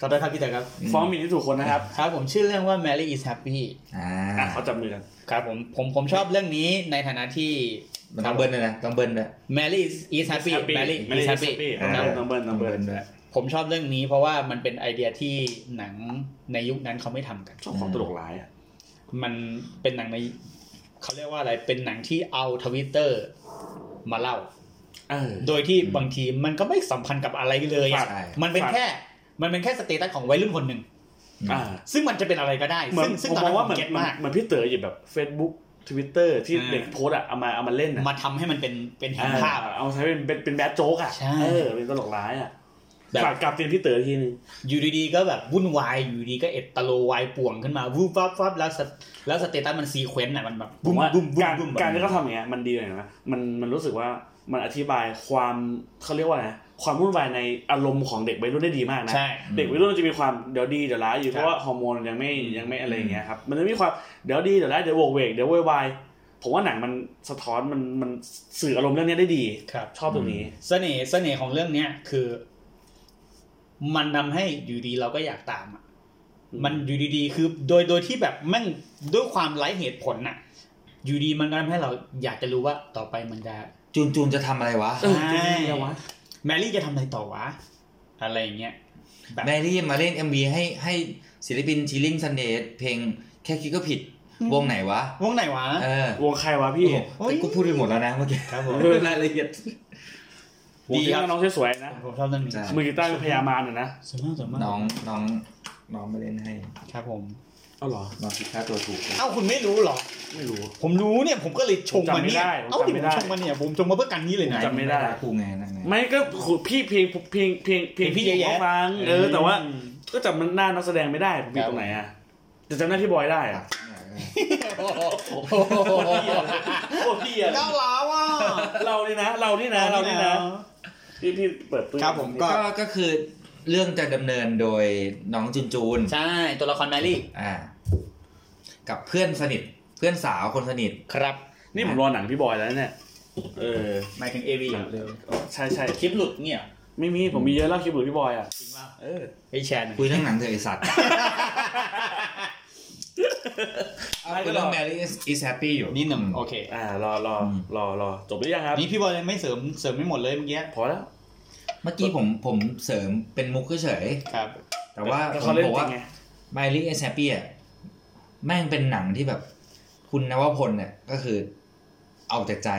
A: ขอโทษครับพี่เต๋อครับ
B: ฟ้องหมินที่ถูกคนนะครับ
A: ครับ ผมชื่อเรื่องว่า Mary is happy
C: อ่า
B: อ่ะเขาจับมือกัน
A: ครับผมผมผมชอบเรื่องนี้ในฐานะที่
C: มันต้องเบิ้ลด้วยนะต้องเบิ้ลด้วย
A: Mary is- is happy
B: Happy
A: Mary
B: Mary
A: is
B: is
A: happy
B: happy
A: ครับผม
B: น้ำเบิ้ลน้ำเบิ้ล
C: ด้วย
A: ผมชอบเรื่องนี้เพราะว่ามันเป็นไอเดียที่หนังในยุคนั้นเขาไม่ทำกัน
B: ชอบของตลกร้ายอ่ะ
A: มันเป็นหนังในเขาเรียกว่าอะไรเป็นหนังที่เอาทวิตเตอร์มาเล่า
B: เออ
A: โดยที่บางทีมันก็ไม่สัมพันธ์กับอะไรเลยอะ
C: ใช่
A: มันเป็น
B: ครับ
A: แค่มันเป็นแค่สเตตัสของวัยรุ่นคนหนึ่ง
B: อ่า
A: ซึ่งมันจะเป็นอะไรก็ได้
B: เหมือน
A: ซึ่งซึ่ง
B: ผม
A: ตอน
B: มอ
A: นั้
B: ง
A: น
B: ว่า
A: ผ
B: เห
A: ม
B: มือน
A: เก็ตมาก
B: เหมือนพี่เต๋อหยิบแบบ Facebook Twitter ที่
A: อ่า
B: เด็กโพสต์อ่ะเอามาเอามาเล่นอ่ะ
A: มาทำให้มันเป็นเป็นเห็นภาพ
B: อ่เอาใช้เป็นเป็นเป็นแบดโจ๊กอ่ะ
A: ใช่
B: เออเป็นตลกร้ายอ่ะ
A: แบบ
B: ฝากกลับเตียนพี่เต๋อทีนึง
A: อยู่ดีๆก็แบบวุ่นวาย อยู่ดีก็เอดตะโลวายป่วงขึ้นมาวูบวับวับแล้วสเตแล้วสเตตัสมันซีเควนต์อ่ะมันแบบ
B: ผ
A: บุ้
B: ม
A: ม
B: ว่า
A: บุ้มบุ้ม
B: การ
A: บุ้ม
B: การที่
A: แบบ
B: เขาทำอย่างเงี้ยมันดีเลยนะมันมันรู้สึกว่ามันอธิบายความเขาเรียกว่าไงความวุ่นวายในอารมณ์ของเด็กวัยรุ่นได้ดีมากนะ
A: ใช่
B: เด็กวัยรุ่นมันจะมีความเดี๋ยวดีเดี๋ยวร้ายอยู่
A: ค
B: เพ
A: รับ
B: ราะว่าฮอร์โมนยังไม่ยังไม่อะไรอย่างเงี้ยครับมันจะมีความเดี๋ยวดีเดี๋ยวร้ายเดี๋ยวโวกเวกเดี๋ยวโวยวายผมว่าหนังมันสะท้อนมันมันสื่ออารมณ์เรื่องเนี้ยได้ดี
A: ครับ
B: ชอบตรงนี้
A: เสน่ห์เสน่ห์ของเรื่องเนี้ยคือ มันทำให้อยู่ดีเราก็อยากตามอ่ะมันอยู่ดีๆ คือโดยโดยที่แบบแม่งด้วยความไร้เหตุผลน่ะ อยู่ดีมันก็ทำให้เราอยากจะรู้ว่าต่อไปมันจะ
C: จูนจูนจะทำอะไรวะ
A: ใช่
B: เออจริงๆแล้ววะ
A: แมรี่จะทำอะไรต่อวะ อะไรอย่างเงี้ย แบบ
C: แมรี่มาเล่น MV ให้ให้ศิลปินชิลลิ่งซันเดย์เพลงแค่คิดก็ผิดวงไหนวะ
A: วงไหนวะ
C: เออ
B: วงใครวะพี่
A: โอ้ย
C: แต่กูพูดไปหมดแล้วนะเมื่อกี้
A: ครับผม
C: รายละเอียด
B: วง
C: ดี
B: ที่
C: ครับ
B: น้องสวยๆนะ
A: ผมชอบนั่นมี
C: จ้ะ
B: มือกีตาร์เป็นพยามารน่ะนะ
A: สวยมากสวยมาก
C: น้องน้องน้องมาเล่นให้
A: ครับผม
B: เอ้าเหรอ
C: น้องคิดค่าตัวถูกเลย
A: เอ้าคุณไม่รู้เหรอ
B: ไม่รู้
A: ผมรู้เนี่ย ผมก็เลยชงมาเนี่ย
B: ผม
A: เอ้า
B: จำ
A: ที่
B: ไม่
A: ผม
B: ได้
A: ชงมาเนี่ย ผมชงมาเพื่อกันนี้เลยนะ
B: จำไม่ได้
C: กูไงนั่นไง
B: ไม่ก็พี่เพียงเพียงเพียงเพียง
A: พี่
B: พี่
A: เยอะ
B: เย
A: แยะ
B: อะฟังเออแต่ว่า ก็จำหน้านักแสดงไม่ได้ผมอยู่ตรงไหนอ่ะแต่จำหน้าพี่บอยได้อะโคตรเหี้ยเลยโคตรเหี้ยเลย
A: ก้าวร้าวอ่ะ
B: เรานี่นะ เรานี่นะ เรานี่นะพี่พี่เปิดตู้
A: ครับผมก็
C: ก็ก็คือเรื่องจะดำเนินโดยน้องจุนจูน
A: ใช่ ตัวละครแมรี่
C: อ่า กับเพื่อนสนิท เพื่อนสาวคนสนิท
A: ครับ
B: นี่ผมรอหนังพี่บอยแล้วเนี่ยเออ
A: หมายถึง AV เร็ว
B: ใช่ใช่
A: คลิปหลุดเงี้ยเหรอ
B: ไม่มีผมมีเยอะแล้วคลิปหรือพี่บอยอ่ะเออ
A: ไอแชร์หนอย
C: คุยเรื่องหนังเถอะไอสัตว์
B: ใช่
C: คุ
B: ก็
C: ย
B: ร
C: เรื่
B: อ
C: อง Mary is is happy อยู่
A: นี่หนึ่งโอเค
B: อ่ารอรอรอรอจบหรือยังครับ
A: นี่พี่บอยไม่เสริมเสริมไม่หมดเลยเมื่อกี้
B: พอแล้ว
C: เมื่อกี้ผมผมเสริมเป็นมุกเฉย
A: ครับ
C: ๆแต่ว่า
B: แต่
C: ผ
B: เขา
C: ม
B: เล่น
C: บ
B: จ
C: อก
B: ริ
C: ว่า
B: งไง
C: Mary is happy อ่ะแม่งเป็นหนังที่แบบ คุณนวพลเนี่ยก็คือ เอาแต่ใจ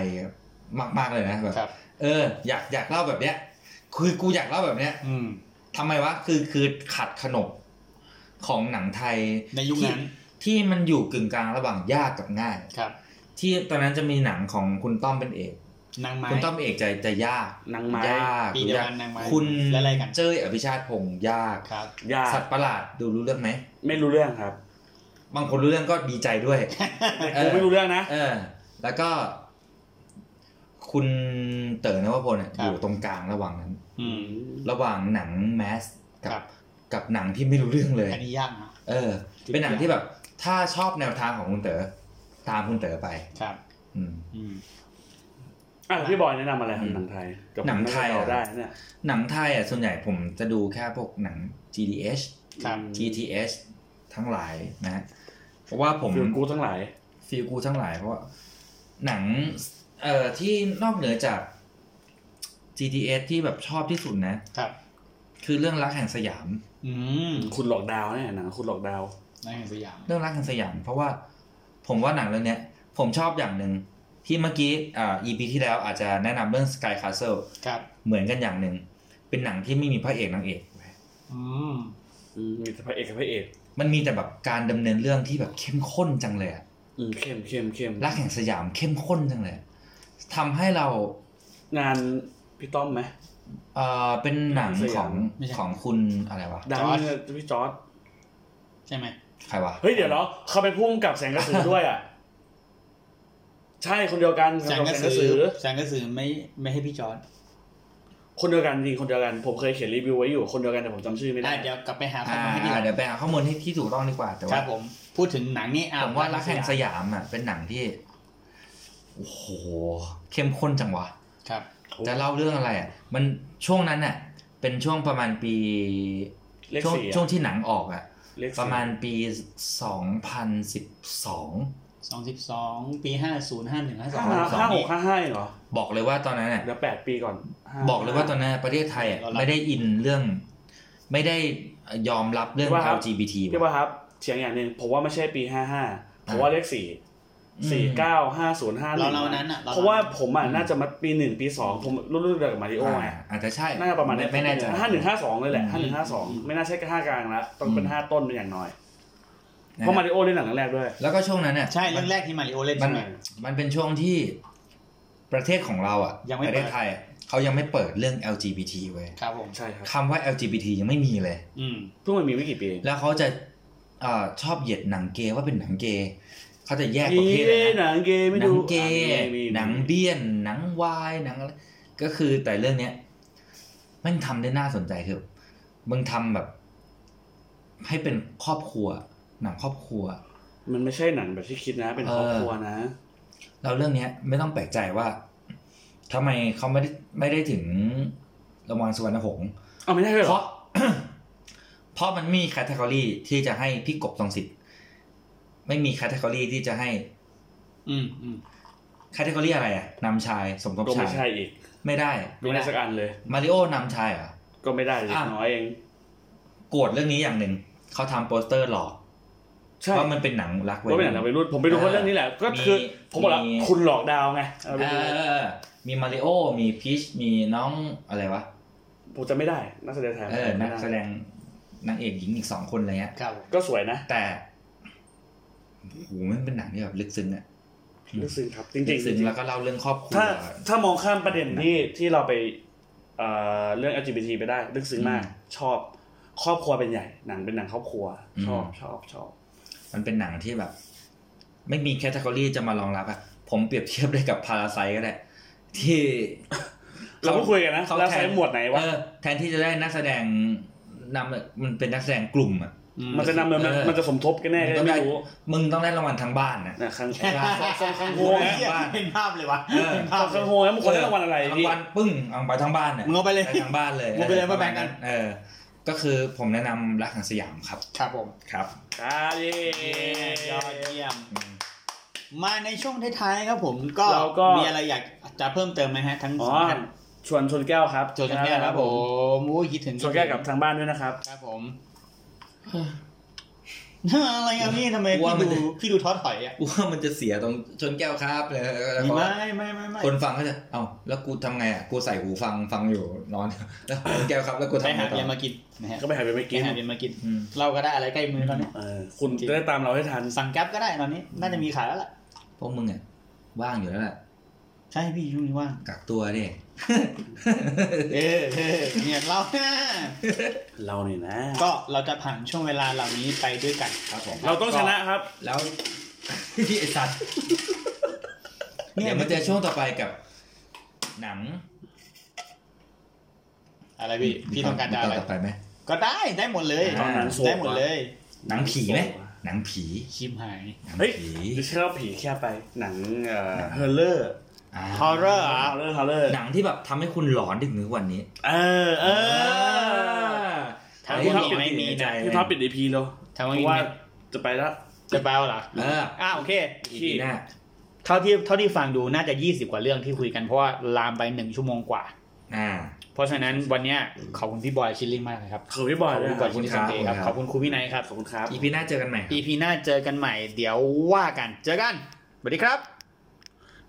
C: มากๆเลยนะแบบ
A: ครับ
C: เออ อยากอยากเล่าแบบเนี้ยคือกูอยากเล่าแบบเนี้ย
A: อืม
C: ทำไมวะ คือคือขัดขนบของหนังไทย
A: ในยุคนั้น
C: ที่ที่มันอยู่กึ่งกลางระหว่างยากกับง่าย
A: ครับ
C: ที่ตอนนั้นจะมีหนังของคุณต้อมเป็นเอก
A: นางไม้
C: คุณต้อมเป็นเอกจะจะยาก
B: นางไม้
C: ยาก
A: ปีเดียว
C: าก
A: กันนางไม้
C: คุณ
A: ไล่ๆกัน
C: เจ้ยอภิชาติพงษ์ยาก
A: ครับ
B: ยาก
C: สัตว์ประหลาดดูรู้เรื่องไหม
B: ไม่รู้เรื่องครับ
C: บางคนรู้เรื่องก็ดีใจด้วย
B: แต่
C: เอ
B: กู
C: อ
B: ไม่รู้เรื่องนะ
C: เออ แล้วก็ คุณเต๋อนวพลอะ
A: ครับ
C: อยู่ตรงกลางระหว่างนั้น
A: อืม
C: ระหว่างหนังแมส
A: ครั
C: กับ บกับหนังที่ไม่รู้เรื่องเลย
A: อันนี้ยากนะ
C: เออ เป็นหนังที่แบบ ถ้าชอบแนวทางของคุณเต๋อตามคุณเต๋อไป
A: ครับ
C: อืม
A: อืม
B: อ่ะพี่บอยแนะนำอะไรครับ
C: อืม
B: หนังไทยกับ
C: หนังไทย
B: ม่ต่อ
C: เหรอ
B: ได้เนี่ย
C: หนังไทยอ่ะส่วนใหญ่ผมจะดูแค่พวกหนัง GDH
A: ครับ
C: GTH ทั้งหลายนะฮะเพราะว่าผม
B: คือกูทั้งหลาย
C: ฟีลกูทั้งหลายเพราะว่าหนัง เอ่อที่นอกเหนือจาก GTH ที่แบบชอบที่สุดนะ
A: ครับ
C: คือเรื่องรักแห่งสยาม
A: อืม
B: คุณหลอกดาวเนี่ยหนังคุณหลอกดาว
A: นายแห่งสยาม
C: เรื่องรักแห่งสยาม เพราะว่าผมว่าหนังเรื่องเนี้ย ผมชอบอย่างหนึ่งที่เมื่อกี้อ่า EP ที่แล้วอาจจะแนะนำเรื่อง Sky Castle
A: ครับ
C: เหมือนกันอย่างหนึ่ง เป็นหนังที่ไม่มีพระเอกนางเอก
A: อืม
B: อืมมีแต่พระเอกกับพระเอก
C: มันมีแต่แบบการดำเนินเรื่องที่แบบเข้มข้นจังเลยอะ
B: อืมเข้มเข้มเข้ม
C: รักแห่งสยามเข้มข้นจังเลยทำให้เรา
B: งานพี่ต้อมไหม
C: เอ่อเป็นหนัง
B: ส
C: ข
B: ยา
C: อ
B: ม
C: ง
A: ไม่ใช่
C: ของคุณอะไรวะ
B: ดัง
A: จอร์จ
B: เนี่ยพี่จอร์ด
A: ใช่ไหม
C: ใครวะ
B: เฮ้ยเดี๋ยวเหรอเขาไปพุ่งกับแสงกระสือด้วยอ่ะ ใช่คนเดียวกัน
A: แสงกระสือแสงกระสือไม่ไม่ให้พี่จอร์ด
B: คนเดียวกันจริงคนเดียวกันผมเคยเขียนรีวิวไว้อยู่คนเดียวกันแต่ผมจำชื่อไม่ได้
A: อ่ะเดี๋ยวกลับไปหาข้อ
C: อ่า
A: มูลให้ดีก
C: เดี๋
A: ว่า
C: ยวไปหาข้อมูลที่ที่ถูกต้องดีกว่าแต่
A: ครั
C: ว่า
A: บผม พูดถึงหนังนี่อ่ะ
C: ผมว่ารักแห่งสยามอ่ะเป็นหนังที่โอ้โหเข้มข้นจังวะ
A: ครับ
C: จะเล่าเรื่องอะไรอ่ะ มันช่วงนั้นอ่ะ เป็นช่วงประมาณปี
B: เลข
C: ช่วง
B: สี่อะ
C: ช่วงที่หนังออกอ่ะ
B: เลขสี่
C: ประมาณปี 2012
A: สองสิบสองปีห้าศูนย์ห้าหนึ่งห้าสอง
B: ห้าห้าหกห้าห้าเหรอ
C: บอกเลยว่าตอนนั้นอ่ะ
B: เดี๋ยวแปดปีก่อนห้
C: บอกเลยว่าตอนนั้นประเทศไทยอ่ะไม่ได้อินเรื่อง ไม่ได้ยอมรับเรื่อง LGBT
B: พี่
C: ว่ะ
B: ว่าครับเสียงอย่างหนึ่งผมว่าไม่ใช่ปีห้าห้าผมว่าเลขสี่
C: อืม
B: สี่เก้าห้าศูนย์ห้า
A: เราเรานั้นอ่ะ
B: เพราะว่าผมอ่ะน่าจะมาปีหนึ่งปีสองผมรุ่นรุ่นเดียวกับมาริโอไง
C: อ่าอาจจะใช่
B: น่าจะประมาณเนี้
C: ไม่แน่ใจ
B: ห้าหนึ่งห้าสองเลยแหละห้าหนึ่งห้าสอง
C: อืม
B: ไม่น่าใช่แค่ห้ากลางละต้องเป็น
C: อืม
B: ห้าต้นเป็นอย่างน้อย
C: นะ
B: เพราะมาริโอเล่นหนังเรื่องแรกด้วย
C: แล้วก็ช่วงนั้นเนี่ย
A: ใช่เรื่องแรกที่มาริโอเล่น
C: มั
A: ใช่
C: น
A: ไหม
C: มันเป็นช่วงที่ประเทศของเราอ่ะ
A: ยังไม่เปิด
C: ประเทศไทยอะเขายังไม่เปิดเรื่อง LGBT เว้ย
A: ครับผม
B: ใช่ครับ
C: คำว่า LGBT ยังไม่มีเลย
A: อืม
B: เพิ่งมันมีไม่กี่ปีเอง
C: แล้วเขาจะเอ่อชอบเหยียดหนังเกย์ว่าเป็นหนังเกย์เขาจะแยกประเภท
B: เอ้
C: เลย ย
B: ห
C: นะ
B: นังเกย์ไม่
C: หนั
B: ดู
C: งเกย์
B: อ่ะมีมีมี
C: หนังเบี้ยน หนังวายหนังอะไรก็คือแต่เรื่องเนี้ยแมันทำได้น่าสนใจคือมึงทำแบบ ให้เป็นครอบครัว หนังครอบครัว
B: มันไม่ใช่หนังแบบที่คิดนะ เป็นครอบครัวนะ
C: เราเรื่องเนี้ยไม่ต้องแปลกใจว่าทำไมเขาไม่ได้ไม่ได้ถึงรางวัลสุวรรณหงส์
B: เอาไม่ได้ด้วย
C: เพ
B: เหรอ
C: ราะ เพราะมันไม่มีแคตตาล็อที่จะให้พี่กบทรงสิทธิ์ไม่มีแคตตาล็อที่จะให้
A: อืมอืม
C: แคตตาล็ออะไรอ่ะนำชายสมทบ
B: ก็ไม่
C: ชาย
B: ใช่อีก
C: ไม่ได้
B: ไม่ได้สักอันเลย
C: มาริโอนำชายเหรอ่ะ
B: ก็ไม่ได้เล็ก
C: อ่ะ
B: น้อยเอง
C: โกรธเรื่องนี้อย่างหนึ่งเขาทำโปสเตอร์หลอก
B: ใช่
C: ว่ามันเป็นหนังรักวัย
B: ก็เป็นหนังวัยรุ่นผมไปดูเพราะเรื่องนี้แหละก็คือผมบอกแล้วคุณหลอกดาวไงเอาไป
C: เอ
B: ดู
C: อมีมาริโอมีพีชมีน้องอะไรวะ
B: ผมจะไม่ได้นักแสดงไทย
C: เออนักแสดงนางเอกหญิงอีกสองคนอะไรเงี้ย
A: ครับ
B: ก็สวยนะ
C: แต่โอ้โหมันเป็นหนังที่แบบลึกซึ้งอะ
B: ลึกซึ้งครับจริงๆ
C: ลึกซึ้ง
B: จริง
C: แล้วก็เล่าเรื่องครอบครัว
B: ถ้าถ้ามองข้ามประเด็นที่ที่เราไปเอ่อเรื่อง LGBT ไปได้ ลึกซึ้งมาก ชอบครอบครัวเป็นใหญ่หนังเป็นหนังครอบครัว ชอบชอบชอบ
C: มันเป็นหนังที่แบบ ไม่มีแคตตาล็อจะมารองรับอะผมเปรียบเทียบได้กับพาราไซก็ได้ที่
B: เราก็คุยกันนะ
C: เขา
B: แล้ว
C: แท
B: ใช้
C: น
B: หมวดไหนวะ
C: เออแทนที่จะได้นักแสดงนำมันเป็นนักแสดงกลุ่มอะ
B: มันจะนำมัน
C: เออ
B: มันจะสมทบกันแน่ก็ยังไม่รู้
C: มึงต้องได้รางวัลทางบ้านนะ
B: นะครั้ง
C: เออ
B: ครั้งโฮ
A: โอ้ย
B: งนะ
A: เหี้ยเห็นภาพเลยวะ
C: เออ
A: เห็นภาพ
B: ค
A: เล
B: รั้
A: ย
B: งโฮงนะมึงควรได้รางวัลอะไร
C: ราง
B: พี่
C: วัลปึ้งเอาไปทางบ้านเนี่ย
A: มึงเอาไปเลย
C: ทางบ้านเลย
A: มึงไปเลยมาแบ่งกัน
C: เออ ก็คือผมแนะนำรักแห่งสยามครับ
A: ครับผม
C: ครับ
B: ครับเย้
A: ยอดเยี่ยม มาในช่วงท้ายๆครับผมก็
B: เราก็
A: มีอะไรอยากจะเพิ่มเติมไหมฮะทั้ง
B: อ๋
A: ส
B: อ
A: องท่าน
B: ชวนชวนแก้วครับ
A: จนแก้วครับผมโอ้ยคิดถึง
B: ชวนแก้วกับทางบ้านด้วยนะครับ
A: ครับผมอะไรอ่ะพี่ทำไม
C: ว่ามั
A: พี่
C: น
A: ดูพี่ดูท้อถอยอ่ะ
C: ว่ามันจะเสียตรงชนแก้วครับเลยแล้วก็
A: ไม่ไม่ไม่ไม่
C: คนฟังก็จะ เอ้า แล้วกูทำไงอ่ะ กูใส่หูฟังฟังอยู่น อน แล้วชนแก้วครับ แล้วกู
A: ไป
C: ทำไง
A: หา
C: ต่
A: เบี
C: อย
A: ร์มากินนะฮะ
B: ก็ไปหาไปไม่
A: ไป
B: กิน
A: หาเบียร์มากิน
C: อืม
A: เราก็ได้อะไรใกล้มือตอนนี้
B: เออคุณจะได้ตามเราให้ทัน
A: สั่งแก๊ปก็ได้ตอนนี้น่าจะมีขายแล้วล่ะ
C: พวกมึงอ่ะว่างอยู่แล้วแหละ
A: ใช่พี่ช่วงนี้ว่าง
C: กักตัวดิ
A: เออเออเนี่ยเรา
B: เราเนี่ยนะ
A: ก็เราจะผ่านช่วงเวลาเหล่านี้ไปด้วยกัน
C: ครับผม
B: เราต้องชนะครับ
C: แล้ว ไอสัตว์ เดี๋ยวมาเจอช่วงต่อไปกับ หนัง
A: อะไรพี่พี่ต้องการจะ
C: มี
A: อะไร
C: ต่ต่อไปไหม
A: ก็ได้ได้หมดเลย
B: ตอนนั้นโศก
A: ได้หมดเลย
C: หนังผีไหมหนังผี
A: คิมหาย
C: หนัง
B: เฮ้ย
C: ผี
B: ดิฉันเอาผีแค่ไป หนังเอ่อเฮอร์เลอร์
C: อ่า
A: horror
B: เฮ
A: อ่ะ
B: อร์เลอร์ฮอร์เลอร์
C: หนังที่แบบทำให้คุณหลอนดึกนึกวันนี้
B: เออเออ
A: ถาม
B: พี่
A: ว่า
B: ท็อป
A: มี
B: ปิด
A: ไหมมีนะ
B: พี่ท็อปปิด EP แล้ว
A: ถาม
B: เพ
A: ว่ามี
B: ราะ
A: ไหม
B: ว่าจะไปแล้ว
A: จะแปลว่าเหรอ
C: เออ
A: อ่าโอเค
C: อีพีหน้า
A: เท่าที่เท่าที่ฟังดูน่าจะ 20 กว่าเรื่องที่คุยกันเพราะว่าลามไปหนึ่งชั่วโมงกว่า
C: อ่า
A: เพราะฉะนั้นวันเนี้ยขอบคุณพี่บอยชิลลิ่งมากนะครับ
B: ขอบคุณพี่บอยด้วย
A: พี่
B: ค
A: บ
B: รั
A: อบ ย
C: ขอบคุ
A: ชิล
C: ณ
A: ลิ่งเองค
C: ครับ
A: รับขอบคุณครูวินัยครับ
B: ขอบคุณครับ
C: อีพีหน้าเจอกันใหม่ครับ
A: EP หน้าเจอกันใหม่ เดี๋ยวว่ากันเจอกันสวัสดีครับ